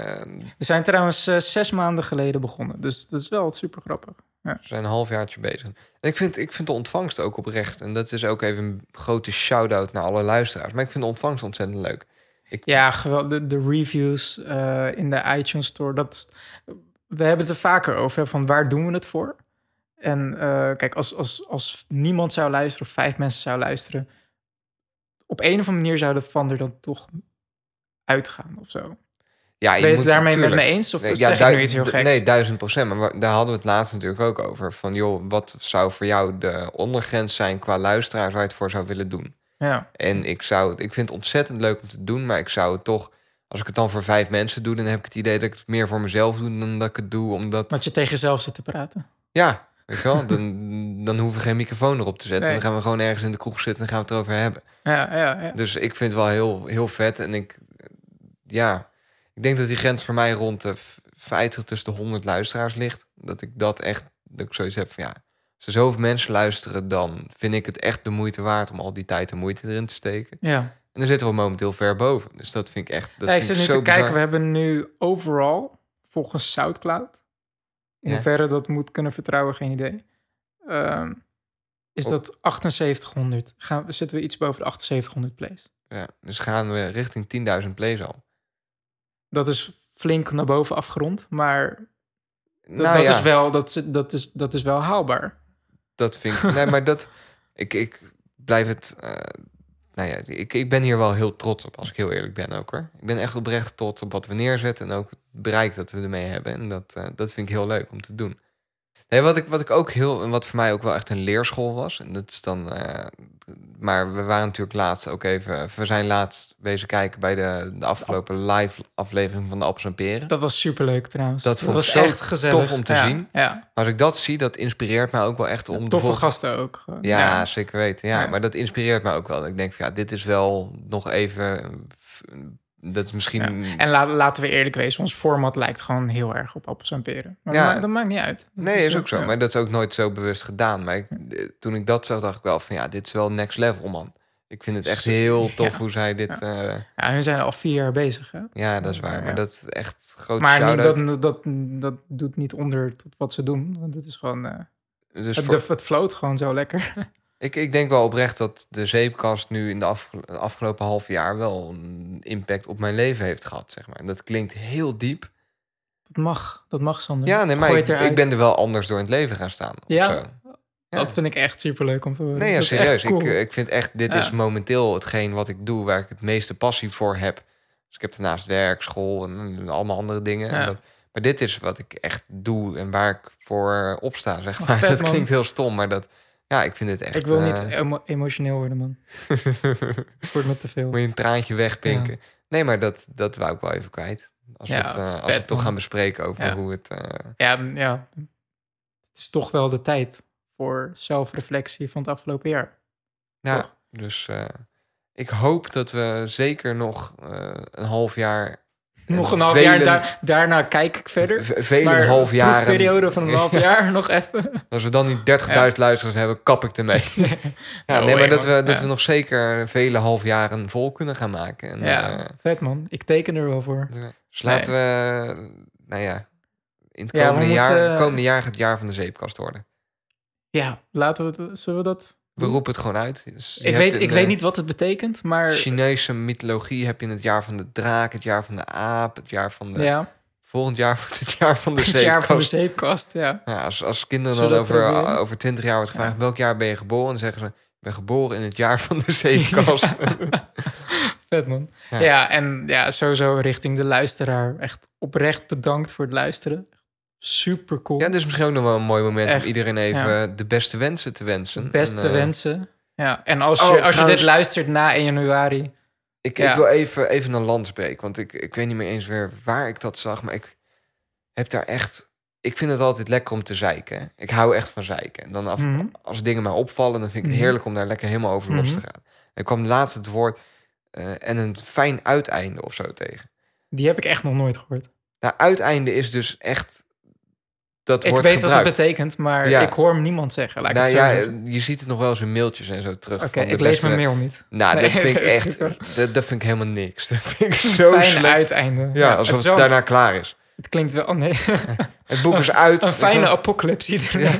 S4: We zijn trouwens eh, zes maanden geleden begonnen. Dus dat is wel super grappig.
S3: We zijn een halfjaartje bezig. En ik vind, ik vind de ontvangst ook oprecht. En dat is ook even een grote shout-out naar alle luisteraars. Maar ik vind de ontvangst ontzettend leuk.
S4: Ja, geweldig. De, de reviews eh, in de iTunes Store. Dat, is- we hebben het er vaker over, hè, van waar doen we het voor? En eh, kijk, als, als, als niemand zou luisteren of vijf mensen zou luisteren... op een of andere manier zouden van er dan toch uitgaan of zo.
S3: Ja, je
S4: ben je
S3: moet
S4: het daarmee met me
S3: tuurlijk-
S4: eens? Of
S3: Nee,
S4: zeg
S3: dui-
S4: ik nu iets heel
S3: d-
S4: geks?
S3: Nee, duizend procent. Maar wa- daar hadden we het laatst natuurlijk ook over. Van joh, wat zou voor jou de ondergrens zijn qua luisteraars waar je het voor zou willen doen?
S4: Ja,
S3: En ik, zou, ik vind het ontzettend leuk om te doen, maar ik zou het toch... Als ik het dan voor vijf mensen doe, dan heb ik het idee dat ik het meer voor mezelf doe dan dat ik het doe. Omdat...
S4: dat je tegen jezelf zit te praten.
S3: Ja, weet je wel? Dan, dan hoeven we geen microfoon erop te zetten.
S4: Nee.
S3: Dan gaan we gewoon ergens in de kroeg zitten en gaan we het erover hebben.
S4: Ja, ja, ja.
S3: Dus ik vind het wel heel, heel vet. En ik, ja, ik denk dat die grens voor mij rond de v- 50 tussen de 100 luisteraars ligt. Dat ik dat echt, dat ik zoiets heb van ja, als er zoveel mensen luisteren, dan vind ik het echt de moeite waard om al die tijd en moeite erin te steken.
S4: ja.
S3: En daar zitten we momenteel ver boven. Dus dat vind ik echt, dat
S4: Ja, ik
S3: vind
S4: zit nu
S3: zo
S4: te kijken,
S3: bizar.
S4: we hebben nu overal, volgens Soundcloud, in
S3: Ja.
S4: hoeverre dat moet kunnen vertrouwen, geen idee. Ehm, is
S3: Oh.
S4: dat 7800? Gaan, we- zitten we iets boven de 7800 plays?
S3: Ja, dus gaan we richting 10.000 plays al.
S4: Dat is flink naar boven afgerond, maar d-
S3: Nou
S4: dat,
S3: ja,
S4: is wel, dat, is, dat, is, dat is wel haalbaar.
S3: dat vind ik. Nee, maar dat. Ik, ik blijf het. eh, nou ja, ik, ik ben hier wel heel trots op, als ik heel eerlijk ben ook hoor. Ik ben echt oprecht trots op wat we neerzetten en ook het bereik dat we ermee hebben. En dat, eh, dat vind ik heel leuk om te doen. Nee, wat ik, wat ik ook heel. En wat voor mij ook wel echt een leerschool was. En dat is dan. eh, maar we waren natuurlijk laatst ook even. We zijn laatst wezen kijken bij de, de afgelopen live aflevering van de Appels en Peren.
S4: Dat was superleuk trouwens.
S3: Dat vond ik
S4: was
S3: zo
S4: echt gezellig.
S3: tof om te
S4: Ja,
S3: zien.
S4: Ja,
S3: Maar als ik dat zie, dat inspireert mij ook wel echt om. de
S4: toffe
S3: volgende-
S4: gasten ook. gewoon.
S3: Ja, zeker weten. Ja,
S4: Ja.
S3: maar dat inspireert me ook wel. Ik denk van ja, dit is wel nog even. f- Dat is misschien.
S4: En la- laten we eerlijk wezen, ons format lijkt gewoon heel erg op appels en peren. Maar
S3: Ja.
S4: dat, maakt, dat maakt niet uit. Dat
S3: Nee, is ook zo.
S4: ja.
S3: Maar dat is ook nooit zo bewust gedaan. Maar ik, eh, toen ik dat zag, dacht ik wel van ja, dit is wel next level, man. Ik vind het echt heel tof
S4: Ja.
S3: hoe zij dit. Ja,
S4: Ja, hun zijn al vier jaar bezig. Hè?
S3: ja dat is waar. Maar
S4: Ja.
S3: dat is echt groot.
S4: Maar niet,
S3: shout-out.
S4: dat, dat, dat doet niet onder tot wat ze doen. Want het is gewoon. eh,
S3: Dus
S4: het,
S3: voor-
S4: de- het floot gewoon zo lekker.
S3: ik, ik denk wel oprecht dat de zeepkast nu in de afge- afgelopen half jaar wel een impact op mijn leven heeft gehad, zeg maar. En dat klinkt heel diep.
S4: Dat mag. Dat mag, Sander.
S3: Ja, nee, maar
S4: Gooi
S3: ik,
S4: het eruit.
S3: ik ben er wel anders door in het leven gaan staan. of
S4: Ja?
S3: zo. Ja.
S4: Dat vind ik echt superleuk om te horen.
S3: Nee, ja,
S4: Dat is echt
S3: serieus.
S4: cool.
S3: ik, eh, ik vind echt, dit
S4: Ja.
S3: is momenteel hetgeen wat ik doe, waar ik het meeste passie voor heb. Dus ik heb daarnaast werk, school en, en allemaal andere dingen. En
S4: Ja.
S3: dat, maar dit is wat ik echt doe en waar ik voor eh, opsta, zeg
S4: Wat
S3: maar.
S4: Oh, vet,
S3: dat
S4: man.
S3: klinkt heel stom, maar dat, ja, ik vind het echt...
S4: Ik wil niet
S3: eh,
S4: emo- emotioneel worden, man. Het wordt me te veel.
S3: moet je een traantje wegpinken. Nee, maar dat, dat wou ik wel even kwijt. Als, we,
S4: Ja,
S3: het, eh, als we
S4: vet,
S3: het toch
S4: man.
S3: gaan bespreken over
S4: Ja.
S3: hoe het... eh,
S4: Ja, m- ja, het is toch wel de tijd voor zelfreflectie van het afgelopen jaar.
S3: Ja,
S4: Toch?
S3: dus eh, ik hoop dat we zeker nog eh, een half jaar.
S4: Nog een half
S3: Eh, velen-
S4: jaar, daar, daarna kijk ik verder.
S3: v- Vele
S4: maar
S3: half jaren.
S4: Een periode van een half jaar nog even.
S3: Als we dan niet 30.000 luisteraars hebben, kap ik ermee. ja,
S4: No
S3: nee,
S4: way,
S3: maar dat,
S4: man.
S3: we, dat
S4: Oh, Ja.
S3: we nog zeker vele half jaren vol kunnen gaan maken. En,
S4: Ja,
S3: eh,
S4: vet man. Ik teken er wel voor.
S3: dus laten we, nou ja, in het
S4: Ja, we
S3: komende, jaar,
S4: moeten-
S3: komende jaar gaat het jaar van de zeepkast worden.
S4: Ja, laten we, het- zullen we dat...
S3: We roepen het gewoon uit. Dus je
S4: Ik,
S3: hebt
S4: weet,
S3: in
S4: ik
S3: de
S4: weet niet wat het betekent, maar...
S3: Chinese mythologie heb je in het jaar van de draak, het jaar van de aap, het jaar van de
S4: ja,
S3: Volgend jaar wordt het jaar van de
S4: het jaar van de
S3: zeepkast.
S4: zeepkast, ja.
S3: Ja, als, als kinderen
S4: Zullen
S3: dan
S4: we dat
S3: over, eh,
S4: proberen?
S3: over 20 jaar wordt gevraagd... welk jaar ben je geboren? Dan zeggen ze, ik ben geboren in het jaar van de zeepkast.
S4: Vet man.
S3: Ja.
S4: Ja. en ja, sowieso richting de luisteraar. Echt oprecht bedankt voor het luisteren. Super cool.
S3: ja, dus misschien ook nog wel een mooi moment... om
S4: Echt,
S3: iedereen even
S4: ja.
S3: de beste wensen te wensen.
S4: Beste
S3: En, eh,
S4: wensen. Ja, en als,
S3: Oh,
S4: je, als je
S3: trouwens-
S4: dit luistert na 1 januari.
S3: Ik, ik
S4: Ja.
S3: wil even, even een land spreken, want ik, ik weet niet meer eens weer waar ik dat zag, maar ik heb daar echt... Ik vind het altijd lekker om te zeiken. Ik hou echt van zeiken. En dan af,
S4: Mhm.
S3: als dingen mij opvallen, dan vind ik het
S4: Mhm.
S3: heerlijk om daar lekker helemaal over los te
S4: Mhm.
S3: gaan. En kwam laatst het woord eh, en een fijn uiteinde of zo tegen.
S4: Die heb ik echt nog nooit gehoord.
S3: Nou, uiteinde is dus echt... Dat
S4: Ik
S3: wordt
S4: weet wat
S3: gebruikt.
S4: het betekent, maar
S3: Ja.
S4: ik hoor hem niemand zeggen. laat ik
S3: Nou
S4: het zo
S3: ja,
S4: zeggen.
S3: je ziet het nog wel eens in mailtjes en zo terug.
S4: Oké,
S3: van de
S4: ik lees
S3: beste-
S4: mijn mail niet.
S3: Nou, dat
S4: Nee,
S3: vind ik
S4: geef
S3: echt...
S4: het
S3: Dat, dat vind ik helemaal niks. Dat vind ik zo
S4: Fijn
S3: slecht.
S4: uiteinde.
S3: Ja,
S4: het
S3: alsof het
S4: is wel-
S3: daarna klaar is.
S4: Het klinkt wel... oh nee.
S3: Het boek is
S4: Een-
S3: uit.
S4: Een fijne
S3: Ik-
S4: apocalypse.
S3: Ja.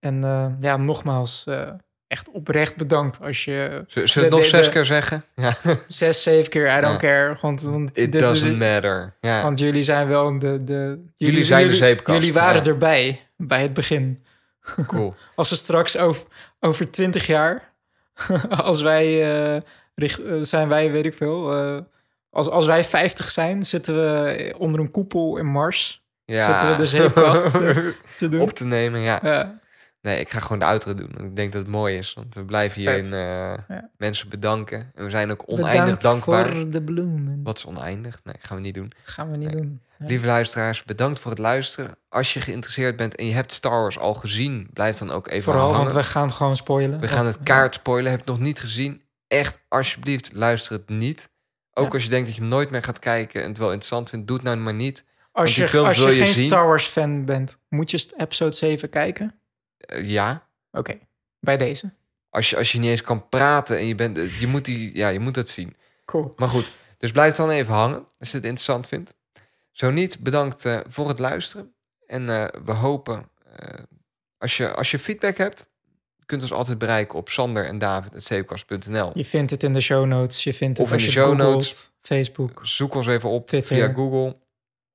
S4: En eh, ja, nogmaals, eh, echt oprecht bedankt als je
S3: Z- Zullen we het
S4: de-
S3: nog
S4: de-
S3: zes
S4: de-
S3: keer zeggen? Ja.
S4: zes, zeven keer, I don't
S3: Ja.
S4: care. Want, want dit-
S3: It
S4: dit-
S3: doesn't
S4: dit- Oh,
S3: matter. Ja.
S4: want jullie zijn wel de... de
S3: zijn de zeepkast,
S4: Jullie waren
S3: ja.
S4: erbij, bij het begin.
S3: Cool.
S4: Als we straks over, over 20 jaar, als wij, eh, richt, eh, zijn wij, weet ik veel, eh, als, als wij 50 zijn, zitten we onder een koepel in Mars
S3: Ja.
S4: Zetten we de zeepkast, eh, te doen.
S3: op te nemen? Ja.
S4: Ja.
S3: Nee, ik ga gewoon de outro doen. want Ik denk dat het mooi is. Want we blijven
S4: Vet.
S3: hierin eh,
S4: Ja.
S3: mensen bedanken. En we zijn ook oneindig
S4: Bedankt
S3: dankbaar.
S4: voor de bloemen.
S3: Wat is oneindig? Nee, gaan we niet doen.
S4: gaan we niet
S3: Nee.
S4: doen. Ja.
S3: Lieve luisteraars, bedankt voor het luisteren. Als je geïnteresseerd bent en je hebt Star Wars al gezien, blijf dan ook even
S4: Vooral,
S3: hangen.
S4: want we gaan gewoon spoilen.
S3: We gaan
S4: Want-
S3: het kaart spoilen. Heb je het nog niet gezien? Echt, alsjeblieft, luister het niet. Ook
S4: Ja.
S3: als je denkt dat je hem nooit meer gaat kijken en het wel interessant vindt, doe het nou maar niet. want
S4: Als
S3: die
S4: je,
S3: films
S4: als je
S3: wil je
S4: geen
S3: zien.
S4: Star Wars fan bent, moet je st- episode 7 kijken?
S3: Eh, ja,
S4: Oké, bij deze.
S3: als je, als je niet eens kan praten en je bent, eh, je moet die, ja, je moet dat zien.
S4: Cool.
S3: Maar goed, dus blijf dan even hangen als je het interessant vindt. Zo niet, bedankt eh, voor het luisteren. En eh, we hopen, eh, als, je, als je feedback hebt, kunt ons altijd bereiken op sander en david.zeepkast.nl.
S4: Je vindt het in de show notes. Je vindt het
S3: Of in
S4: als
S3: de
S4: je het
S3: show
S4: googelt,
S3: notes.
S4: Facebook. Het
S3: Zoek ons even op
S4: Twitter.
S3: via Google.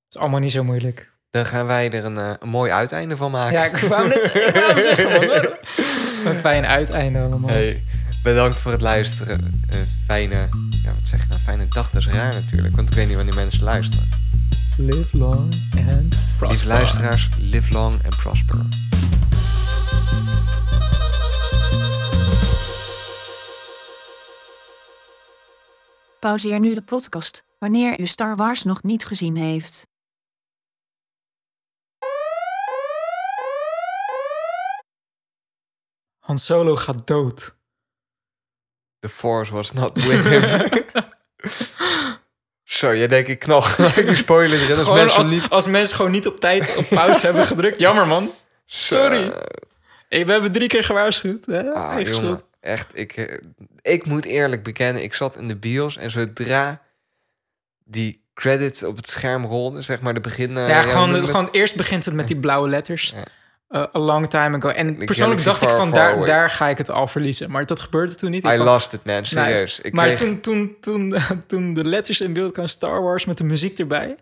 S4: is allemaal niet zo moeilijk.
S3: Dan gaan wij er een, eh, een mooi uiteinde van maken.
S4: Ja, ik wou net ik wou zeggen, man. hoor. Een fijn uiteinde allemaal.
S3: Hey, bedankt voor het luisteren. Een fijne, ja, wat zeg je nou? Fijne dag, dat is raar natuurlijk, want ik weet niet wanneer mensen luisteren.
S4: Live long and prosper.
S3: Lieve luisteraars, live long and prosper.
S2: Pauzeer nu de podcast wanneer u Star Wars nog niet gezien heeft.
S4: Han Solo gaat dood.
S3: The force was not with him. Zo, jij denkt ik knal gelijk een spoiler erin als
S4: Gewoon
S3: mensen
S4: als,
S3: niet...
S4: als mensen gewoon niet op tijd op pauze hebben gedrukt. Jammer, man. sorry.
S3: Zo,
S4: Hey, we hebben drie keer gewaarschuwd. Hè?
S3: eh. Ah,
S4: Eigen
S3: jongen,
S4: schuld.
S3: echt. Ik, eh, ik moet eerlijk bekennen, ik zat in de bios en zodra die credits op het scherm rolden, zeg maar de begin... eh,
S4: ja,
S3: hoe
S4: gewoon,
S3: noem je dat?
S4: gewoon eerst begint het met die blauwe letters.
S3: Ja.
S4: Uh, a long time ago. En
S3: The
S4: persoonlijk
S3: galaxy
S4: dacht ik
S3: far,
S4: van
S3: far
S4: daar,
S3: away.
S4: daar ga ik het al verliezen. Maar dat gebeurde toen niet. Ik
S3: I
S4: dacht,
S3: lost it, man.
S4: nice.
S3: Serieus. Ik
S4: maar
S3: kreeg-
S4: toen, toen, toen, toen de letters in beeld kwamen, Star Wars met de muziek erbij.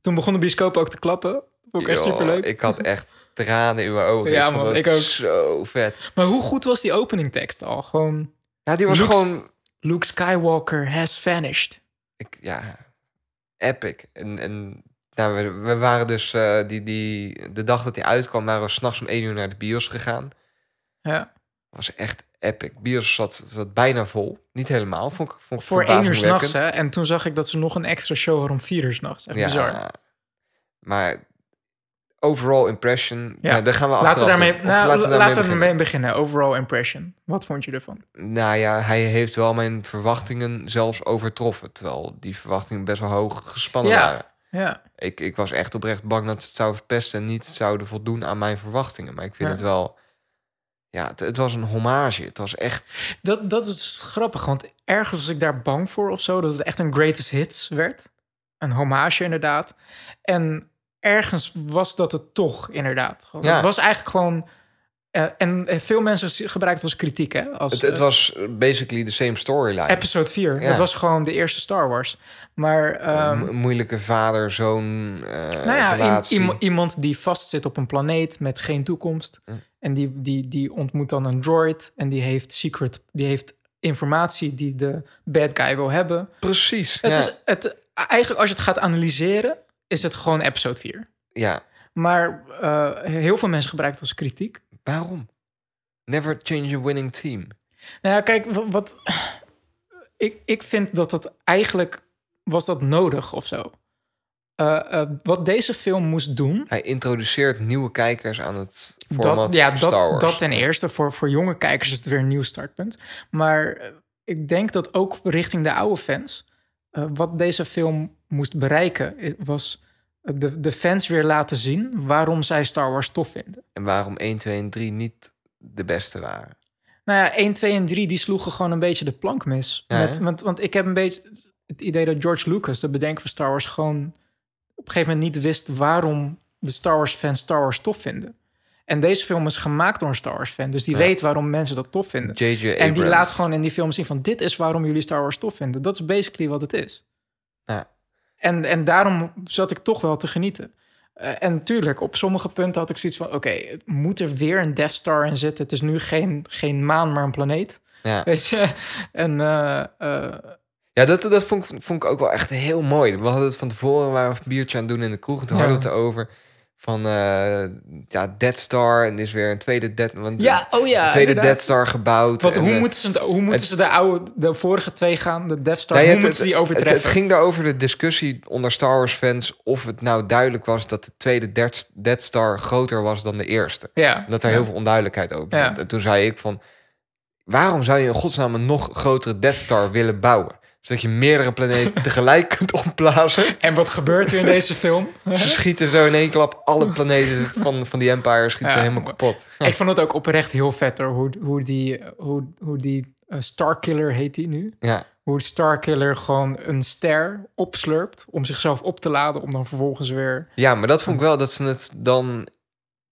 S4: Toen begon de bioscoop ook te klappen. Vond ik echt
S3: Joh,
S4: superleuk.
S3: Ik had echt tranen in mijn ogen.
S4: Ja,
S3: ik vond
S4: man,
S3: dat
S4: ik ook.
S3: zo vet.
S4: Maar hoe goed was die openingtekst al? Gewoon
S3: Ja, die was
S4: Luke's-
S3: gewoon...
S4: Luke Skywalker has vanished.
S3: Ik, ja, epic. En, en nou, we, we waren dus... eh, die, die, de dag dat die uitkwam, waren we s'nachts om 1 uur naar de bios gegaan.
S4: Ja.
S3: was echt epic. Bios zat, zat bijna vol. Niet helemaal, vond ik vond ik
S4: Voor één uur s'nachts,
S3: verbazingwekkend.
S4: hè. En toen zag ik dat ze nog een extra show hadden om vier uur s'nachts. Echt bizar.
S3: Ja, maar overall impression...
S4: Ja.
S3: Ja. daar gaan we
S4: Laten we
S3: achteraf
S4: daarmee,
S3: doen. Of
S4: nou, laten we daarmee beginnen.
S3: beginnen.
S4: Overall impression. Wat vond je ervan?
S3: Nou ja, hij heeft wel mijn verwachtingen zelfs overtroffen. Terwijl die verwachtingen best wel hoog gespannen
S4: Ja.
S3: waren.
S4: Ja,
S3: Ik, ik was echt oprecht bang dat ze het zou verpesten... en niet zouden voldoen aan mijn verwachtingen. Maar ik vind
S4: Ja.
S3: het wel... Ja, het, het was een hommage. Het was echt...
S4: dat, dat is grappig, want ergens was ik daar bang voor of zo, dat het echt een greatest hits werd. Een hommage inderdaad. En ergens was dat het toch inderdaad. Gewoon,
S3: Ja.
S4: Het was eigenlijk gewoon... eh, en eh, veel mensen z- gebruiken het als kritiek, hè? Als,
S3: Het, het
S4: eh,
S3: was eh, basically the same storyline.
S4: Episode 4.
S3: Ja.
S4: Het was gewoon de eerste Star Wars. Maar ehm,
S3: Een moeilijke vader, zoon, eh
S4: nou ja, i-
S3: relatie.
S4: iem- iemand die vastzit op een planeet met geen toekomst.
S3: Ja.
S4: En die, die, die ontmoet dan een droid. En die heeft secret. Die heeft informatie die de bad guy wil hebben.
S3: Precies,
S4: Het
S3: ja.
S4: is, het, eigenlijk, als je het gaat analyseren, is het gewoon episode 4.
S3: ja.
S4: Maar eh, heel veel mensen gebruiken het als kritiek.
S3: Waarom? Never change a winning team.
S4: Nou ja, kijk, wa- wat. Ik, ik vind dat dat eigenlijk. was dat nodig of zo. Eh, eh, wat deze film moest doen.
S3: Hij introduceert nieuwe kijkers aan het format
S4: Dat, ja,
S3: Star
S4: dat,
S3: Wars.
S4: dat ten eerste. Voor, voor jonge kijkers is het weer een nieuw startpunt. Maar eh, ik denk dat ook richting de oude fans. eh, wat deze film moest bereiken. eh, was de, de fans weer laten zien. waarom zij Star Wars tof vinden.
S3: En waarom 1, 2 en 3 niet de beste waren.
S4: Nou ja, 1, 2 en 3 die sloegen gewoon een beetje de plank mis.
S3: Ja,
S4: Met-
S3: hè?
S4: want, want ik heb een beetje het idee dat George Lucas, de bedenker van Star Wars, gewoon op een gegeven moment niet wist waarom de Star Wars fans Star Wars tof vinden. En deze film is gemaakt door een Star Wars fan, dus die weet waarom mensen dat tof vinden.
S3: J.J. Abrams.
S4: En die laat gewoon in die film zien van dit is waarom jullie Star Wars tof vinden. Dat is basically wat het is.
S3: Ja.
S4: En, en daarom zat ik toch wel te genieten. Eh, en natuurlijk, op sommige punten had ik zoiets van... oké, het moet er weer een Death Star in zitten? Het is nu geen, geen maan, maar een planeet.
S3: Ja,
S4: Weet je? En eh, eh,
S3: ja dat, dat vond, ik- vond ik ook wel echt heel mooi. We hadden het van tevoren, we waren een biertje aan het doen in de kroeg. En toen
S4: Ja.
S3: hadden we het erover van eh, ja, Dead Star. En er is weer een tweede Dead... Want
S4: ja, oh ja,
S3: een tweede
S4: inderdaad.
S3: Dead Star gebouwd.
S4: Want
S3: en,
S4: hoe
S3: eh,
S4: moeten, ze, het- hoe moeten
S3: het-
S4: ze de, oude, de vorige twee gaan, de Death Star,
S3: Nou ja,
S4: hoe
S3: het-
S4: moeten ze
S3: het-
S4: die overtreffen?
S3: Het, het ging daarover de discussie onder Star Wars fans... of het nou duidelijk was dat de tweede Death- Death Star groter was dan de eerste.
S4: ja.
S3: Dat er heel veel onduidelijkheid over
S4: Ja.
S3: zat. En toen zei ik van... waarom zou je in godsnaam een nog grotere Death Star willen bouwen? Zodat je meerdere planeten tegelijk kunt opblazen.
S4: En wat gebeurt er in deze film?
S3: Ze schieten zo in één klap alle planeten van, van die Empire schieten ze
S4: Ja.
S3: helemaal kapot.
S4: Ik vond het ook oprecht heel vet hoor. Hoe, hoe die, hoe, hoe die eh, Starkiller heet die nu.
S3: Ja,
S4: Hoe Starkiller gewoon een ster opslurpt om zichzelf op te laden. Om dan vervolgens weer.
S3: ja maar dat vond ik wel dat ze het dan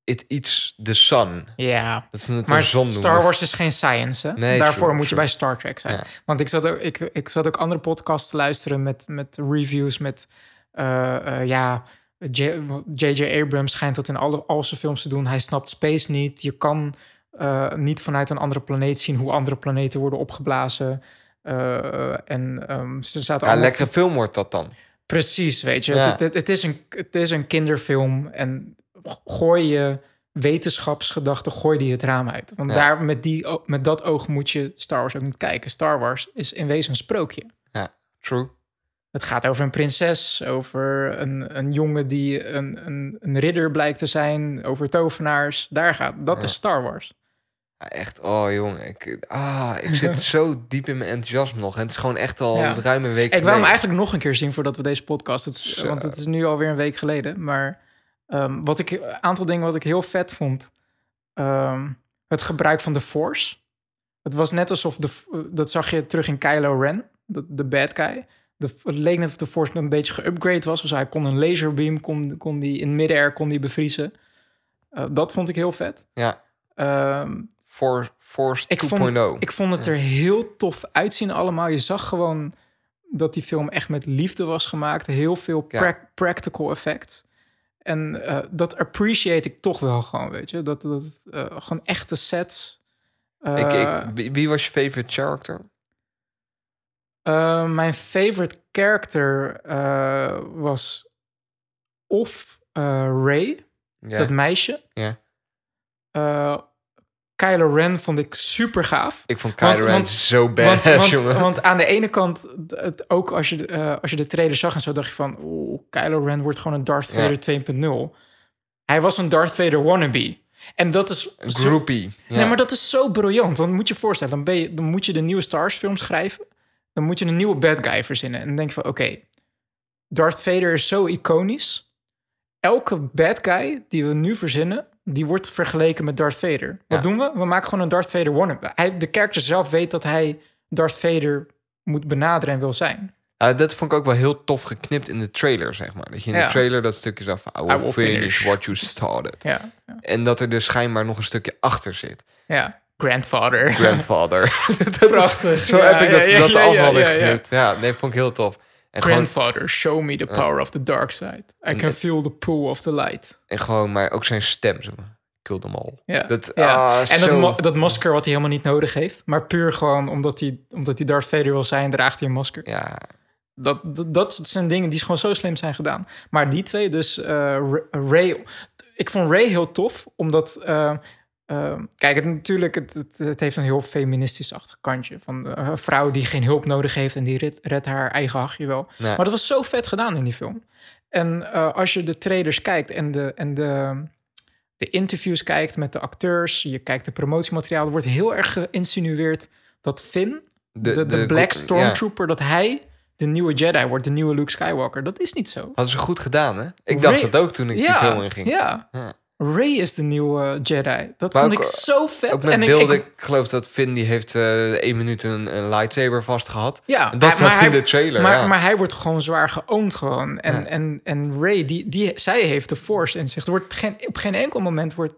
S3: It Eats the Sun.
S4: Ja.
S3: Dat ze het
S4: Maar
S3: een zon noemen.
S4: Star Wars is geen science, hè?
S3: Nee,
S4: Daarvoor
S3: true,
S4: moet je
S3: true.
S4: bij Star Trek zijn.
S3: Ja.
S4: Want ik zat, ook, ik, ik zat ook andere podcasts te luisteren met, met reviews met... eh, eh, ja, J- J.J. Abrams schijnt dat in alle, al zijn films te doen. Hij snapt space niet. Je kan eh, niet vanuit een andere planeet zien hoe andere planeten worden opgeblazen. Eh, en ehm, ze zaten
S3: Ja,
S4: allemaal-
S3: lekkere film wordt dat dan.
S4: Precies, weet je.
S3: Ja.
S4: Het, het, het is een, het is een kinderfilm en g- gooi je wetenschapsgedachten, gooi die het raam uit. Want
S3: Ja.
S4: daar, met, die, o- met dat oog moet je Star Wars ook niet kijken. Star Wars is in wezen een sprookje.
S3: True.
S4: Het gaat over een prinses, over een, een jongen die een, een, een ridder blijkt te zijn, over tovenaars. Daar gaat, dat
S3: Ja.
S4: is Star Wars.
S3: Ja, echt, oh jongen. Ik, ah, ik zit zo diep in mijn enthousiasme nog. En het is gewoon echt al
S4: Ja.
S3: ruim een week
S4: Ik wil hem
S3: geleden.
S4: eigenlijk nog een keer zien voordat we deze podcast... Het,
S3: Zo.
S4: want het is nu alweer een week geleden. Maar ehm, wat ik, een aantal dingen wat ik heel vet vond. ehm, het gebruik van de Force. Het was net alsof... De, dat zag je terug in Kylo Ren, de, de bad guy. De, het leek net of de Force een beetje geüpgrade was. Dus hij kon een laserbeam, kon, kon die in midair kon die bevriezen. Eh, dat vond ik heel vet.
S3: Ja,
S4: Ehm,
S3: For, Force oh. 2.0.
S4: ik vond, ik vond het er heel tof uitzien allemaal. Je zag gewoon dat die film echt met liefde was gemaakt. Heel veel
S3: Ja.
S4: prac- practical effects. En eh, dat appreciate ik toch wel gewoon, weet je. Dat, dat eh, gewoon echte sets. Eh,
S3: Ik- ik- wie- wie was je favorite character?
S4: eh, mijn favorite character eh, was of eh Ray.
S3: Ja.
S4: dat meisje.
S3: Ja.
S4: Eh, Kylo Ren vond ik super gaaf.
S3: Ik vond Kylo
S4: Want-
S3: Ren
S4: want-
S3: zo
S4: Want,
S3: badass,
S4: want,
S3: jongen.
S4: want aan de ene kant, het, ook als je, de- eh, als je de trailer zag en zo, dacht je van... Oeh, Kylo Ren wordt gewoon een Darth
S3: Ja.
S4: Vader 2.0. Hij was een Darth Vader wannabe. En dat is...
S3: Een
S4: zo-
S3: groupie. Ja.
S4: Nee, maar dat is zo briljant. Want moet je je voorstellen, dan, ben je, dan moet je de nieuwe Stars film schrijven. Dan moet je een nieuwe bad guy verzinnen. En dan denk je van, oké, Darth Vader is zo iconisch. Elke bad guy die we nu verzinnen, die wordt vergeleken met Darth Vader. Wat
S3: Ja.
S4: doen we? We maken gewoon een Darth Vader wannabe. Hij, de character zelf weet dat hij Darth Vader moet benaderen en wil zijn.
S3: Ah, dat vond ik ook wel heel tof geknipt in de trailer, zeg maar. Dat je in
S4: Ja.
S3: de trailer dat stukje zag van... I will,
S4: I will
S3: finish.
S4: finish.
S3: what you started.
S4: Ja,
S3: En dat er dus schijnbaar nog een stukje achter zit.
S4: ja. Grandfather.
S3: Grandfather. dat Prachtig. Zo
S4: Ja,
S3: heb ik dat
S4: ja,
S3: ze
S4: ja,
S3: dat
S4: ja,
S3: af
S4: ja,
S3: hadden
S4: ja, ja.
S3: geknipt. Ja. nee, vond ik heel tof. En gewoon,
S4: Grandfather, show me the power of the dark side. I can feel the pull of the light.
S3: en gewoon, maar ook zijn stem, zeg maar. Kill them all.
S4: Ja.
S3: Dat,
S4: ja.
S3: ah,
S4: en
S3: zo-
S4: dat, ma- dat masker wat hij helemaal niet nodig heeft. Maar puur gewoon omdat hij, omdat hij Darth Vader wil zijn, draagt hij een masker.
S3: Ja,
S4: Dat, dat, dat zijn dingen die gewoon zo slim zijn gedaan. Maar die twee, dus eh, Ra- Ray. Ik vond Ray heel tof, omdat. eh, eh, kijk, het, natuurlijk, het, het, het heeft een heel feministisch-achtig kantje. Van eh, een vrouw die geen hulp nodig heeft en die red, redt haar eigen hachje wel.
S3: Ja.
S4: Maar dat was zo vet gedaan in die film. En eh, als je de trailers kijkt en de, en de, de interviews kijkt met de acteurs, je kijkt de promotiemateriaal, er wordt heel erg geïnsinueerd dat Finn, de, de, Black
S3: ja.
S4: Stormtrooper, dat hij de nieuwe Jedi wordt, de nieuwe Luke Skywalker. Dat is niet zo.
S3: Hadden ze goed gedaan, hè? Ik dacht
S4: Ray-
S3: dat ook toen ik die film inging.
S4: ja.
S3: Ja.
S4: Ray is de nieuwe Jedi. Dat
S3: Maar
S4: vond
S3: ook-
S4: ik zo vet.
S3: Ook met
S4: en ik-
S3: beelden.
S4: ik,
S3: Ik, geloof dat Finn die heeft eh één minuut een, een lightsaber vastgehad.
S4: Ja,
S3: En dat
S4: hij-
S3: zat
S4: maar
S3: in
S4: hij-
S3: de trailer.
S4: Maar,
S3: ja.
S4: maar hij wordt gewoon zwaar geowned gewoon. En,
S3: Ja.
S4: en, en Ray, die, die, zij heeft de force in zich. Er wordt geen, op geen enkel moment wordt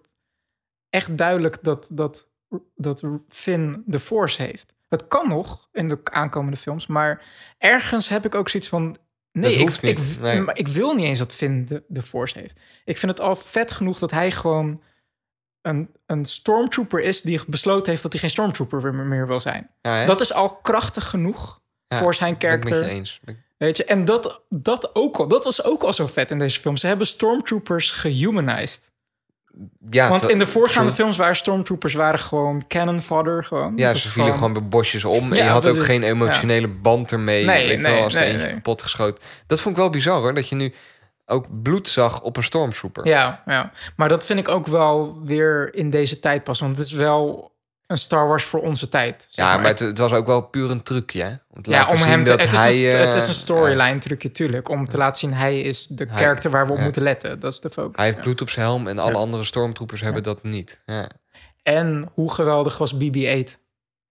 S4: echt duidelijk dat, dat, dat Finn de force heeft. Dat kan nog in de aankomende films. Maar ergens heb ik ook zoiets van... Nee,
S3: Dat
S4: ik,
S3: hoeft niet,
S4: Ik,
S3: nee.
S4: maar ik wil niet eens dat Finn de, de force heeft. Ik vind het al vet genoeg dat hij gewoon... Een, een stormtrooper is die besloten heeft dat hij geen stormtrooper meer- meer wil zijn.
S3: Ja, hè?
S4: Dat is al krachtig genoeg
S3: Ja,
S4: voor zijn
S3: ben ik met je
S4: karakter.
S3: eens. Ben ik-
S4: Weet je, en dat, dat ook al. Dat was ook al zo vet in deze film. Ze hebben stormtroopers gehumanized.
S3: Ja,
S4: Want
S3: terwijl-
S4: in de voorgaande
S3: true.
S4: films waren stormtroopers waren gewoon cannon fodder. Gewoon.
S3: Ja,
S4: Dat
S3: ze
S4: was
S3: vielen gewoon bij bosjes om. En
S4: Ja,
S3: je had ook
S4: precies.
S3: geen emotionele band ermee.
S4: Nee,
S3: weet je wel,
S4: nee,
S3: als de
S4: nee,
S3: eentje
S4: nee.
S3: kapot geschoten. Dat vond ik wel bizar hoor. Dat je nu ook bloed zag op een stormtrooper.
S4: Ja, ja, maar dat vind ik ook wel weer in deze tijd pas. Want het is wel een Star Wars voor onze tijd. zeg
S3: Ja, maar het, het was ook wel puur een trucje, hè? Om te
S4: Ja,
S3: laten
S4: om
S3: zien
S4: hem te,
S3: dat
S4: het, is
S3: hij...
S4: een, st- het
S3: eh,
S4: is een storyline trucje, tuurlijk. Om te laten zien, hij is de
S3: Hij-
S4: character waar we op
S3: ja.
S4: moeten letten. Dat is de focus.
S3: hij heeft
S4: ja.
S3: bloed op zijn helm en alle andere stormtroopers hebben dat niet. Ja.
S4: En hoe geweldig was BB-8?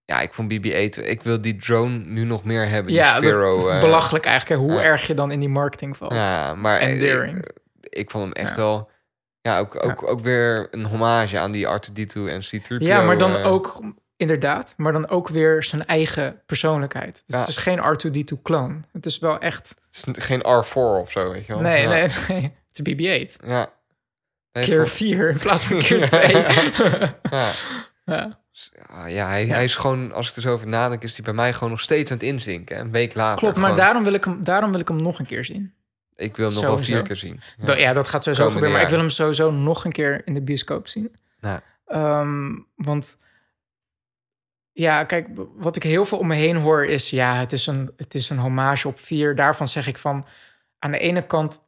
S3: ja, ik vond BB-8... Ik wil die drone nu nog meer hebben. die
S4: Ja,
S3: Sphero,
S4: dat, dat is
S3: eh,
S4: belachelijk eigenlijk. Hè, hoe
S3: ja.
S4: erg je dan in die marketing valt.
S3: Ja, maar eh, ik,
S4: Endearing.
S3: ik vond hem echt
S4: Ja.
S3: wel... Ja, ook, ook, ook weer een hommage aan die R2-D2 en C-3PO.
S4: Ja, maar dan
S3: eh,
S4: ook, inderdaad, maar dan ook weer zijn eigen persoonlijkheid. Dus
S3: Ja.
S4: het is geen R2D2-kloon. Het is wel echt.
S3: Het is geen R4 of zo, weet je wel.
S4: Nee,
S3: Oh, ja.
S4: nee, nee. Het is BB-8.
S3: Ja. Nee,
S4: Keer
S3: voor-
S4: 4 in plaats van
S3: Ja.
S4: keer 2.
S3: ja.
S4: ja.
S3: Ah, ja, hij, hij is gewoon, als ik er zo over nadenk, is hij bij mij gewoon nog steeds aan het inzinken. hè, Een week later.
S4: Klopt, maar
S3: Gewoon,
S4: daarom wil, ik hem, daarom wil ik hem nog een keer zien.
S3: Ik wil hem nog wel
S4: Sowieso.
S3: vier keer zien. Ja.
S4: Dat- Ja, dat gaat sowieso
S3: Komende
S4: gebeuren. Maar ik
S3: jaar.
S4: wil hem sowieso nog een keer in de bioscoop zien.
S3: Ja.
S4: Ehm, want ja, kijk, wat ik heel veel om me heen hoor is... ja, het is een, het is een hommage op vier. Daarvan zeg ik van, aan de ene kant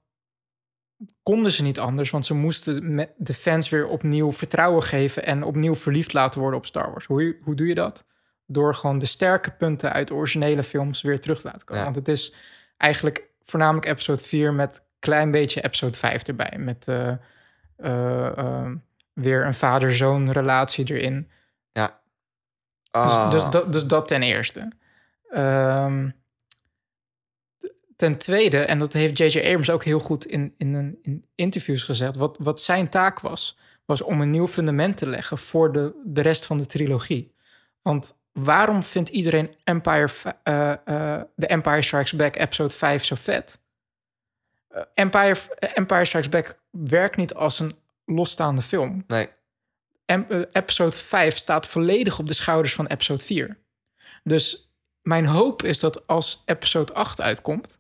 S4: konden ze niet anders... want ze moesten me- de fans weer opnieuw vertrouwen geven... en opnieuw verliefd laten worden op Star Wars. Hoe, hoe doe je dat? Door gewoon de sterke punten uit de originele films weer terug te laten
S3: Ja.
S4: komen. Want het is eigenlijk voornamelijk episode 4 met klein beetje episode 5 erbij. Met eh, eh, eh, weer een vader-zoon relatie erin.
S3: Ah,
S4: Dus, dus, dat, dus dat ten eerste. Ehm, t- ten tweede, en dat heeft J.J. Abrams ook heel goed in, in, een- in interviews gezegd... Wat, wat zijn taak was, was om een nieuw fundament te leggen... voor de, de rest van de trilogie. Want waarom vindt iedereen Empire, v- eh, eh, The Empire Strikes Back episode 5 zo vet? Eh, Empire, Empire Strikes Back werkt niet als een losstaande film.
S3: Nee,
S4: Em- eh, episode 5 staat volledig op de schouders van episode 4. Dus mijn hoop is dat als episode 8 uitkomt,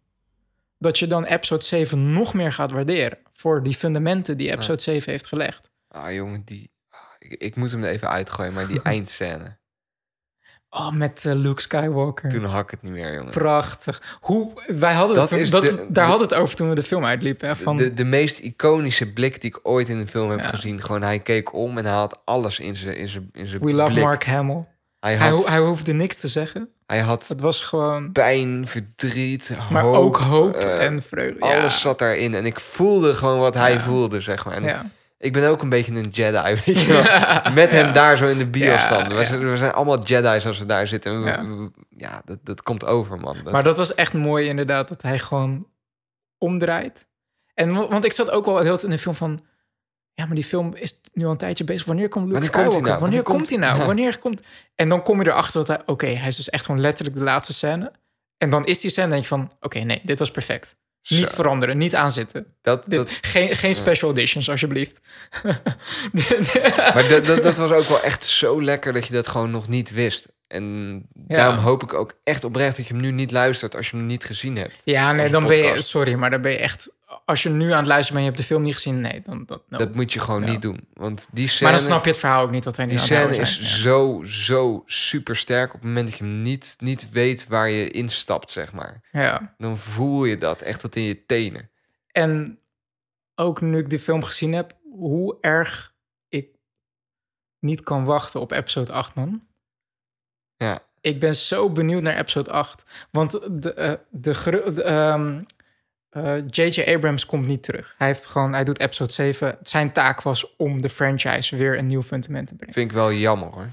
S4: dat je dan episode 7 nog meer gaat waarderen voor die fundamenten die episode 7 heeft gelegd.
S3: ah jongen, die... ah, ik, ik moet hem er even uitgooien, maar die eindscène.
S4: Oh, met eh, Luke Skywalker.
S3: Toen hak ik het niet meer, jongen.
S4: Prachtig. Hoe, wij hadden
S3: Dat
S4: het,
S3: is
S4: dat,
S3: de-
S4: daar
S3: de-
S4: hadden we het over toen we de film uitliepen. Hè, van,
S3: De, de meest iconische blik die ik ooit in een film heb
S4: Ja.
S3: gezien. Gewoon, hij keek om en hij had alles in zijn in zijn- in zijn
S4: We love
S3: blik.
S4: Mark Hamill.
S3: Hij
S4: Hij,
S3: had,
S4: ho- hij hoefde niks te zeggen.
S3: hij had
S4: Het was gewoon...
S3: pijn, verdriet,
S4: Maar
S3: hoop.
S4: ook hoop
S3: eh,
S4: en vreugde. Ja.
S3: Alles zat daarin. En ik voelde gewoon wat hij voelde, zeg maar. En
S4: Ja.
S3: ik ben ook een beetje een Jedi, weet je wel. Met hem daar zo in de bio
S4: Ja,
S3: staan. We,
S4: ja.
S3: zijn, we zijn allemaal Jedi's als we daar zitten. We-
S4: Ja.
S3: we- Ja, dat, dat komt over, man. Dat-
S4: Maar dat was echt mooi inderdaad, dat hij gewoon omdraait. En, wa- want ik zat ook wel heel de tijd in de film van... Ja, maar die film is nu al een tijdje bezig. Wanneer komt Luke
S3: Wanneer komt hij
S4: Skywalker?
S3: nou?
S4: Wanneer komt, hij nou?
S3: Ja.
S4: Wanneer komt... En dan kom je erachter dat hij... Oké, hij is dus echt gewoon letterlijk de laatste scène. En dan is die scène en denk je van... Oké, nee, dit was perfect. Niet
S3: Zo.
S4: veranderen, niet aanzitten.
S3: dat,
S4: Dit,
S3: dat,
S4: geen, geen special editions, alsjeblieft.
S3: maar dat, dat, dat was ook wel echt zo lekker dat je dat gewoon nog niet wist. En daarom hoop ik ook echt oprecht dat je hem nu niet luistert als je hem niet gezien hebt.
S4: ja, nee,
S3: Onze
S4: dan ben je...
S3: podcast.
S4: Sorry, maar dan ben je echt... Als je nu aan het luisteren bent en je hebt de film niet gezien... Nee, dan... dan no.
S3: Dat moet je gewoon niet doen. Want die scène,
S4: maar dan snap je het verhaal ook niet dat hij
S3: die
S4: niet aan het
S3: scène
S4: houden
S3: is
S4: zijn.
S3: zo, zo super sterk op het moment dat je hem niet, niet weet waar je instapt, zeg maar.
S4: Ja.
S3: Dan voel je dat echt tot in je tenen.
S4: En ook nu ik die film gezien heb, hoe erg ik niet kan wachten op episode 8, man.
S3: Ja.
S4: Ik ben zo benieuwd naar episode 8. Want de, eh, de, gru- de, ehm, eh, J.J. Abrams komt niet terug. Hij, heeft gewoon, hij doet episode 7. Zijn taak was om de franchise weer een nieuw fundament te brengen.
S3: Vind ik wel jammer hoor.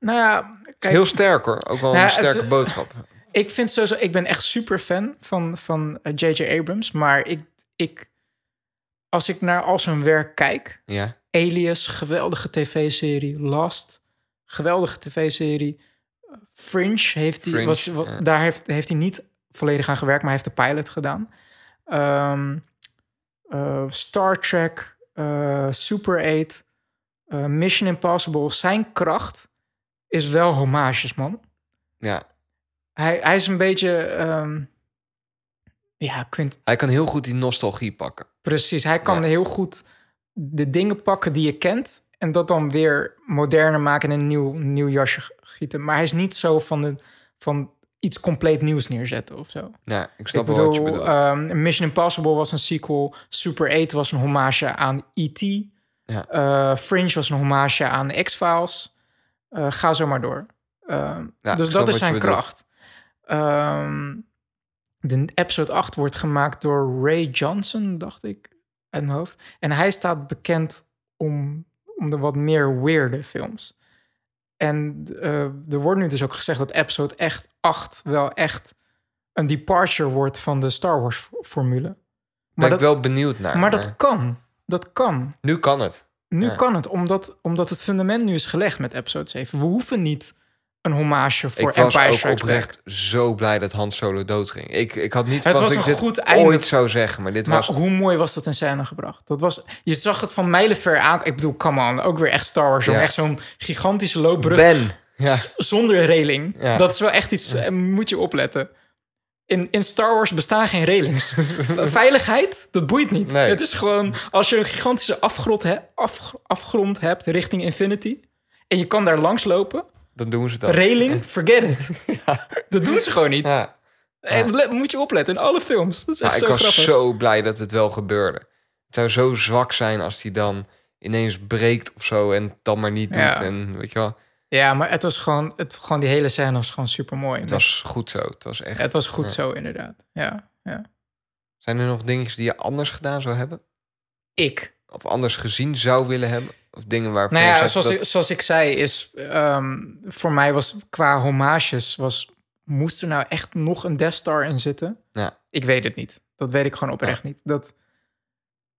S4: Nou ja,
S3: Het
S4: kijk,
S3: is heel sterk hoor. Ook wel een
S4: Ja, het-
S3: sterke boodschap.
S4: ik vind sowieso, ik ben echt super fan van van eh, J.J. Abrams. Maar ik, ik, als ik naar al zijn werk kijk,
S3: Ja.
S4: Alias, geweldige tv-serie. Last, geweldige tv-serie. Fringe, heeft hij,
S3: Fringe,
S4: was, wa-
S3: ja.
S4: daar heeft, heeft hij niet volledig aan gewerkt, maar hij heeft de pilot gedaan. Ehm, eh, Star Trek, eh, Super 8, eh, Mission Impossible. Zijn kracht is wel hommages, man.
S3: ja.
S4: Hij, hij is een beetje... ehm, ja, Quint,
S3: Hij kan heel goed die nostalgie pakken.
S4: Precies, hij kan
S3: Ja.
S4: heel goed de dingen pakken die je kent en dat dan weer moderner maken en een nieuw, nieuw jasje g- gieten. Maar hij is niet zo van, de, van iets compleet nieuws neerzetten of zo.
S3: Ja, ik snap
S4: ik
S3: wel
S4: bedoel,
S3: wat je bedoelt.
S4: ehm, Mission Impossible was een sequel, Super 8 was een hommage aan E.T.,
S3: Ja.
S4: Eh, Fringe was een hommage aan X-Files. Eh, ga zo maar door. Ehm,
S3: Ja, ik snap
S4: dus dat is
S3: wat je
S4: zijn
S3: bedoelt.
S4: kracht. Ehm, de episode 8 wordt gemaakt door Ray Johnson, dacht ik, uit mijn hoofd. En hij staat bekend om, om de wat meer weirde films. En eh, er wordt nu dus ook gezegd dat episode echt 8 wel echt een departure wordt van de Star Wars f- formule.
S3: ben
S4: Maar
S3: ik
S4: dat,
S3: wel benieuwd naar.
S4: maar dat kan. dat kan.
S3: Nu kan het.
S4: Nu
S3: Ja.
S4: kan het, omdat, omdat het fundament nu is gelegd met episode 7. We hoeven niet een hommage voor
S3: ik was
S4: Empire
S3: ook
S4: Strikes Back.
S3: oprecht zo blij dat Han Solo doodging. Ik, ik had niet
S4: Het
S3: verwacht
S4: was
S3: dat ik
S4: een
S3: dit
S4: goed einde.
S3: ooit zou zeggen, maar dit
S4: Maar
S3: was...
S4: hoe mooi was dat in scène gebracht? Dat was, je zag het van mijlenver aan. Ik bedoel, come on, ook weer echt Star Wars. jongen.
S3: Ja.
S4: Echt zo'n gigantische loopbrug
S3: Ben! Ja,
S4: z- zonder reling.
S3: Ja.
S4: Dat is wel echt iets, eh, moet je opletten. In, in Star Wars bestaan geen railings. V- Veiligheid, dat boeit niet.
S3: Nee.
S4: Het is gewoon, als je een gigantische afgrond, he- afg- afgrond hebt richting Infinity... en je kan daar langs lopen,
S3: dan doen ze dat.
S4: railing, forget it. Dat doen ze gewoon niet.
S3: Oh. Ja.
S4: En le- moet je opletten in alle films. Dat is
S3: Maar
S4: echt
S3: ik
S4: zo
S3: was
S4: grappig.
S3: zo blij dat het wel gebeurde. Het zou zo zwak zijn als hij dan ineens breekt of zo en het dan maar niet doet.
S4: Ja.
S3: En weet je wel,
S4: Ja, maar het was gewoon, het, gewoon die hele scène was gewoon super mooi.
S3: het was goed zo. Het was echt.
S4: het was goed
S3: Ja.
S4: zo, inderdaad. Ja, ja.
S3: Zijn er nog dingetjes die je anders gedaan zou hebben?
S4: Ik.
S3: Of anders gezien zou willen hebben? Of dingen waarvan
S4: Nou
S3: je
S4: ja,
S3: zegt
S4: zoals,
S3: dat-
S4: ik, zoals ik zei, is ehm, voor mij was qua hommages, was, moest er nou echt nog een Death Star in zitten?
S3: Ja.
S4: Ik weet het niet. Dat weet ik gewoon oprecht niet. Dat,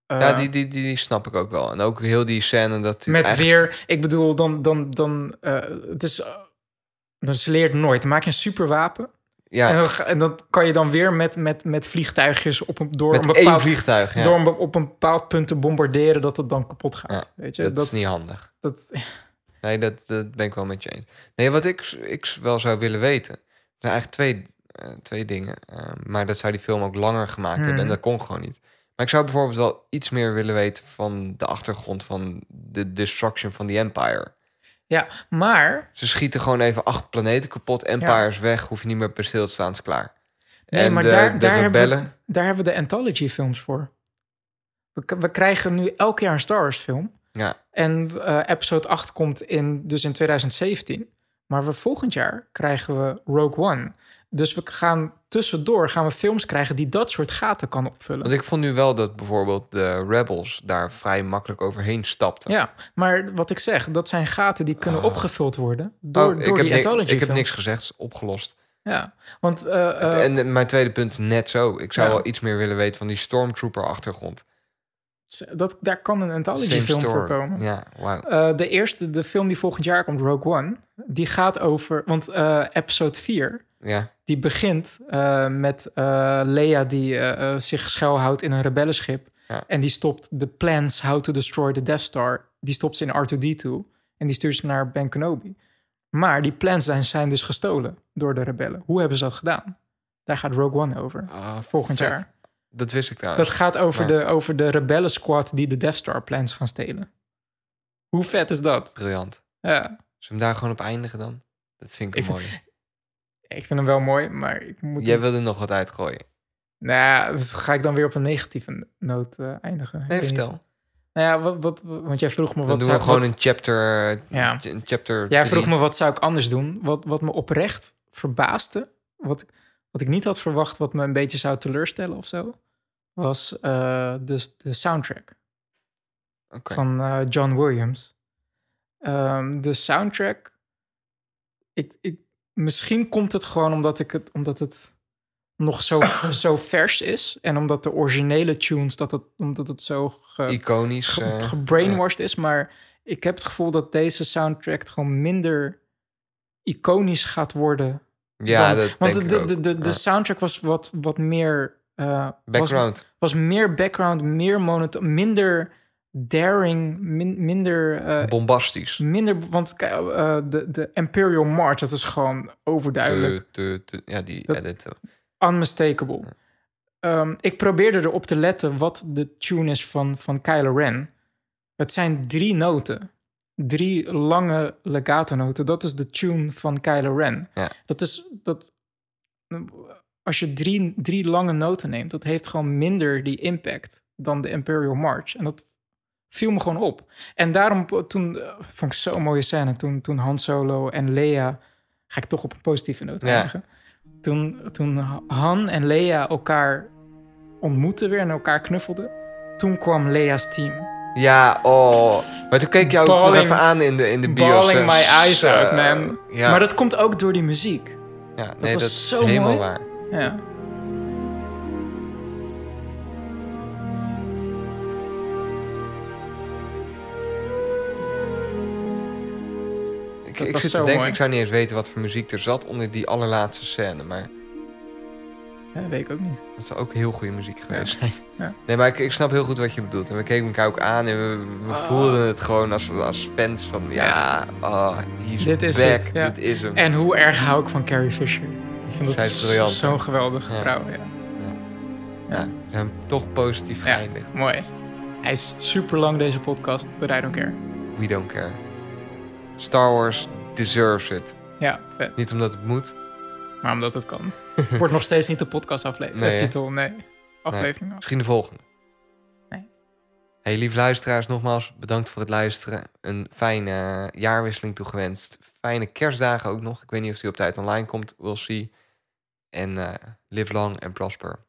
S4: eh,
S3: Ja, die, die, die, die snap ik ook wel. En ook heel die scène dat...
S4: Met
S3: echt-
S4: weer, ik bedoel, dan, dan, dan, eh, het is, eh, dan ze leert nooit. Dan maak je een superwapen. En,
S3: Ja,
S4: dan, ga- en dat kan je dan weer met, met, met vliegtuigjes op een, door
S3: met
S4: een
S3: één
S4: bepaald
S3: vliegtuig. Ja.
S4: door hem op een bepaald punt te bombarderen, dat het dan kapot gaat. weet je?
S3: dat, is niet handig.
S4: dat-
S3: Nee, dat, dat ben ik wel met je eens. Nee, wat ik, ik wel zou willen weten... Er zijn eigenlijk twee, eh, twee dingen. Eh, maar dat zou die film ook langer gemaakt hebben. En
S4: Hmm.
S3: dat kon gewoon niet. Maar ik zou bijvoorbeeld wel iets meer willen weten... van de achtergrond van de destruction van the Empire.
S4: ja, maar,
S3: Ze schieten gewoon even acht planeten kapot. Empires weg. Hoef je niet meer per stil te staan, is klaar.
S4: nee,
S3: en
S4: maar
S3: de,
S4: daar,
S3: de
S4: daar, hebben
S3: rebellen...
S4: we, daar hebben we de anthology films voor. We, k- we krijgen nu elk jaar een Star Wars film.
S3: Ja,
S4: En eh, episode 8 komt in, dus in 2017. Maar we, volgend jaar krijgen we Rogue One. Dus we gaan tussendoor gaan we films krijgen die dat soort gaten kan opvullen.
S3: want ik vond nu wel dat bijvoorbeeld de Rebels... daar vrij makkelijk overheen stapten.
S4: Ja, maar wat ik zeg, dat zijn gaten die kunnen opgevuld worden door,
S3: Ah. Oh,
S4: door
S3: ik
S4: die
S3: heb, ni-
S4: anthology
S3: ik heb
S4: films.
S3: niks gezegd, is opgelost.
S4: Ja, want eh, eh,
S3: en eh, mijn tweede punt is net zo. Ik zou
S4: ja.
S3: wel iets meer willen weten van die stormtrooper-achtergrond.
S4: dat, daar kan een anthology
S3: Same
S4: film voor
S3: story.
S4: komen.
S3: Ja, wauw.
S4: Eh, de eerste, de film die volgend jaar komt, Rogue One, die gaat over, want eh, episode 4,
S3: Ja,
S4: die begint eh, met eh Leia die eh, eh, zich schuilhoudt in een rebellenschip.
S3: Ja.
S4: En die stopt de plans how to destroy the Death Star, die stopt ze in R2-D2 en die stuurt ze naar Ben Kenobi. Maar die plans zijn, zijn dus gestolen door de rebellen. Hoe hebben ze dat gedaan? Daar gaat Rogue One over,
S3: Ah,
S4: volgend
S3: vet.
S4: jaar.
S3: dat wist ik trouwens.
S4: Dat gaat over,
S3: Ja.
S4: de, over de rebellen squad die de Death Star plans gaan stelen. Hoe vet is dat?
S3: Briljant.
S4: Ja,
S3: Zullen we hem daar gewoon op eindigen dan? Dat vind ik
S4: Ik-
S3: mooi.
S4: ik vind hem wel mooi, maar ik moet...
S3: Jij
S4: hem-
S3: wilde nog wat uitgooien.
S4: Nou, dat ga ik dan weer op een negatieve noot eh, eindigen. Ik
S3: Nee,
S4: weet niet.
S3: vertel.
S4: Nou ja, wat, wat, want jij vroeg me
S3: Dan
S4: wat
S3: doen
S4: zou
S3: we
S4: ik-
S3: gewoon
S4: wat-
S3: een chapter... eh,
S4: Ja.
S3: ch- Een chapter
S4: Jij
S3: drie.
S4: vroeg me wat zou ik anders doen. Wat, wat me oprecht verbaasde, wat, ik- wat ik niet had verwacht, wat me een beetje zou teleurstellen of zo, was eh, de, de soundtrack.
S3: Oké.
S4: van eh, John Williams. Ehm, de soundtrack. Ik, ik, misschien komt het gewoon omdat, ik het, omdat het nog zo, zo vers is. En omdat de originele tunes, dat het, omdat het zo ge,
S3: Iconisch.
S4: ge-
S3: eh,
S4: gebrainwashed is. Maar ik heb het gevoel dat deze soundtrack gewoon minder iconisch gaat worden.
S3: ja,
S4: dan-
S3: dat
S4: want
S3: denk
S4: de,
S3: ik ook.
S4: de, de, de
S3: Ja.
S4: soundtrack was wat, wat meer... eh, was-
S3: Background.
S4: was meer background, meer monotoon, minder daring, min- minder, eh,
S3: Bombastisch.
S4: minder. Want kijk, eh, de, de Imperial March, dat is gewoon overduidelijk,
S3: De- de- de- ja, die
S4: Dat-
S3: edit. eh,
S4: unmistakable. Ehm, ik probeerde erop te letten wat de tune is van, van Kylo Ren. Het zijn drie noten. Drie lange legato noten. Dat is de tune van Kylo Ren.
S3: Ja.
S4: Dat is dat. Als je drie, drie lange noten neemt, dat heeft gewoon minder die impact dan de Imperial March. En dat viel me gewoon op. En daarom eh, toen eh, vond ik zo'n mooie scène. Toen, toen Han Solo en Leia. Ga ik toch op een positieve noot
S3: Ja.
S4: eindigen. Toen, toen Han en Leia elkaar ontmoetten weer en elkaar knuffelden. Toen kwam Leia's team.
S3: Ja, oh. Maar toen keek jij ook nog
S4: Balling-
S3: even aan in de, in de bios.
S4: Balling
S3: hè.
S4: my eyes
S3: Zo.
S4: out, man.
S3: Ja,
S4: Maar dat komt ook door die muziek.
S3: ja nee, dat
S4: was
S3: is
S4: zo
S3: helemaal
S4: mooi.
S3: waar.
S4: Ja.
S3: ik, ik
S4: was
S3: zit te
S4: zo
S3: denken,
S4: mooi.
S3: ik zou niet eens weten wat voor muziek er zat onder die allerlaatste scène. Maar
S4: Ja, weet ik ook niet.
S3: dat zou ook heel goede muziek geweest zijn.
S4: Ja.
S3: Nee, maar ik, ik snap heel goed wat je bedoelt. En we keken elkaar ook aan en we,
S4: Ah.
S3: we voelden het gewoon als, als fans van... Ja, ah, he's
S4: Dit is
S3: back.
S4: het, ja.
S3: Dit is hem.
S4: En hoe erg hou ik van Carrie Fisher. Ik vind
S3: Zij
S4: dat
S3: is briljant,
S4: zo'n
S3: hè?
S4: geweldige
S3: Ja.
S4: vrouw. Ja.
S3: Nou, we zijn toch positief
S4: Ja,
S3: geëindigd.
S4: mooi. Hij is super lang deze podcast, but I don't care.
S3: We don't care. Star Wars deserves it.
S4: Ja, vet.
S3: Niet omdat het moet.
S4: Maar omdat het kan. Wordt nog steeds niet de podcast aflevering.
S3: Nee, hè?
S4: de titel, nee. Aflevering.
S3: Misschien de volgende.
S4: Nee.
S3: Hey, lieve luisteraars, nogmaals bedankt voor het luisteren. Een fijne eh, jaarwisseling toegewenst. Fijne kerstdagen ook nog. Ik weet niet of die op tijd online komt. We'll see. En eh, live long and prosper.